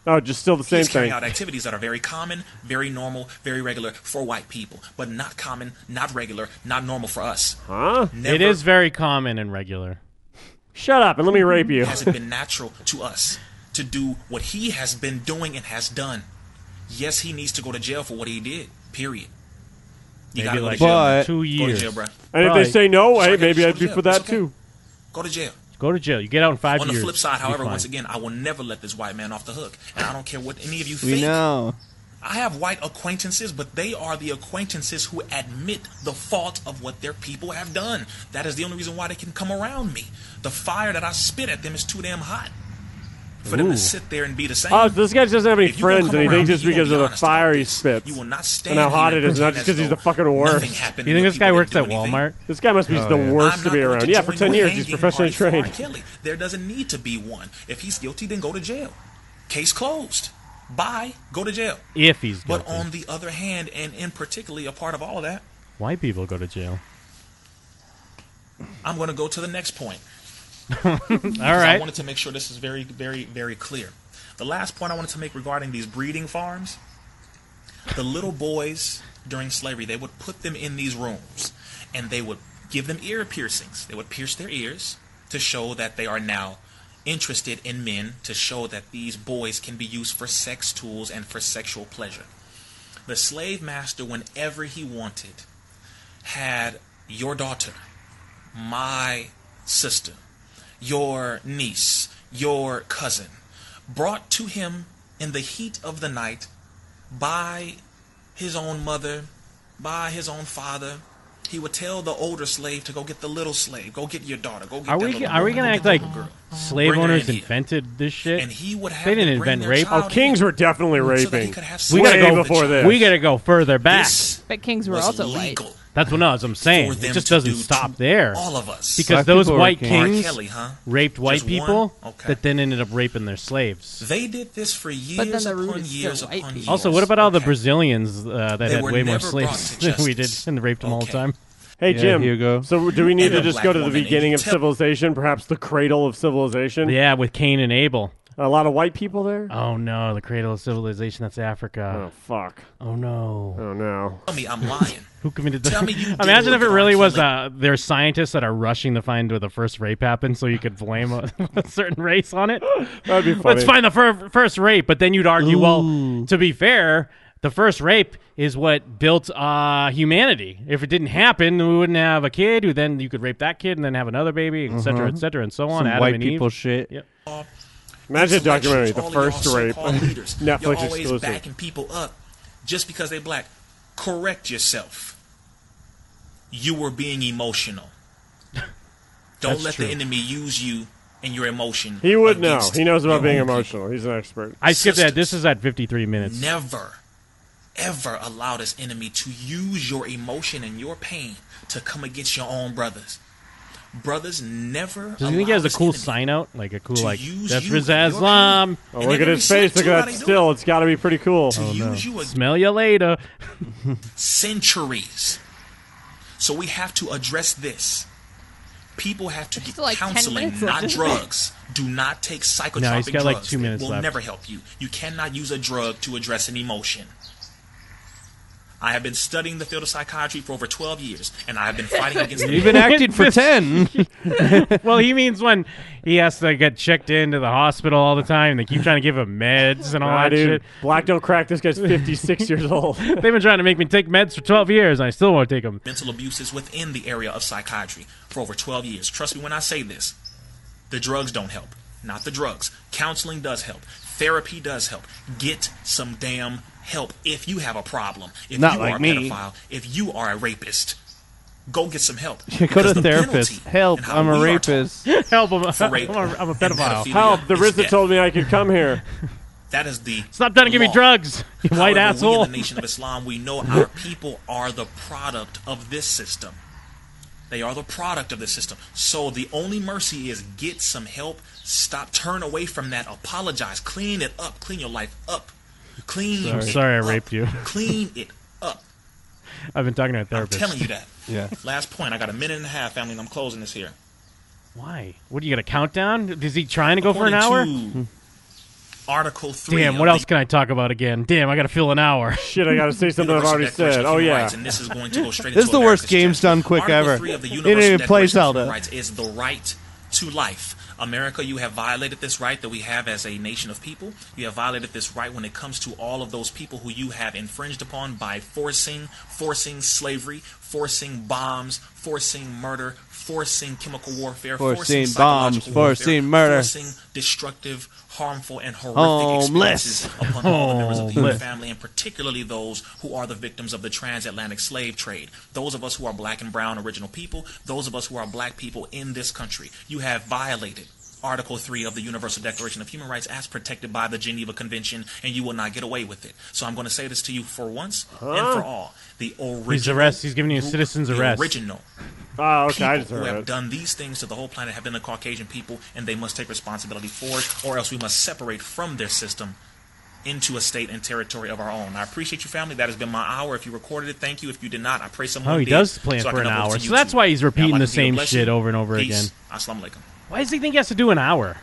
[SPEAKER 4] Oh, just still the
[SPEAKER 13] He
[SPEAKER 4] same
[SPEAKER 13] is carrying
[SPEAKER 4] thing.
[SPEAKER 13] out activities that are very common, very normal, very regular for white people, but not common, not regular, not normal for us.
[SPEAKER 4] Huh?
[SPEAKER 7] it is very common and regular.
[SPEAKER 4] Shut up and let me rape you.
[SPEAKER 13] has it been natural to us to do what he has been doing and has done? Yes, he needs to go to jail for what he did. Period. You
[SPEAKER 7] Maybe
[SPEAKER 13] gotta go to
[SPEAKER 7] like
[SPEAKER 13] jail.
[SPEAKER 7] But- two
[SPEAKER 13] Go to
[SPEAKER 7] years.
[SPEAKER 13] jail, bro.
[SPEAKER 4] And if
[SPEAKER 7] Probably.
[SPEAKER 4] they say no, hey, maybe
[SPEAKER 13] Go
[SPEAKER 4] I'd
[SPEAKER 13] to
[SPEAKER 4] be
[SPEAKER 13] jail.
[SPEAKER 4] for that
[SPEAKER 13] It's okay.
[SPEAKER 4] too.
[SPEAKER 13] Go to jail.
[SPEAKER 7] Go to jail. You get out in five
[SPEAKER 13] On
[SPEAKER 7] years.
[SPEAKER 13] the flip side,
[SPEAKER 7] You're
[SPEAKER 13] however,
[SPEAKER 7] fine.
[SPEAKER 13] once again, I will never let this white man off the hook, and I don't care what any of you
[SPEAKER 6] We
[SPEAKER 13] think.
[SPEAKER 6] know.
[SPEAKER 13] I have white acquaintances, but they are the acquaintances who admit the fault of what their people have done. That is the only reason why they can come around me. The fire that I spit at them is too damn hot for them
[SPEAKER 4] Ooh.
[SPEAKER 13] to sit there and be the same.
[SPEAKER 4] Oh, so this guy just doesn't have any
[SPEAKER 13] If you gonna
[SPEAKER 4] friends,
[SPEAKER 13] come
[SPEAKER 4] and he
[SPEAKER 13] around
[SPEAKER 4] thinks
[SPEAKER 13] me,
[SPEAKER 4] just
[SPEAKER 13] you gonna
[SPEAKER 4] because
[SPEAKER 13] be
[SPEAKER 4] of the
[SPEAKER 13] honest about
[SPEAKER 4] fire he
[SPEAKER 13] this.
[SPEAKER 4] spits
[SPEAKER 13] You will not stand
[SPEAKER 4] and how
[SPEAKER 13] here
[SPEAKER 4] hot
[SPEAKER 13] and
[SPEAKER 4] it is, not
[SPEAKER 13] pretend
[SPEAKER 4] just
[SPEAKER 13] as
[SPEAKER 4] because he's the
[SPEAKER 13] though
[SPEAKER 4] fucking worst.
[SPEAKER 13] nothing happened
[SPEAKER 7] You think this guy works at Walmart?
[SPEAKER 4] This guy must be
[SPEAKER 7] Oh,
[SPEAKER 4] the
[SPEAKER 7] yeah.
[SPEAKER 4] worst to be
[SPEAKER 13] going
[SPEAKER 4] around. Yeah,
[SPEAKER 13] join
[SPEAKER 4] for
[SPEAKER 13] no
[SPEAKER 4] ten years he's
[SPEAKER 13] hanging
[SPEAKER 4] professionally
[SPEAKER 13] party for R.
[SPEAKER 4] trained.
[SPEAKER 13] Kelly. There doesn't need to be one. If he's guilty, then go to jail. Case closed. Bye. Go to jail.
[SPEAKER 7] If he's
[SPEAKER 13] But
[SPEAKER 7] guilty.
[SPEAKER 13] on the other hand, and in particularly a part of all of that,
[SPEAKER 7] White people go to jail.
[SPEAKER 13] I'm going to go to the next point.
[SPEAKER 7] all
[SPEAKER 13] Because I
[SPEAKER 7] right.
[SPEAKER 13] wanted to make sure this is very, very, very clear. The last point I wanted to make regarding these breeding farms the little boys during slavery, they would put them in these rooms and they would give them ear piercings. They would pierce their ears to show that they are now interested in men, to show that these boys can be used for sex tools and for sexual pleasure. The slave master, whenever he wanted, had your daughter, my sister, your niece, your cousin, brought to him in the heat of the night by his own mother, by his own father. He would tell the older slave to go get the little slave, go get your daughter, go get
[SPEAKER 7] Are
[SPEAKER 13] that
[SPEAKER 7] we
[SPEAKER 13] little
[SPEAKER 7] are we
[SPEAKER 13] woman,
[SPEAKER 7] gonna
[SPEAKER 13] go
[SPEAKER 7] act
[SPEAKER 13] get
[SPEAKER 7] like
[SPEAKER 13] that little girl."
[SPEAKER 7] slave
[SPEAKER 13] Bring her
[SPEAKER 7] owners
[SPEAKER 13] in here.
[SPEAKER 7] invented this shit?
[SPEAKER 13] And he would have
[SPEAKER 7] they
[SPEAKER 13] to
[SPEAKER 7] didn't
[SPEAKER 13] bring
[SPEAKER 7] invent
[SPEAKER 13] their
[SPEAKER 7] rape.
[SPEAKER 13] child Oh,
[SPEAKER 4] Kings were definitely
[SPEAKER 13] so that he
[SPEAKER 4] raping.
[SPEAKER 13] could have sex
[SPEAKER 7] we gotta
[SPEAKER 13] with
[SPEAKER 7] go
[SPEAKER 13] the
[SPEAKER 4] before
[SPEAKER 13] child.
[SPEAKER 4] this.
[SPEAKER 7] We gotta go further back.
[SPEAKER 13] This
[SPEAKER 5] But kings were
[SPEAKER 13] was
[SPEAKER 5] also white.
[SPEAKER 13] legal.
[SPEAKER 7] That's what no, that's what I'm saying.
[SPEAKER 13] For them
[SPEAKER 7] It just
[SPEAKER 13] to
[SPEAKER 7] doesn't
[SPEAKER 13] do
[SPEAKER 7] stop
[SPEAKER 13] to
[SPEAKER 7] there.
[SPEAKER 13] all of us.
[SPEAKER 7] Because
[SPEAKER 13] Black
[SPEAKER 7] those
[SPEAKER 13] people were
[SPEAKER 7] white
[SPEAKER 13] kings.
[SPEAKER 7] kings
[SPEAKER 13] R. Kelly, huh?
[SPEAKER 7] raped white
[SPEAKER 13] Just one?
[SPEAKER 7] people
[SPEAKER 13] Okay.
[SPEAKER 7] that then ended up raping their slaves.
[SPEAKER 13] They did this for
[SPEAKER 5] But then
[SPEAKER 13] years
[SPEAKER 5] the root
[SPEAKER 13] upon
[SPEAKER 5] is still
[SPEAKER 13] years
[SPEAKER 5] white
[SPEAKER 13] upon years.
[SPEAKER 7] Also, what about all the Brazilians uh, that
[SPEAKER 13] They
[SPEAKER 7] had
[SPEAKER 13] were
[SPEAKER 7] way more
[SPEAKER 13] never brought
[SPEAKER 7] slaves
[SPEAKER 13] to
[SPEAKER 7] than we did
[SPEAKER 13] justice.
[SPEAKER 7] and raped them all the
[SPEAKER 13] Okay.
[SPEAKER 7] time?
[SPEAKER 4] Hey
[SPEAKER 6] Yeah,
[SPEAKER 4] Jim,
[SPEAKER 6] Hugo.
[SPEAKER 4] so do we need
[SPEAKER 13] And
[SPEAKER 4] to
[SPEAKER 13] a
[SPEAKER 4] just
[SPEAKER 13] black
[SPEAKER 4] go to the
[SPEAKER 13] woman, and you
[SPEAKER 4] beginning of
[SPEAKER 13] tell-
[SPEAKER 4] civilization, perhaps the cradle of civilization?
[SPEAKER 7] Yeah, with Cain and Abel.
[SPEAKER 4] A lot of white people there?
[SPEAKER 7] Oh no, the cradle of civilization. That's Africa. Oh
[SPEAKER 4] fuck.
[SPEAKER 7] Oh no.
[SPEAKER 4] Oh no.
[SPEAKER 13] Tell me I'm lying.
[SPEAKER 7] Who committed?
[SPEAKER 13] Tell
[SPEAKER 7] the-
[SPEAKER 13] me you didn't
[SPEAKER 7] Imagine if
[SPEAKER 13] look
[SPEAKER 7] it
[SPEAKER 13] at
[SPEAKER 7] really
[SPEAKER 13] R.
[SPEAKER 7] was
[SPEAKER 13] Kelly.
[SPEAKER 7] uh, there's scientists that are rushing to find where the first rape happened, so you could blame a, a certain race on it.
[SPEAKER 4] That'd be
[SPEAKER 7] Let's
[SPEAKER 4] funny.
[SPEAKER 7] find the fir- first rape, but then you'd argue, well, to be fair, the first rape is what built uh, humanity. If it didn't happen, we wouldn't have a kid, who then you could rape that kid and then have another baby, et cetera,
[SPEAKER 6] Mhm.
[SPEAKER 7] et cetera, and so on.
[SPEAKER 6] Some
[SPEAKER 7] Adam
[SPEAKER 6] white
[SPEAKER 7] and
[SPEAKER 6] people
[SPEAKER 7] Eve.
[SPEAKER 6] shit.
[SPEAKER 7] Yep.
[SPEAKER 4] Imagine a documentary, The
[SPEAKER 13] All of y'all
[SPEAKER 4] First Rape.
[SPEAKER 13] so-called leaders, You're
[SPEAKER 4] Netflix
[SPEAKER 13] always
[SPEAKER 4] exclusive.
[SPEAKER 13] backing people up just because they black. Correct yourself. You were being emotional. Don't
[SPEAKER 4] That's
[SPEAKER 13] let
[SPEAKER 4] true.
[SPEAKER 13] the enemy use you and your emotion.
[SPEAKER 4] He would know.
[SPEAKER 13] against
[SPEAKER 4] He knows about
[SPEAKER 13] your
[SPEAKER 4] being
[SPEAKER 13] own
[SPEAKER 4] emotional. He's an expert.
[SPEAKER 7] I skipped that. This is at 53 minutes.
[SPEAKER 13] Never, ever allow this enemy to use your emotion and your pain to come against your own brothers. Brothers never.
[SPEAKER 7] Does he think he
[SPEAKER 13] allow
[SPEAKER 7] has a
[SPEAKER 13] this
[SPEAKER 7] cool
[SPEAKER 13] enemy-
[SPEAKER 7] sign out? Like a cool,
[SPEAKER 13] to
[SPEAKER 7] like,
[SPEAKER 13] use
[SPEAKER 7] that's
[SPEAKER 13] you,
[SPEAKER 7] for
[SPEAKER 13] your people,
[SPEAKER 7] Islam.
[SPEAKER 4] Oh, look at his face. Look at that still. It's got to be pretty cool.
[SPEAKER 7] Oh,
[SPEAKER 4] Oh,
[SPEAKER 13] To use you against
[SPEAKER 7] Smell you later.
[SPEAKER 13] centuries. So we have to address this. People have to get
[SPEAKER 7] still like 10
[SPEAKER 13] counseling,
[SPEAKER 7] minutes left,
[SPEAKER 13] not
[SPEAKER 7] isn't
[SPEAKER 13] drugs. Do not take psychotropic
[SPEAKER 7] No, he's got,
[SPEAKER 13] drugs.
[SPEAKER 7] like, two minutes
[SPEAKER 13] will
[SPEAKER 7] left.
[SPEAKER 13] never help you. You cannot use a drug to address an emotion. I have been studying the field of psychiatry for over 12 years, and I have been fighting against.
[SPEAKER 6] You've been acting for
[SPEAKER 7] This-
[SPEAKER 6] 10.
[SPEAKER 7] well, he means when he has to get checked into the hospital all the time. And they keep trying to give him meds and all
[SPEAKER 4] Nah,
[SPEAKER 7] that
[SPEAKER 4] dude.
[SPEAKER 7] shit.
[SPEAKER 4] Black don't crack. This guy's 56 years old.
[SPEAKER 7] They've been trying to make me take meds for 12 years, and I still won't take them.
[SPEAKER 13] mental abuses within the area of psychiatry for over 12 years. Trust me when I say this. The drugs don't help. Not the drugs. Counseling does help. Therapy does help. Get some damn help if you have a problem. If
[SPEAKER 6] Not
[SPEAKER 13] you
[SPEAKER 6] like
[SPEAKER 13] are a
[SPEAKER 6] me.
[SPEAKER 13] pedophile, if you you are a rapist, go get some help.
[SPEAKER 6] Go
[SPEAKER 13] Because
[SPEAKER 6] to
[SPEAKER 13] the
[SPEAKER 6] therapist.
[SPEAKER 13] penalty and
[SPEAKER 6] Help!
[SPEAKER 13] how
[SPEAKER 6] I'm a
[SPEAKER 13] we are
[SPEAKER 6] rapist.
[SPEAKER 7] Help him.
[SPEAKER 13] For rape
[SPEAKER 7] I'm a- I'm a
[SPEAKER 13] and
[SPEAKER 7] pedophile.
[SPEAKER 13] pedophilia
[SPEAKER 4] Help. The
[SPEAKER 13] is
[SPEAKER 4] RZA
[SPEAKER 13] death.
[SPEAKER 4] told me I could come here.
[SPEAKER 13] That is the
[SPEAKER 7] Stop trying to give me
[SPEAKER 13] law.
[SPEAKER 7] drugs, you white
[SPEAKER 13] However,
[SPEAKER 7] asshole.
[SPEAKER 13] We in the Nation of Islam, we know our people are the product of this system. They are the product of this system. So the only mercy is get some help. Stop. Turn away from that. Apologize. Clean it up. Clean your life up. Clean.
[SPEAKER 7] I'm
[SPEAKER 13] it
[SPEAKER 7] sorry I
[SPEAKER 13] up.
[SPEAKER 7] raped you.
[SPEAKER 13] Clean it up.
[SPEAKER 7] I've been talking to a therapist.
[SPEAKER 13] Telling you that.
[SPEAKER 7] Yeah.
[SPEAKER 13] Last point. I got a minute and a half, family, and I'm closing this here.
[SPEAKER 7] Why? What do you got a countdown? Is he trying to go for an hour?
[SPEAKER 13] According Article three.
[SPEAKER 7] Damn,
[SPEAKER 13] of
[SPEAKER 7] what
[SPEAKER 13] the
[SPEAKER 7] else can I talk about again? Damn, I got to fill an hour.
[SPEAKER 4] Shit, I got to say something I've
[SPEAKER 13] Universal
[SPEAKER 4] already
[SPEAKER 13] Declaration
[SPEAKER 4] said.
[SPEAKER 13] of
[SPEAKER 4] Oh,
[SPEAKER 13] Human
[SPEAKER 4] yeah.
[SPEAKER 13] Rights, and this is going to go straight
[SPEAKER 6] This is
[SPEAKER 13] into
[SPEAKER 6] the
[SPEAKER 13] America's
[SPEAKER 6] worst game's done quick
[SPEAKER 13] Article
[SPEAKER 6] ever.
[SPEAKER 13] Three of the
[SPEAKER 6] They
[SPEAKER 13] Universal
[SPEAKER 6] didn't even play
[SPEAKER 13] Declaration of Human
[SPEAKER 6] Zelda.
[SPEAKER 13] Rights is the right to life. America, you have violated this right that we have as a nation of people. You have violated this right when it comes to all of those people who you have infringed upon by forcing, forcing slavery, forcing bombs, forcing murder, forcing chemical warfare,
[SPEAKER 6] Forcing
[SPEAKER 13] forcing,
[SPEAKER 6] bombs,
[SPEAKER 13] psychological warfare,
[SPEAKER 6] forcing murder.
[SPEAKER 13] forcing destructive, harmful, and horrific
[SPEAKER 6] Homeless.
[SPEAKER 13] experiences upon all the members of the human
[SPEAKER 6] Homeless.
[SPEAKER 13] family family, and particularly those who are the victims of the transatlantic slave trade. Those of us who are black and brown original people, those of us who are black people in this country. You have violated Article 3 of the Universal Declaration of Human Rights as protected by the Geneva Convention, and you will not get away with it. So I'm going to say this to you for once and
[SPEAKER 7] Huh?
[SPEAKER 13] for all. The original.
[SPEAKER 7] He's arrest. He's giving you a citizen's
[SPEAKER 13] the
[SPEAKER 7] arrest.
[SPEAKER 13] original
[SPEAKER 4] Oh, okay.
[SPEAKER 13] people
[SPEAKER 4] I just
[SPEAKER 13] who
[SPEAKER 4] heard
[SPEAKER 13] have
[SPEAKER 4] it.
[SPEAKER 13] done these things to the whole planet have been the Caucasian people, and they must take responsibility for it, or else we must separate from their system into a state and territory of our own. I appreciate you, family. That has been my hour. If you recorded it, thank you. If you did not, I pray someone
[SPEAKER 7] Oh, he
[SPEAKER 13] did,
[SPEAKER 7] does plan
[SPEAKER 13] so I
[SPEAKER 7] for
[SPEAKER 13] can
[SPEAKER 7] an
[SPEAKER 13] upload
[SPEAKER 7] hour.
[SPEAKER 13] to
[SPEAKER 7] So that's
[SPEAKER 13] YouTube.
[SPEAKER 7] why he's
[SPEAKER 13] Now,
[SPEAKER 7] repeating
[SPEAKER 13] Allah
[SPEAKER 7] the
[SPEAKER 13] continue to
[SPEAKER 7] same
[SPEAKER 13] bless
[SPEAKER 7] shit
[SPEAKER 13] you.
[SPEAKER 7] over and over
[SPEAKER 13] Peace.
[SPEAKER 7] again.
[SPEAKER 13] Assalamu alaikum.
[SPEAKER 7] Why does he think he has to do an hour?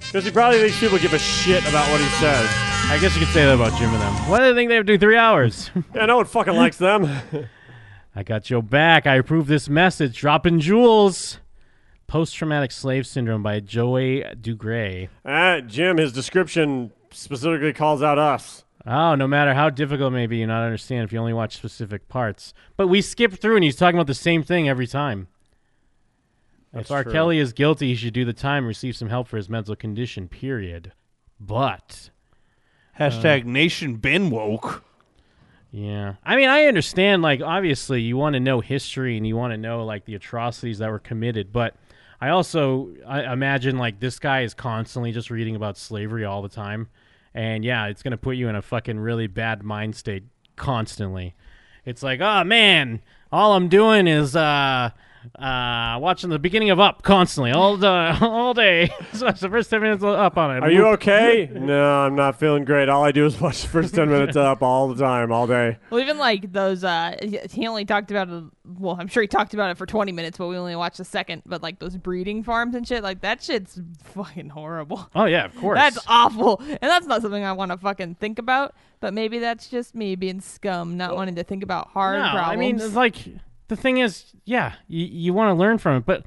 [SPEAKER 4] Because he probably thinks people give a shit about what he says.
[SPEAKER 7] I guess you could say that about Jim and them. Why do they think they have to do three hours?
[SPEAKER 4] Yeah, no one fucking likes them.
[SPEAKER 7] I got your back. I approve this message. Dropping jewels. Post traumatic slave syndrome by Joey Dugray.
[SPEAKER 4] Ah, Jim, his description specifically calls out us.
[SPEAKER 7] Oh, no matter how difficult it may be, you not understand if you only watch specific parts. But we skip through, and he's talking about the same thing every time.
[SPEAKER 4] That's
[SPEAKER 7] if R.
[SPEAKER 4] true.
[SPEAKER 7] Kelly is guilty, he should do the time and receive some help for his mental condition. Period. But uh,
[SPEAKER 6] Hashtag nation been woke.
[SPEAKER 7] Yeah. I mean, I understand, like, obviously, you want to know history and you want to know, like, the atrocities that were committed. But I also I imagine, like, this guy is constantly just reading about slavery all the time. And yeah, it's going to put you in a fucking really bad mind state constantly. It's like, oh, man, all I'm doing is, uh, Uh, watching the beginning of Up constantly all the all day. so that's the first ten minutes of Up on it.
[SPEAKER 4] Are you okay? no, I'm not feeling great. All I do is watch the first 10 minutes up all the time, all day.
[SPEAKER 5] Well, even like those, uh, he he only talked about it. Well, I'm sure he talked about it for 20 minutes, but we only watched a second. But like those breeding farms and shit, like that shit's fucking horrible.
[SPEAKER 7] Oh yeah, of course.
[SPEAKER 5] That's awful, and that's not something I want to fucking think about. But maybe that's just me being scum, not wanting to think about hard
[SPEAKER 7] no,
[SPEAKER 5] problems.
[SPEAKER 7] I mean, it's like the thing is, yeah, you, you want to learn from it, but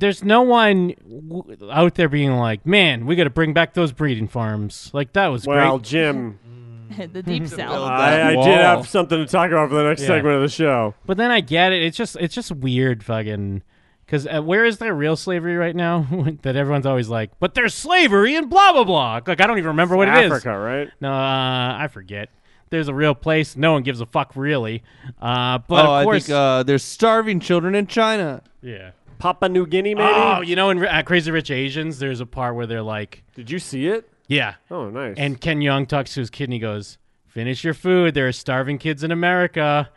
[SPEAKER 7] there's no one w- out there being like, man, we got to bring back those breeding farms. Like that was
[SPEAKER 4] Well,
[SPEAKER 7] great.
[SPEAKER 4] Jim,
[SPEAKER 5] the deep south.
[SPEAKER 4] I, I
[SPEAKER 7] Wall.
[SPEAKER 4] did have something to talk about for the next
[SPEAKER 7] Yeah.
[SPEAKER 4] segment of the show.
[SPEAKER 7] But then I get it. It's just it's just weird, fucking. Because uh, where is there real slavery right now? that everyone's always like, but there's slavery and blah blah blah. Like I don't even remember what it is.
[SPEAKER 4] Africa, right?
[SPEAKER 7] No, uh, I forget. There's a real place. No one gives a fuck really. Uh, but
[SPEAKER 6] oh,
[SPEAKER 7] of course,
[SPEAKER 6] I think uh, there's starving children in China.
[SPEAKER 7] yeah.
[SPEAKER 4] Papua New Guinea, maybe?
[SPEAKER 7] Oh, you know, in uh, Crazy Rich Asians, there's a part where they're like,
[SPEAKER 4] Did you see it?
[SPEAKER 7] yeah.
[SPEAKER 4] Oh, nice.
[SPEAKER 7] And Ken Young talks to his kid and he goes, finish your food. There are starving kids in America.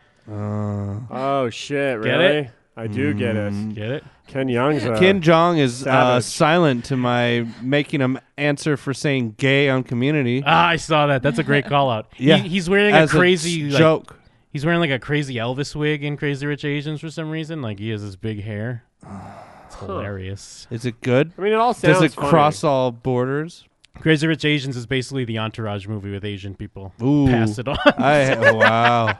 [SPEAKER 4] oh, shit,
[SPEAKER 7] Get
[SPEAKER 4] really?
[SPEAKER 7] it?
[SPEAKER 4] I do get it.
[SPEAKER 7] Get it?
[SPEAKER 4] Ken Young's a
[SPEAKER 6] Ken Jong is uh,
[SPEAKER 4] savage.
[SPEAKER 6] silent to my making him answer for saying gay on community.
[SPEAKER 7] Ah, I saw that. That's a great call out.
[SPEAKER 6] Yeah.
[SPEAKER 7] He, he's wearing
[SPEAKER 6] As
[SPEAKER 7] a
[SPEAKER 6] a
[SPEAKER 7] crazy
[SPEAKER 6] s-
[SPEAKER 7] like-
[SPEAKER 6] joke.
[SPEAKER 7] He's wearing like a crazy Elvis wig in Crazy Rich Asians for some reason. Like he has this big hair. It's hilarious.
[SPEAKER 6] Is it good?
[SPEAKER 4] I mean, it all
[SPEAKER 6] Does it
[SPEAKER 4] sounds funny.
[SPEAKER 6] cross all borders?
[SPEAKER 7] Crazy Rich Asians is basically the entourage movie with Asian people.
[SPEAKER 6] Ooh,
[SPEAKER 7] Pass it on.
[SPEAKER 6] I, oh, wow.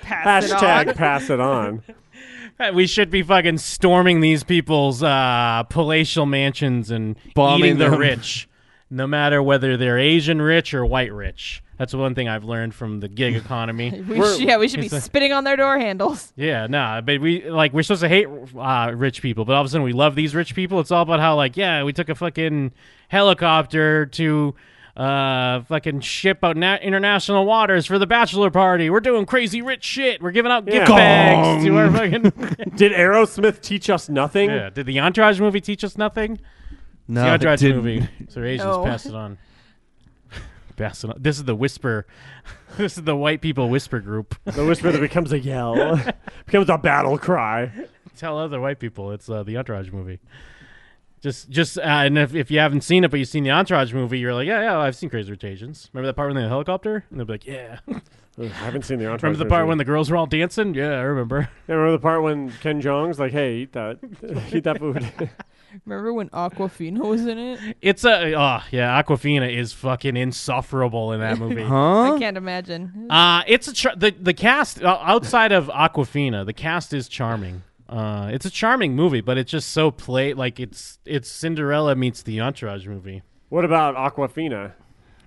[SPEAKER 5] Pass it
[SPEAKER 4] Hashtag
[SPEAKER 5] on.
[SPEAKER 4] pass it on.
[SPEAKER 7] we should be fucking storming these people's uh, palatial mansions and
[SPEAKER 6] Bombing
[SPEAKER 7] eating the
[SPEAKER 6] them.
[SPEAKER 7] rich, no matter whether they're Asian rich or white rich. That's one thing I've learned from the gig economy.
[SPEAKER 5] We should, yeah, we should be
[SPEAKER 7] It's a-
[SPEAKER 5] spitting on their door handles.
[SPEAKER 7] Yeah, nah, but we like we're supposed to hate uh, rich people, but all of a sudden we love these rich people. It's all about how like yeah, we took a fucking helicopter to uh fucking ship out na- international waters for the bachelor party. We're doing crazy rich shit. We're giving out gift
[SPEAKER 4] Yeah.
[SPEAKER 7] bags to our fucking.
[SPEAKER 4] Did Aerosmith teach us nothing?
[SPEAKER 7] yeah, did the Entourage movie teach us nothing?
[SPEAKER 6] No,
[SPEAKER 7] the
[SPEAKER 6] it
[SPEAKER 7] Entourage
[SPEAKER 6] Uh, didn't.
[SPEAKER 7] movie. So Asians
[SPEAKER 5] No.
[SPEAKER 7] pass it on. pass it on. This is the whisper. this is the white people whisper group.
[SPEAKER 4] The whisper that becomes a yell, becomes a battle cry.
[SPEAKER 7] tell other white people it's uh, the Entourage movie. Just, just, uh, and if, if you haven't seen it, but you've seen the Entourage movie, you're like, yeah, yeah, I've seen Crazy Rich Asians. Remember that part when they had a helicopter? And they'll be like, yeah.
[SPEAKER 4] Ugh, I haven't seen the entourage.
[SPEAKER 7] remember the part
[SPEAKER 4] movie.
[SPEAKER 7] when the girls were all dancing? Yeah, I remember.
[SPEAKER 4] Yeah, remember the part when Ken Jong's like, "Hey, eat that, eat that food."
[SPEAKER 5] Remember when Aquafina was in it?
[SPEAKER 7] It's a, oh yeah, Aquafina is fucking insufferable in that movie.
[SPEAKER 5] I
[SPEAKER 6] Huh?
[SPEAKER 5] can't imagine.
[SPEAKER 7] Uh, it's a char- the the cast uh, outside of Aquafina. The cast is charming. Uh, it's a charming movie, but it's just so play like it's it's Cinderella meets the Entourage movie.
[SPEAKER 4] what about Aquafina?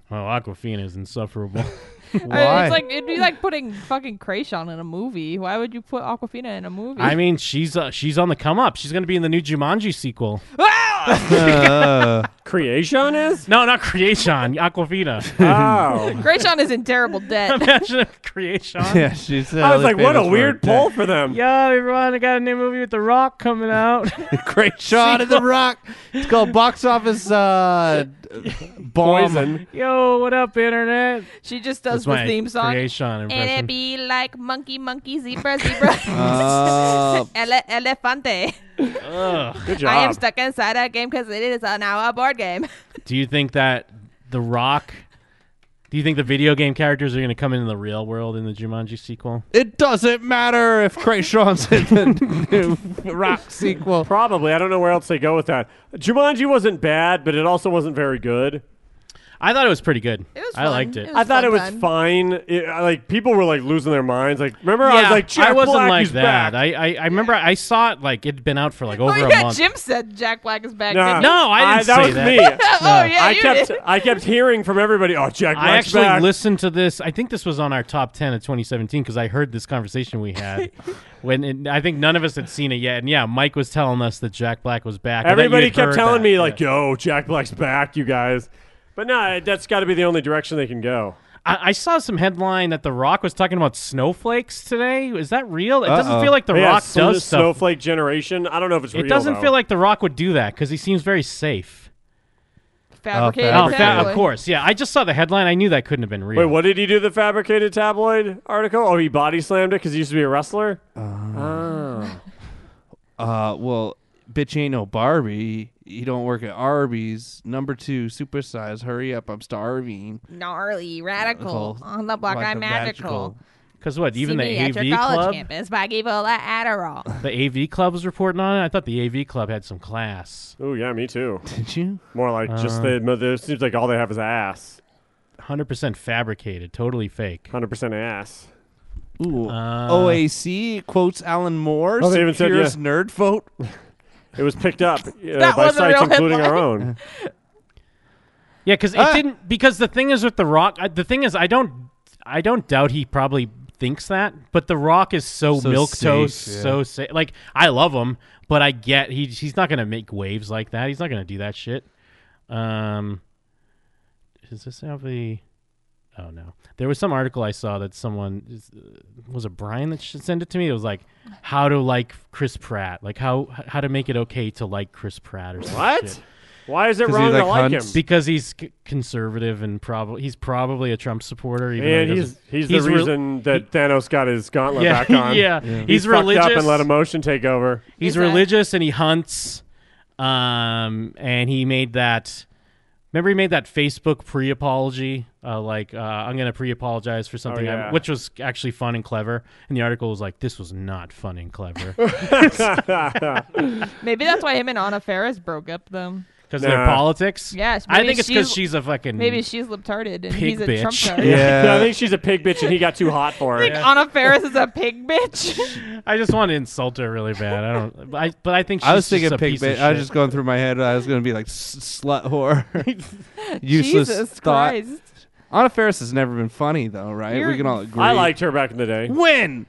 [SPEAKER 7] Oh, Aquafina is insufferable.
[SPEAKER 5] I mean,
[SPEAKER 6] Why?
[SPEAKER 5] it's like it'd be like putting fucking Krayshawn in a movie. Why would you put Aquafina in a movie?
[SPEAKER 7] I mean, she's uh, she's on the come up. She's going to be in the new Jumanji sequel.
[SPEAKER 6] Uh,
[SPEAKER 4] Creation is?
[SPEAKER 7] No, not Creation, Aquafina.
[SPEAKER 4] Oh,
[SPEAKER 5] Krayshawn is in terrible debt.
[SPEAKER 7] Imagine if Creation.
[SPEAKER 6] yeah, she said.
[SPEAKER 4] I was like, what a weird poll for them.
[SPEAKER 7] Yo, everyone, I got a new movie with The Rock coming out.
[SPEAKER 6] Great shot at the rock. It's called box office uh, bomb.
[SPEAKER 4] Poison.
[SPEAKER 7] Yo, what up, internet?
[SPEAKER 5] she just does the theme song.
[SPEAKER 7] Creation
[SPEAKER 5] And it
[SPEAKER 7] impression.
[SPEAKER 5] be like monkey, monkey, zebra, zebra,
[SPEAKER 6] Uh,
[SPEAKER 5] Ele- elefante.
[SPEAKER 7] Ugh.
[SPEAKER 4] Good job.
[SPEAKER 5] I am stuck inside a game because it is now a board game.
[SPEAKER 7] Do you think that The Rock? Do you think the video game characters are going to come into the real world in the Jumanji sequel?
[SPEAKER 6] it doesn't matter if Craig Sean's in the new rock sequel.
[SPEAKER 4] Probably. I don't know where else they go with that. Jumanji wasn't bad, but it also wasn't very good.
[SPEAKER 7] I thought it was pretty good.
[SPEAKER 5] It was
[SPEAKER 7] I
[SPEAKER 5] fun.
[SPEAKER 7] liked it.
[SPEAKER 5] It
[SPEAKER 4] I thought
[SPEAKER 5] fun
[SPEAKER 4] it was
[SPEAKER 5] time.
[SPEAKER 4] fine. It, I- like people were like losing their minds. Like remember, I was like, Jack
[SPEAKER 7] I wasn't
[SPEAKER 4] Black
[SPEAKER 7] like
[SPEAKER 4] is
[SPEAKER 7] that.
[SPEAKER 4] back.
[SPEAKER 7] I, I I remember I saw it like it'd been out for like over
[SPEAKER 5] oh
[SPEAKER 7] a
[SPEAKER 5] yeah,
[SPEAKER 7] month.
[SPEAKER 5] Jim said Jack Black is back.
[SPEAKER 4] Nah.
[SPEAKER 5] didn't he?
[SPEAKER 7] No, I didn't
[SPEAKER 4] that
[SPEAKER 7] say
[SPEAKER 4] was me.
[SPEAKER 7] that.
[SPEAKER 5] Oh yeah,
[SPEAKER 4] I
[SPEAKER 5] you
[SPEAKER 4] kept
[SPEAKER 5] did.
[SPEAKER 4] I kept hearing from everybody, "Oh, Jack Black's
[SPEAKER 7] I actually
[SPEAKER 4] back."
[SPEAKER 7] listened to this. I think this was on our top ten of 2017 because I heard this conversation we had when it, I think none of us had seen it yet. And yeah, Mike was telling us that Jack Black was back. I thought you
[SPEAKER 4] Everybody
[SPEAKER 7] had
[SPEAKER 4] kept
[SPEAKER 7] heard
[SPEAKER 4] telling
[SPEAKER 7] that.
[SPEAKER 4] me like, "Yo, Jack Black's back, you guys." But no, that's got to be the only direction they can go.
[SPEAKER 7] I, I saw some headline that The Rock was talking about snowflakes today. Is that real? It doesn't
[SPEAKER 6] Uh-oh.
[SPEAKER 7] feel like The
[SPEAKER 4] Yeah,
[SPEAKER 7] Rock
[SPEAKER 4] sn-
[SPEAKER 7] does stuff.
[SPEAKER 4] Snowflake generation. I don't know if it's
[SPEAKER 7] it
[SPEAKER 4] real.
[SPEAKER 7] doesn't
[SPEAKER 4] though.
[SPEAKER 7] feel like The Rock would do that because he seems very safe.
[SPEAKER 5] Fabricated.
[SPEAKER 7] Oh,
[SPEAKER 6] Oh,
[SPEAKER 7] fa-
[SPEAKER 5] tabloid.
[SPEAKER 7] of course. Yeah, I just saw the headline. I knew that couldn't have been real.
[SPEAKER 4] Wait, what did he do? The fabricated tabloid article? Oh, he body slammed it because he used to be a wrestler.
[SPEAKER 6] uh, well, bitch ain't no Barbie. You don't work at Arby's. Number two, supersize. Hurry up, I'm starving.
[SPEAKER 5] Gnarly, radical,
[SPEAKER 6] Radical,
[SPEAKER 5] on the block,
[SPEAKER 6] like
[SPEAKER 5] I'm
[SPEAKER 6] a
[SPEAKER 5] magical.
[SPEAKER 7] Because what? Even
[SPEAKER 5] See me at
[SPEAKER 7] the
[SPEAKER 5] your
[SPEAKER 7] AV
[SPEAKER 5] college
[SPEAKER 7] club,
[SPEAKER 5] campus by Givola Adderall.
[SPEAKER 7] the AV club was reporting on it. I thought the AV club had some class.
[SPEAKER 4] Oh yeah, me too.
[SPEAKER 6] Did you?
[SPEAKER 4] More like just
[SPEAKER 7] Uh.
[SPEAKER 4] they. mo- It seems like all they have is ass.
[SPEAKER 7] Hundred percent fabricated, totally fake.
[SPEAKER 4] Hundred percent ass.
[SPEAKER 6] Ooh. OAC quotes Alan Moore.
[SPEAKER 4] Uh, Oh, they even said,
[SPEAKER 6] secures
[SPEAKER 4] yeah.
[SPEAKER 6] nerd vote.
[SPEAKER 4] It was picked up uh,
[SPEAKER 7] That
[SPEAKER 4] by
[SPEAKER 7] was a
[SPEAKER 4] sites
[SPEAKER 7] real
[SPEAKER 4] including our
[SPEAKER 7] headline.
[SPEAKER 4] own.
[SPEAKER 7] Yeah, because it
[SPEAKER 6] Ah.
[SPEAKER 7] didn't. Because the thing is with the Rock, I, the thing is, I don't, I don't doubt he probably thinks that. But the Rock is so,
[SPEAKER 6] So
[SPEAKER 7] milk
[SPEAKER 6] safe,
[SPEAKER 7] toast,
[SPEAKER 6] yeah.
[SPEAKER 7] so safe. Like I love him, but I get he he's not gonna make waves like that. He's not gonna do that shit. Um, is this how the? Oh no, there was some article I saw that someone is- uh, was it Brian that should send it to me. It was like how to like Chris Pratt, like how how to make it okay to like Chris Pratt or something.
[SPEAKER 4] What? Why is it
[SPEAKER 7] 'Cause
[SPEAKER 4] wrong to like him?
[SPEAKER 7] Because he's c- conservative and probably he's probably a Trump supporter. Even though
[SPEAKER 4] And
[SPEAKER 7] he
[SPEAKER 4] he's
[SPEAKER 7] doesn't-
[SPEAKER 4] he's, the
[SPEAKER 7] re-
[SPEAKER 4] reason that Thanos got his gauntlet
[SPEAKER 7] Yeah,
[SPEAKER 4] back on.
[SPEAKER 7] yeah. Yeah.
[SPEAKER 4] He
[SPEAKER 7] He's
[SPEAKER 4] fucked up
[SPEAKER 7] religious.
[SPEAKER 4] and let emotion take over.
[SPEAKER 7] he's religious and he hunts. Um, and he made that. Remember, he made that Facebook pre-apology, uh, like uh, I'm going to pre-apologize for something, I-
[SPEAKER 4] yeah.
[SPEAKER 7] which was actually fun and clever. And the article was like, "This was not fun and clever."
[SPEAKER 5] Maybe that's why him and Anna Ferris broke up, though.
[SPEAKER 7] Because their politics?
[SPEAKER 5] Yes,
[SPEAKER 7] I
[SPEAKER 5] maybe
[SPEAKER 7] think it's because she's a fucking.
[SPEAKER 5] Maybe she's libtarded and
[SPEAKER 7] Mm. pig
[SPEAKER 5] he's a
[SPEAKER 7] bitch.
[SPEAKER 5] Trump card.
[SPEAKER 4] Yeah. I think she's a pig bitch and he got too hot for her.
[SPEAKER 5] Like Anna Ferris is a pig bitch.
[SPEAKER 7] I just want to insult her really bad. I don't. I, but I think she's
[SPEAKER 6] I was
[SPEAKER 7] just
[SPEAKER 6] thinking
[SPEAKER 7] a
[SPEAKER 6] pig
[SPEAKER 7] piece
[SPEAKER 6] bait.
[SPEAKER 7] Of
[SPEAKER 6] I was
[SPEAKER 7] shit.
[SPEAKER 6] just going through my head. I was going to be like "S- slut whore. Useless
[SPEAKER 5] Jesus
[SPEAKER 6] thought.
[SPEAKER 5] Christ.
[SPEAKER 6] Anna Ferris has never been funny though, right?
[SPEAKER 5] You're-
[SPEAKER 6] we can all agree.
[SPEAKER 4] I liked her back in the day.
[SPEAKER 6] When?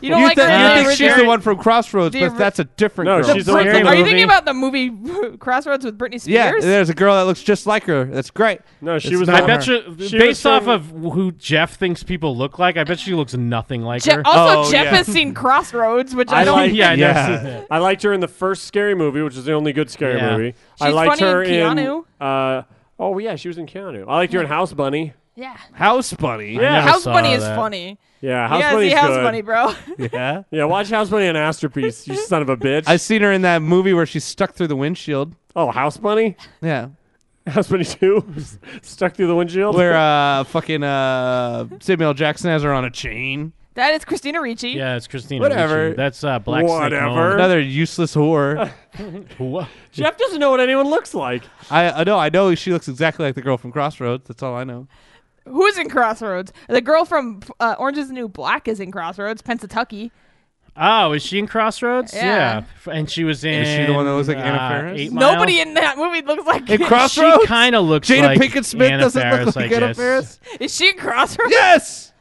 [SPEAKER 5] You don't like
[SPEAKER 6] thi-
[SPEAKER 5] her in
[SPEAKER 6] you
[SPEAKER 5] the
[SPEAKER 6] think she's the
[SPEAKER 5] original-
[SPEAKER 6] one from Crossroads,
[SPEAKER 5] the
[SPEAKER 6] but
[SPEAKER 5] ori-
[SPEAKER 6] that's a different
[SPEAKER 4] No,
[SPEAKER 6] girl.
[SPEAKER 4] she's the
[SPEAKER 5] Are
[SPEAKER 4] one
[SPEAKER 5] you
[SPEAKER 4] from the
[SPEAKER 5] thinking about the movie Crossroads with Britney Spears?
[SPEAKER 6] yeah, there's a girl that looks just like her. That's great.
[SPEAKER 4] No, she
[SPEAKER 6] It's
[SPEAKER 4] was
[SPEAKER 6] not
[SPEAKER 7] I bet
[SPEAKER 6] her.
[SPEAKER 7] you,
[SPEAKER 4] She
[SPEAKER 7] based
[SPEAKER 4] was
[SPEAKER 7] off
[SPEAKER 4] from-
[SPEAKER 7] of who Jeff thinks people look like, I bet she looks nothing like
[SPEAKER 5] Je-
[SPEAKER 7] her.
[SPEAKER 5] also,
[SPEAKER 6] Oh,
[SPEAKER 5] Jeff
[SPEAKER 6] yeah.
[SPEAKER 5] has seen Crossroads, which I,
[SPEAKER 4] I
[SPEAKER 5] don't.
[SPEAKER 4] like,
[SPEAKER 7] Yeah, I know.
[SPEAKER 6] Yeah.
[SPEAKER 4] I liked her in the first scary movie, which is the only good scary
[SPEAKER 7] Yeah.
[SPEAKER 4] movie. I
[SPEAKER 5] She's
[SPEAKER 4] liked
[SPEAKER 5] funny in
[SPEAKER 4] her
[SPEAKER 5] Keanu.
[SPEAKER 4] uh, oh yeah, she was in Keanu. I liked her in House Bunny.
[SPEAKER 5] yeah,
[SPEAKER 6] House Bunny.
[SPEAKER 7] I never
[SPEAKER 5] House
[SPEAKER 7] saw
[SPEAKER 5] Bunny is
[SPEAKER 7] that.
[SPEAKER 5] funny.
[SPEAKER 4] Yeah,
[SPEAKER 5] You
[SPEAKER 4] House
[SPEAKER 5] gotta
[SPEAKER 4] Bunny's
[SPEAKER 5] see House
[SPEAKER 4] good.
[SPEAKER 5] Bunny, bro.
[SPEAKER 6] Yeah.
[SPEAKER 4] Yeah, watch House Bunny and Masterpiece, you son of a bitch.
[SPEAKER 6] I've seen her in that movie where she's stuck through the windshield.
[SPEAKER 4] oh, House Bunny?
[SPEAKER 6] Yeah.
[SPEAKER 4] House Bunny 2? Stuck through the windshield?
[SPEAKER 6] Where uh fucking uh Samuel L. Jackson has her on a chain.
[SPEAKER 5] that is Christina Ricci.
[SPEAKER 7] Yeah, it's Christina.
[SPEAKER 6] Whatever.
[SPEAKER 7] Ricci. That's uh, Black Snake
[SPEAKER 4] Whatever.
[SPEAKER 6] Another useless whore.
[SPEAKER 7] Mullen.
[SPEAKER 4] Jeff doesn't know what anyone looks like.
[SPEAKER 6] I I know I know she looks exactly like the girl from Crossroads. That's all I know.
[SPEAKER 5] Who's in Crossroads? The girl from uh, Orange Is the New Black is in Crossroads, Pensatucky.
[SPEAKER 7] Oh, is she in Crossroads?
[SPEAKER 5] Yeah.
[SPEAKER 7] F- And she was in.
[SPEAKER 6] Is she the one that looks like Anna
[SPEAKER 7] uh,
[SPEAKER 6] Faris?
[SPEAKER 7] Eight
[SPEAKER 5] Nobody
[SPEAKER 7] Mile?
[SPEAKER 5] in that movie looks like.
[SPEAKER 6] In
[SPEAKER 7] She
[SPEAKER 6] Crossroads?
[SPEAKER 7] kind of looks
[SPEAKER 6] Jada
[SPEAKER 7] like
[SPEAKER 6] Pinkett Smith
[SPEAKER 7] Anna
[SPEAKER 6] doesn't
[SPEAKER 7] Faris,
[SPEAKER 6] look
[SPEAKER 7] I
[SPEAKER 6] like Anna
[SPEAKER 7] guess.
[SPEAKER 6] Fairness.
[SPEAKER 5] is she in Crossroads?
[SPEAKER 6] Yes.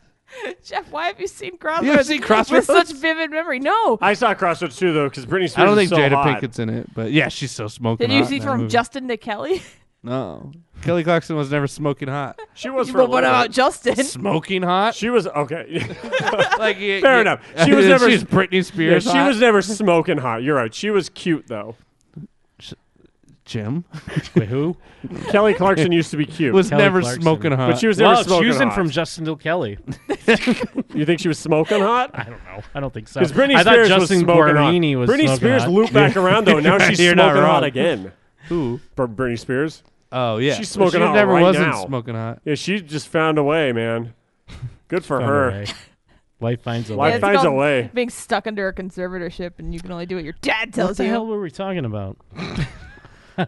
[SPEAKER 5] Jeff, why have you seen Crossroads?
[SPEAKER 6] seen Crossroads?
[SPEAKER 5] with such vivid memory? No.
[SPEAKER 4] I saw Crossroads 2, though, because Britney Spears
[SPEAKER 6] I don't think
[SPEAKER 4] is so
[SPEAKER 6] Jada
[SPEAKER 4] hot.
[SPEAKER 6] Pinkett's in it, but yeah, she's so smoking.
[SPEAKER 5] Did you
[SPEAKER 6] hot
[SPEAKER 5] see
[SPEAKER 6] in that
[SPEAKER 5] from
[SPEAKER 6] movie.
[SPEAKER 5] Justin to Kelly?
[SPEAKER 6] No, Kelly Clarkson was never smoking hot.
[SPEAKER 4] She was for a
[SPEAKER 5] But what
[SPEAKER 4] little
[SPEAKER 5] about
[SPEAKER 4] bit.
[SPEAKER 5] Justin?
[SPEAKER 6] Smoking hot?
[SPEAKER 4] She was, okay.
[SPEAKER 6] like you,
[SPEAKER 4] Fair enough. She was never-
[SPEAKER 6] She's Britney
[SPEAKER 4] Yeah,
[SPEAKER 6] Spears.
[SPEAKER 4] she
[SPEAKER 6] hot.
[SPEAKER 4] was never smoking hot. You're right. She was cute, though.
[SPEAKER 6] Jim
[SPEAKER 7] Wait, who?
[SPEAKER 4] Kelly Clarkson used to be cute.
[SPEAKER 6] was
[SPEAKER 7] Kelly
[SPEAKER 6] never
[SPEAKER 7] Clarkson.
[SPEAKER 6] smoking hot.
[SPEAKER 4] but she was never
[SPEAKER 7] Well,
[SPEAKER 4] smoking
[SPEAKER 7] choosing
[SPEAKER 4] hot.
[SPEAKER 7] from Justin Dill Kelly.
[SPEAKER 4] you think she was smoking hot?
[SPEAKER 7] I don't know. I don't think so.
[SPEAKER 4] Because Britney
[SPEAKER 7] I
[SPEAKER 4] Spears
[SPEAKER 7] thought Justin
[SPEAKER 4] was smoking
[SPEAKER 7] Guarini
[SPEAKER 4] hot.
[SPEAKER 7] was
[SPEAKER 4] Britney
[SPEAKER 7] smoking
[SPEAKER 4] Spears
[SPEAKER 7] hot.
[SPEAKER 4] looped back around though. Now she's
[SPEAKER 6] You're
[SPEAKER 4] smoking
[SPEAKER 6] not wrong.
[SPEAKER 4] hot again.
[SPEAKER 6] Who?
[SPEAKER 4] For Britney Spears.
[SPEAKER 6] Oh yeah,
[SPEAKER 4] She's smoking
[SPEAKER 6] she
[SPEAKER 4] hot
[SPEAKER 6] Never
[SPEAKER 4] right
[SPEAKER 6] wasn't
[SPEAKER 4] now.
[SPEAKER 6] smoking hot.
[SPEAKER 4] Yeah, she just found a way, man. Good for
[SPEAKER 7] Found a
[SPEAKER 4] her.
[SPEAKER 7] way. Life finds a
[SPEAKER 4] Life
[SPEAKER 7] way.
[SPEAKER 5] it's
[SPEAKER 4] finds a
[SPEAKER 5] called
[SPEAKER 4] way.
[SPEAKER 5] Being stuck under a conservatorship and you can only do what your dad tells
[SPEAKER 7] What the
[SPEAKER 5] you.
[SPEAKER 7] hell were we talking about?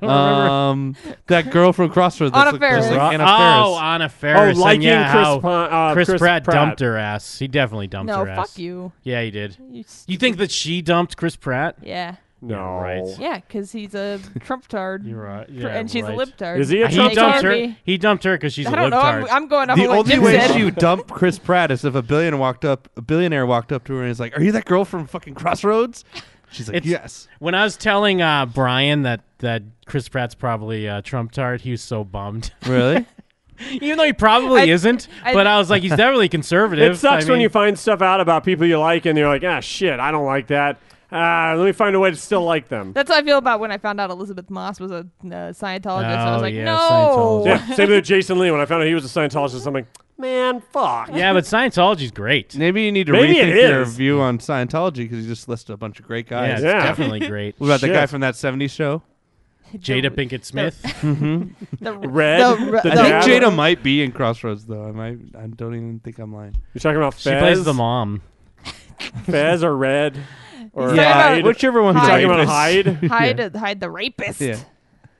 [SPEAKER 6] Um, that girl from Crossroads.
[SPEAKER 5] Anna
[SPEAKER 6] that's like, just
[SPEAKER 5] Faris.
[SPEAKER 6] Like Anna
[SPEAKER 7] Uh, oh,
[SPEAKER 6] Faris.
[SPEAKER 7] Anna Faris.
[SPEAKER 4] Oh,
[SPEAKER 7] and
[SPEAKER 4] liking
[SPEAKER 7] yeah,
[SPEAKER 4] Chris
[SPEAKER 7] how
[SPEAKER 4] Pon- uh,
[SPEAKER 7] Chris,
[SPEAKER 4] Chris
[SPEAKER 7] Pratt,
[SPEAKER 4] Pratt.
[SPEAKER 7] dumped her ass. He definitely dumped
[SPEAKER 5] No,
[SPEAKER 7] her ass.
[SPEAKER 5] fuck you.
[SPEAKER 7] Yeah, he did.
[SPEAKER 5] You
[SPEAKER 7] You think that she dumped Chris Pratt?
[SPEAKER 5] Yeah.
[SPEAKER 4] No.
[SPEAKER 7] Right.
[SPEAKER 5] Yeah, because he's a Trump tard.
[SPEAKER 7] You're right.
[SPEAKER 5] Tr-
[SPEAKER 7] Yeah,
[SPEAKER 5] and she's
[SPEAKER 7] right.
[SPEAKER 5] a libtard.
[SPEAKER 4] Is he a
[SPEAKER 5] I
[SPEAKER 7] He
[SPEAKER 4] Trump
[SPEAKER 5] can't
[SPEAKER 7] dumped
[SPEAKER 5] be.
[SPEAKER 7] her. He dumped her because she's a
[SPEAKER 5] I don't know.
[SPEAKER 7] libtard.
[SPEAKER 5] I'm, I'm going off
[SPEAKER 6] The
[SPEAKER 5] of what
[SPEAKER 6] only
[SPEAKER 5] Jim
[SPEAKER 6] way
[SPEAKER 5] said.
[SPEAKER 6] she would dump Chris Pratt is if a billionaire walked up, a billionaire walked up to her and is like, "Are you that girl from fucking Crossroads?" She's like,
[SPEAKER 7] It's-
[SPEAKER 6] "Yes."
[SPEAKER 7] when I was telling uh, Brian that that Chris Pratt's probably uh, Trump tard, he was so bummed.
[SPEAKER 6] Really?
[SPEAKER 7] Even though he probably
[SPEAKER 5] I-
[SPEAKER 7] isn't,
[SPEAKER 5] I-
[SPEAKER 7] but I was like, he's definitely conservative.
[SPEAKER 4] It sucks
[SPEAKER 7] I
[SPEAKER 4] when
[SPEAKER 7] mean-
[SPEAKER 4] you find stuff out about people you like and you're like, ah, shit, I don't like that. Ah, let me find a way to still like them.
[SPEAKER 5] That's how I feel about when I found out Elizabeth Moss was a uh, Scientologist. I
[SPEAKER 7] Oh,
[SPEAKER 5] was like,
[SPEAKER 7] yeah,
[SPEAKER 5] no.
[SPEAKER 7] Scientologist.
[SPEAKER 4] yeah, same with Jason Lee. When I found out he was a Scientologist, I'm like, Man, fuck.
[SPEAKER 7] Yeah, but Scientology's great.
[SPEAKER 6] Maybe you need to
[SPEAKER 7] Maybe it
[SPEAKER 6] rethink your
[SPEAKER 7] is.
[SPEAKER 6] view on Scientology because you just listed a bunch of great guys.
[SPEAKER 7] Yeah, it's Yeah. definitely great.
[SPEAKER 6] What about the guy
[SPEAKER 7] Shit.
[SPEAKER 6] from that '70s show?
[SPEAKER 7] Jada Pinkett Smith.
[SPEAKER 6] Mhm.
[SPEAKER 5] The- Red, the re-
[SPEAKER 6] I
[SPEAKER 5] the
[SPEAKER 6] think
[SPEAKER 5] dragon.
[SPEAKER 6] Jada might be in Crossroads though. I might. I don't even think I'm lying.
[SPEAKER 4] You're talking about
[SPEAKER 7] She plays Fez? the mom.
[SPEAKER 4] Fez or Red or
[SPEAKER 6] Yeah,
[SPEAKER 4] Hyde.
[SPEAKER 6] whichever one's
[SPEAKER 4] You're talking about
[SPEAKER 6] rapist.
[SPEAKER 4] Hyde.
[SPEAKER 5] Hide, hide the rapist.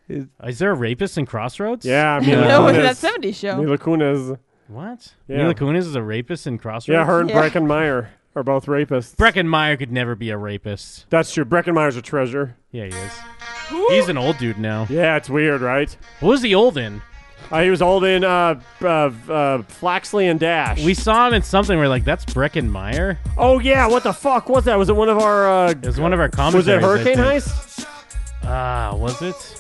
[SPEAKER 7] Is there a rapist in Crossroads?
[SPEAKER 4] Yeah,
[SPEAKER 5] Mila No, in Kunis. that 70s show.
[SPEAKER 4] Mila Kunis.
[SPEAKER 7] What?
[SPEAKER 4] Yeah.
[SPEAKER 7] Mila Kunis is a rapist in Crossroads.
[SPEAKER 4] Yeah, her and Brecken Meyer are both rapists.
[SPEAKER 7] Brecken Meyer could never be a rapist.
[SPEAKER 4] That's true. Brecken Meyer's a treasure.
[SPEAKER 7] Yeah, he is. He's an old dude now.
[SPEAKER 4] Yeah, it's weird, right?
[SPEAKER 7] What was he old in?
[SPEAKER 4] Uh, he was old in uh, uh, uh, Flaxley and Dash.
[SPEAKER 7] We saw him in something. We're like, that's Brecken Meyer.
[SPEAKER 4] Oh yeah, what the fuck was that? Was it one of our? Uh, it
[SPEAKER 7] was one of our
[SPEAKER 4] Was it
[SPEAKER 7] commentaries, I
[SPEAKER 4] Hurricane Heist?
[SPEAKER 7] think. Ah, was it?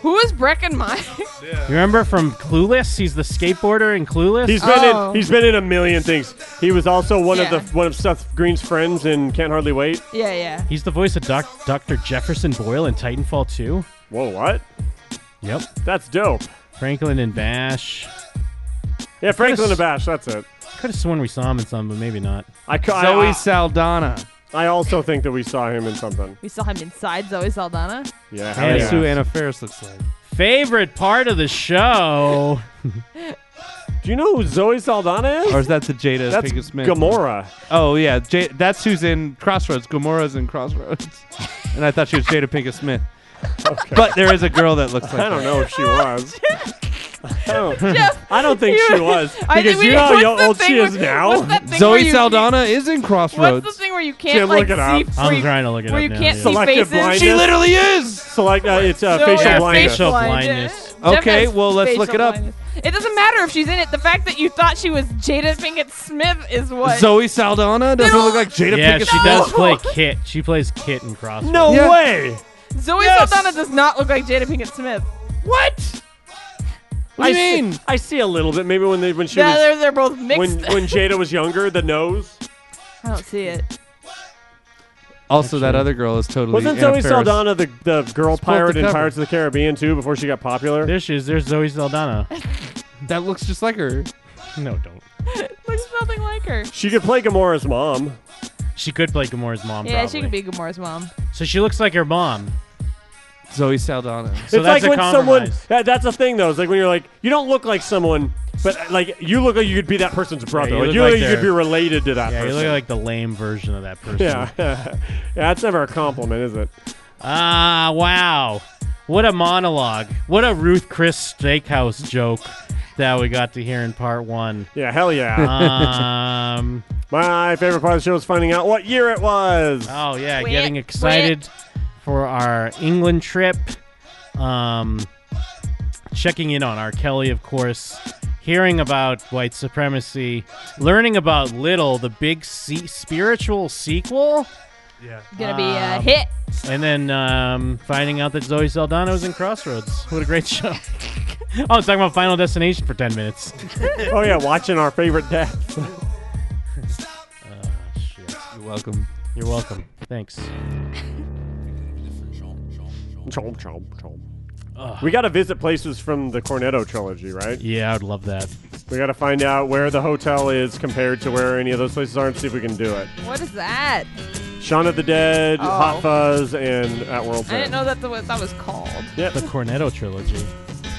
[SPEAKER 5] Who is Brecken Meyer?
[SPEAKER 7] You remember from Clueless? He's the skateboarder in Clueless.
[SPEAKER 4] He's been in he's been in a million things. He was also one
[SPEAKER 5] Oh. Yeah.
[SPEAKER 4] of the one of Seth Green's friends in Can't Hardly Wait.
[SPEAKER 5] yeah, yeah.
[SPEAKER 7] He's the voice of Doc, Dr. Jefferson Boyle in Titanfall 2.
[SPEAKER 4] Whoa, what?
[SPEAKER 7] Yep.
[SPEAKER 4] That's dope.
[SPEAKER 7] Franklin and Bash.
[SPEAKER 4] Yeah, Franklin and Bash. That's it.
[SPEAKER 7] Could have sworn we saw him in some, but maybe not.
[SPEAKER 4] I ca- I-
[SPEAKER 6] Zoe
[SPEAKER 4] I-
[SPEAKER 6] Saldana.
[SPEAKER 4] I also think that we saw him in something.
[SPEAKER 5] We saw him inside Zoe Saldana.
[SPEAKER 4] Yeah,
[SPEAKER 6] That's
[SPEAKER 4] hell yeah.
[SPEAKER 6] who Anna Faris looks like.
[SPEAKER 7] Favorite part of the show.
[SPEAKER 4] Do you know who Zoe Saldana is?
[SPEAKER 6] Or is that the Jada
[SPEAKER 4] That's
[SPEAKER 6] Pinkett Smith?
[SPEAKER 4] Gamora.
[SPEAKER 6] Oh yeah, J- that's who's in Crossroads. Gamora's in Crossroads, and I thought she was Jada Pinkett Smith. But there is a girl that looks like.
[SPEAKER 4] I don't know if Oh, she was. I don't,
[SPEAKER 5] Jeff,
[SPEAKER 4] I don't think
[SPEAKER 5] you-
[SPEAKER 4] she was
[SPEAKER 5] I think
[SPEAKER 4] because
[SPEAKER 5] we-
[SPEAKER 4] you know how
[SPEAKER 5] what's the
[SPEAKER 4] old she
[SPEAKER 5] thing
[SPEAKER 4] is
[SPEAKER 5] with-
[SPEAKER 4] now.
[SPEAKER 5] what's that thing where
[SPEAKER 6] Zoe
[SPEAKER 5] you-
[SPEAKER 6] Saldana is in Crossroads.
[SPEAKER 5] What's the thing where you can't,
[SPEAKER 4] Can't
[SPEAKER 5] like
[SPEAKER 4] look it up.
[SPEAKER 5] see?
[SPEAKER 7] I'm
[SPEAKER 5] where you-
[SPEAKER 7] trying to look it
[SPEAKER 5] Where
[SPEAKER 7] up
[SPEAKER 5] you
[SPEAKER 7] now,
[SPEAKER 5] can't
[SPEAKER 7] yeah.
[SPEAKER 5] see
[SPEAKER 4] Selective
[SPEAKER 5] faces.
[SPEAKER 4] blindness.
[SPEAKER 6] she literally is.
[SPEAKER 4] Select. Uh, it's uh,
[SPEAKER 5] Zoe
[SPEAKER 4] facial
[SPEAKER 5] is
[SPEAKER 4] blindness.
[SPEAKER 7] facial
[SPEAKER 5] blindness.
[SPEAKER 7] blindness.
[SPEAKER 5] Jeff
[SPEAKER 6] Okay,
[SPEAKER 5] has
[SPEAKER 6] well, let's look
[SPEAKER 5] facial
[SPEAKER 6] it up.
[SPEAKER 5] blindness. It doesn't matter if she's in it. The fact that you thought she was Jada Pinkett Smith is what.
[SPEAKER 6] Zoe Saldana doesn't
[SPEAKER 5] No.
[SPEAKER 6] look like Jada
[SPEAKER 7] yeah,
[SPEAKER 6] Pinkett
[SPEAKER 7] she
[SPEAKER 6] Smith.
[SPEAKER 7] does play Kit. She plays Kit in Crossroads.
[SPEAKER 4] No
[SPEAKER 6] Yeah.
[SPEAKER 4] way.
[SPEAKER 5] Zoe Saldana does not look like Jada Pinkett Smith.
[SPEAKER 6] What? What do you
[SPEAKER 4] I
[SPEAKER 6] mean?
[SPEAKER 4] See, I see a little bit. Maybe when they when she
[SPEAKER 5] Yeah,
[SPEAKER 4] was
[SPEAKER 5] they're, they're both mixed.
[SPEAKER 4] when when Jada was younger, the nose
[SPEAKER 5] I don't see it.
[SPEAKER 6] Also, that other girl is totally.
[SPEAKER 4] wasn't
[SPEAKER 6] Anna
[SPEAKER 4] Zoe
[SPEAKER 6] Faris.
[SPEAKER 4] Saldana the the girl
[SPEAKER 6] Split the
[SPEAKER 4] pirate in
[SPEAKER 6] cover.
[SPEAKER 4] Pirates of the Caribbean too before she got popular.
[SPEAKER 7] There she is. There's Zoe Saldana.
[SPEAKER 6] That looks just like her.
[SPEAKER 7] No, don't.
[SPEAKER 5] Looks nothing like her.
[SPEAKER 4] She could play Gamora's mom.
[SPEAKER 7] She could play Gamora's mom.
[SPEAKER 5] yeah,
[SPEAKER 7] probably.
[SPEAKER 5] she could be Gamora's mom.
[SPEAKER 7] So she looks like her mom.
[SPEAKER 6] Zoe Saldana.
[SPEAKER 7] So
[SPEAKER 4] it's
[SPEAKER 7] that's
[SPEAKER 4] like
[SPEAKER 7] a
[SPEAKER 4] when someone
[SPEAKER 7] compromise.
[SPEAKER 4] that, that's the thing though. It's like when you're like you don't look like someone, but uh, like you look like you could be that person's brother.
[SPEAKER 7] you
[SPEAKER 4] like
[SPEAKER 7] look
[SPEAKER 4] you
[SPEAKER 7] like
[SPEAKER 4] look like you could
[SPEAKER 7] they're-
[SPEAKER 4] be related to that
[SPEAKER 7] Yeah, you
[SPEAKER 4] person.
[SPEAKER 7] look like the lame version of that person.
[SPEAKER 4] yeah. yeah, that's never a compliment, is it?
[SPEAKER 7] Ah, wow. What a monologue. What a Ruth Chris Steakhouse joke that we got to hear in part one.
[SPEAKER 4] Yeah, hell yeah.
[SPEAKER 7] Uh. Um,
[SPEAKER 4] My favorite part of the show is finding out what year it was.
[SPEAKER 7] oh, yeah,
[SPEAKER 5] Quit,
[SPEAKER 7] getting excited for our England trip. Um, checking in on R. Kelly, of course. Hearing about white supremacy. Learning about Little, the big se- spiritual sequel.
[SPEAKER 5] Gonna be a
[SPEAKER 7] Um,
[SPEAKER 5] hit.
[SPEAKER 7] And then um, finding out that Zoe Saldana was in Crossroads. What a great show. oh, I was talking about Final Destination for 10 minutes.
[SPEAKER 4] oh yeah, watching our favorite death.
[SPEAKER 6] You're welcome.
[SPEAKER 7] You're welcome. Thanks.
[SPEAKER 4] chomp chomp chomp. We got to visit places from the Cornetto trilogy, right?
[SPEAKER 7] Yeah, I'd love that.
[SPEAKER 4] We got to find out where the hotel is compared to where any of those places are and see if we can do it.
[SPEAKER 5] What is that?
[SPEAKER 4] Shaun of the Dead,
[SPEAKER 5] Oh.
[SPEAKER 4] Hot Fuzz, and At World's
[SPEAKER 5] I didn't
[SPEAKER 4] End.
[SPEAKER 5] know that's what that was called.
[SPEAKER 7] The Cornetto trilogy.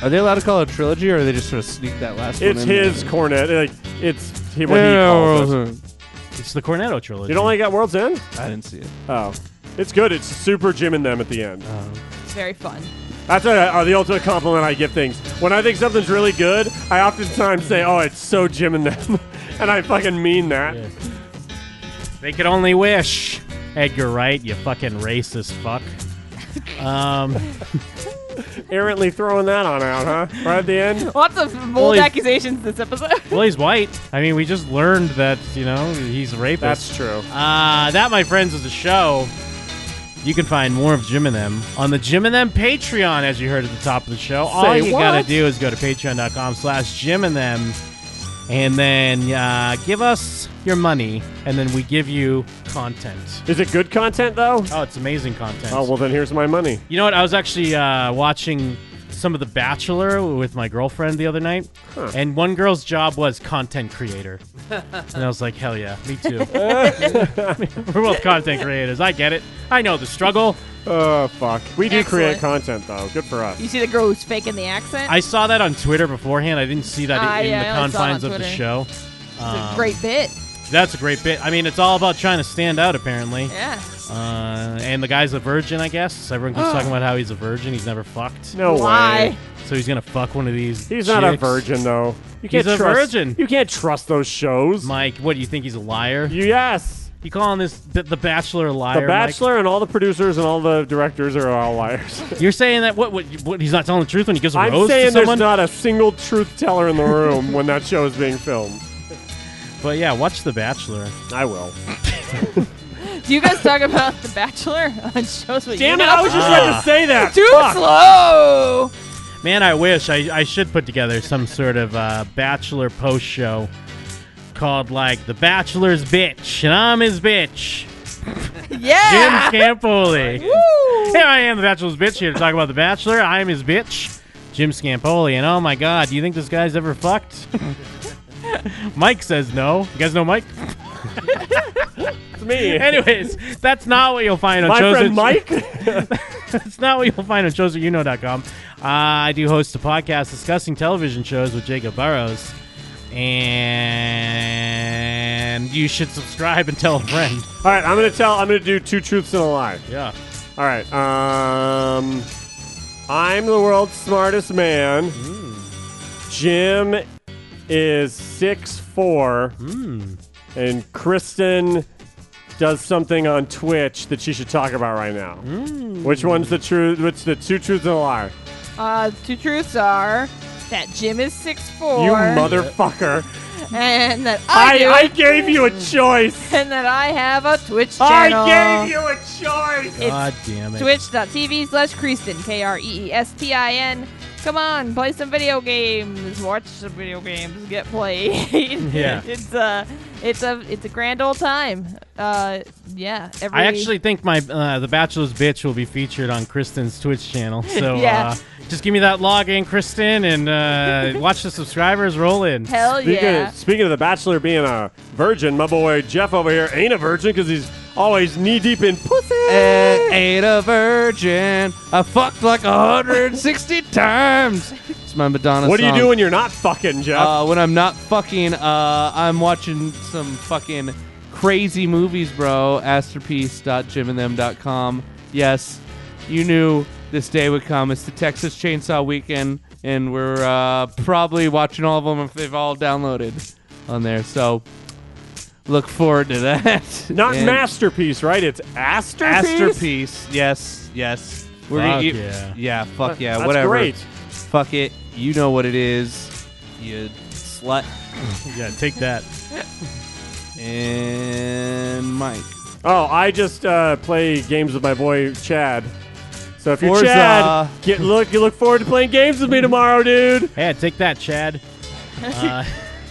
[SPEAKER 6] Are they allowed to call it a trilogy, or are they just sort of sneak that last
[SPEAKER 4] It's
[SPEAKER 6] one in?
[SPEAKER 4] his cornet. Like, it's he, what he calls
[SPEAKER 6] uh,
[SPEAKER 4] it.
[SPEAKER 7] It's the Cornetto trilogy.
[SPEAKER 4] You don't like At World's End?
[SPEAKER 6] I didn't see it.
[SPEAKER 4] Oh. It's good. It's super Jim and them at the end.
[SPEAKER 5] It's very fun.
[SPEAKER 4] That's a, uh, the ultimate compliment I give things. When I think something's really good, I oftentimes say, oh, it's so Jim and them. and I fucking mean that.
[SPEAKER 7] Yeah. They could only wish. Edgar Wright, you fucking racist fuck. Um,
[SPEAKER 4] Errantly throwing that on out, huh? Right at the end?
[SPEAKER 5] Lots of bold
[SPEAKER 7] Well, he's-
[SPEAKER 5] accusations this episode.
[SPEAKER 7] well, he's white. I mean, we just learned that, you know, he's a rapist.
[SPEAKER 4] That's true.
[SPEAKER 7] Uh, that, my friends, is the show. You can find more of Jim and Them on the Jim and Them Patreon, as you heard at the top of the show. All
[SPEAKER 4] Say
[SPEAKER 7] you gotta
[SPEAKER 4] what?
[SPEAKER 7] do is go to patreon.com slash Jim and Them and then uh, give us your money, and then we give you content.
[SPEAKER 4] Is it good content, though?
[SPEAKER 7] Oh, it's amazing content.
[SPEAKER 4] Oh, well, then here's my money.
[SPEAKER 7] You know what? I was actually uh, watching some of The Bachelor with my girlfriend the other night,
[SPEAKER 14] Huh.
[SPEAKER 7] and one girl's job was content creator, and I was like, hell yeah, me too. We're both content creators. I get it. I know the struggle.
[SPEAKER 4] Oh fuck, we do create
[SPEAKER 5] Excellent.
[SPEAKER 4] content though. Good for us.
[SPEAKER 5] You see the girl who's faking the accent?
[SPEAKER 7] I saw that on Twitter beforehand. I didn't see that
[SPEAKER 5] Ah,
[SPEAKER 7] in
[SPEAKER 5] yeah, I
[SPEAKER 7] the
[SPEAKER 5] only saw it on
[SPEAKER 7] confines of the
[SPEAKER 5] Twitter.
[SPEAKER 7] show.
[SPEAKER 5] It's
[SPEAKER 7] Um,
[SPEAKER 5] a great bit.
[SPEAKER 7] That's a great bit. I mean, it's all about trying to stand out, apparently.
[SPEAKER 5] Yeah.
[SPEAKER 7] Uh, and the guy's a virgin, I guess. Everyone keeps talking about how he's a virgin. He's never fucked.
[SPEAKER 4] Ah. No Why? way.
[SPEAKER 7] So he's gonna fuck one of these.
[SPEAKER 4] He's not a
[SPEAKER 7] chicks?
[SPEAKER 4] virgin though. You
[SPEAKER 7] He's
[SPEAKER 4] can't
[SPEAKER 7] a
[SPEAKER 4] trust,
[SPEAKER 7] virgin.
[SPEAKER 4] You can't trust those shows.
[SPEAKER 7] Mike, what do you think? He's a liar.
[SPEAKER 4] Yes.
[SPEAKER 7] You calling this the, the Bachelor a liar?
[SPEAKER 4] the
[SPEAKER 7] Mike?
[SPEAKER 4] Bachelor and all the producers and all the directors are all liars.
[SPEAKER 7] You're saying that what, what? What? He's not telling the truth when he gives a
[SPEAKER 4] I'm
[SPEAKER 7] rose to
[SPEAKER 4] saying
[SPEAKER 7] someone.
[SPEAKER 4] there's not a single truth teller in the room when that show is being filmed.
[SPEAKER 7] But yeah, watch The Bachelor.
[SPEAKER 4] I will.
[SPEAKER 5] Do you guys talk about The Bachelor on shows? What
[SPEAKER 4] Damn
[SPEAKER 5] you
[SPEAKER 4] it,
[SPEAKER 5] know?
[SPEAKER 4] I was just about
[SPEAKER 7] Ah.
[SPEAKER 4] to say that.
[SPEAKER 5] Too
[SPEAKER 4] Fuck.
[SPEAKER 5] slow.
[SPEAKER 7] Man, I wish I, I should put together some sort of uh, Bachelor post show called like The Bachelor's Bitch, and I'm his bitch.
[SPEAKER 5] Yeah.
[SPEAKER 7] Jim Scampoli. Here I am, the Bachelor's bitch, here to talk about the Bachelor. I'm his bitch, Jim Scampoli. And oh my God, do you think this guy's ever fucked? Mike says no. You guys know Mike?
[SPEAKER 4] It's me.
[SPEAKER 7] Anyways, that's not what you'll find on
[SPEAKER 4] My
[SPEAKER 7] shows.
[SPEAKER 4] friend Mike?
[SPEAKER 7] that's not what you'll find on shows at you know.com. Uh, I do host a podcast discussing television shows with Jacob Burrows. And you should subscribe and tell a friend.
[SPEAKER 4] All right, I'm gonna tell. I'm gonna do two truths and a lie.
[SPEAKER 7] Yeah.
[SPEAKER 4] All right. Um, I'm the world's smartest man. Jim is six four,
[SPEAKER 5] Hmm.
[SPEAKER 4] and Kristen does something on Twitch that she should talk about right now.
[SPEAKER 5] Hmm.
[SPEAKER 4] Which one's the truth? Which the two truths and a lie?
[SPEAKER 5] Uh, two truths are that Jim is six four.
[SPEAKER 4] You motherfucker!
[SPEAKER 5] And that I,
[SPEAKER 4] I,
[SPEAKER 5] do,
[SPEAKER 4] I gave you a choice.
[SPEAKER 5] and that I have a Twitch
[SPEAKER 4] I
[SPEAKER 5] channel.
[SPEAKER 4] gave you a choice.
[SPEAKER 5] It's
[SPEAKER 7] God damn it.
[SPEAKER 5] Twitch.tv slash Kreestin, K R E E S T I N. Come on, play some video games, watch some video games, get played.
[SPEAKER 7] Yeah.
[SPEAKER 5] it's a, it's a, it's a grand old time. Uh, yeah. Every,
[SPEAKER 7] I actually think my uh, the Bachelor's bitch will be featured on Kristen's Twitch channel. So
[SPEAKER 5] Yeah.
[SPEAKER 7] uh, just give me that login, Kristen, and uh, watch the subscribers roll in.
[SPEAKER 5] Hell
[SPEAKER 4] Speaking
[SPEAKER 5] yeah.
[SPEAKER 4] Of, speaking of the Bachelor being a virgin, my boy Jeff over here ain't a virgin because he's always knee deep in pussy.
[SPEAKER 6] A- ain't a virgin. I fucked like 160 times. It's my Madonna
[SPEAKER 4] what do you
[SPEAKER 6] song.
[SPEAKER 4] do when you're not fucking, Jeff?
[SPEAKER 6] Uh, when I'm not fucking, uh, I'm watching some fucking crazy movies, bro. Masterpiece.jimandthem.com. Yes, you knew this day would come. It's the Texas Chainsaw Weekend, and we're uh, probably watching all of them if they've all downloaded on there. So look forward to that.
[SPEAKER 4] not
[SPEAKER 6] And-
[SPEAKER 4] masterpiece, right? It's Asterpiece.
[SPEAKER 6] Masterpiece. Yes, yes. We're
[SPEAKER 7] Fuck
[SPEAKER 6] gonna eat-
[SPEAKER 7] yeah.
[SPEAKER 6] yeah, fuck
[SPEAKER 4] That-
[SPEAKER 6] yeah,
[SPEAKER 4] that's
[SPEAKER 6] whatever.
[SPEAKER 4] great.
[SPEAKER 6] Fuck it. You know what it is. You slut.
[SPEAKER 7] yeah, take that.
[SPEAKER 6] And Mike.
[SPEAKER 4] Oh, I just uh, play games with my boy Chad. So if you're
[SPEAKER 6] Forza.
[SPEAKER 4] Chad, get look you look forward to playing games with me tomorrow, dude.
[SPEAKER 7] Yeah, take that, Chad. Uh,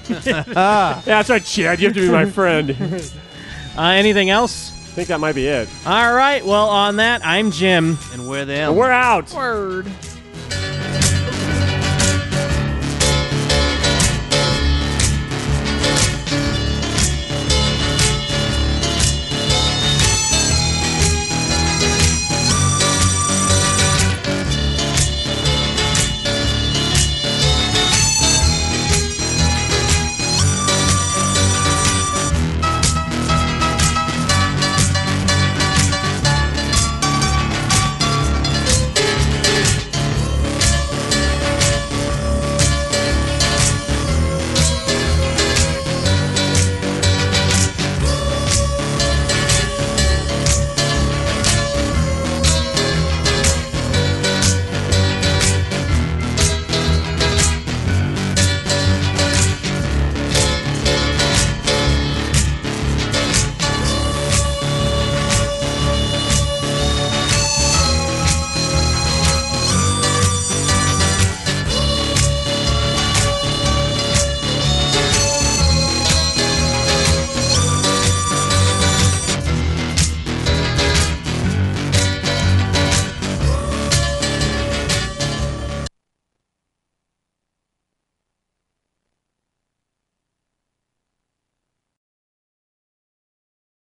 [SPEAKER 4] yeah, that's right, Chad. You have to be my friend. I
[SPEAKER 7] uh, anything else?
[SPEAKER 4] think that might be it.
[SPEAKER 7] All right. Well, on that, I'm Jim.
[SPEAKER 6] And where the hell?
[SPEAKER 4] And we're out.
[SPEAKER 5] Word.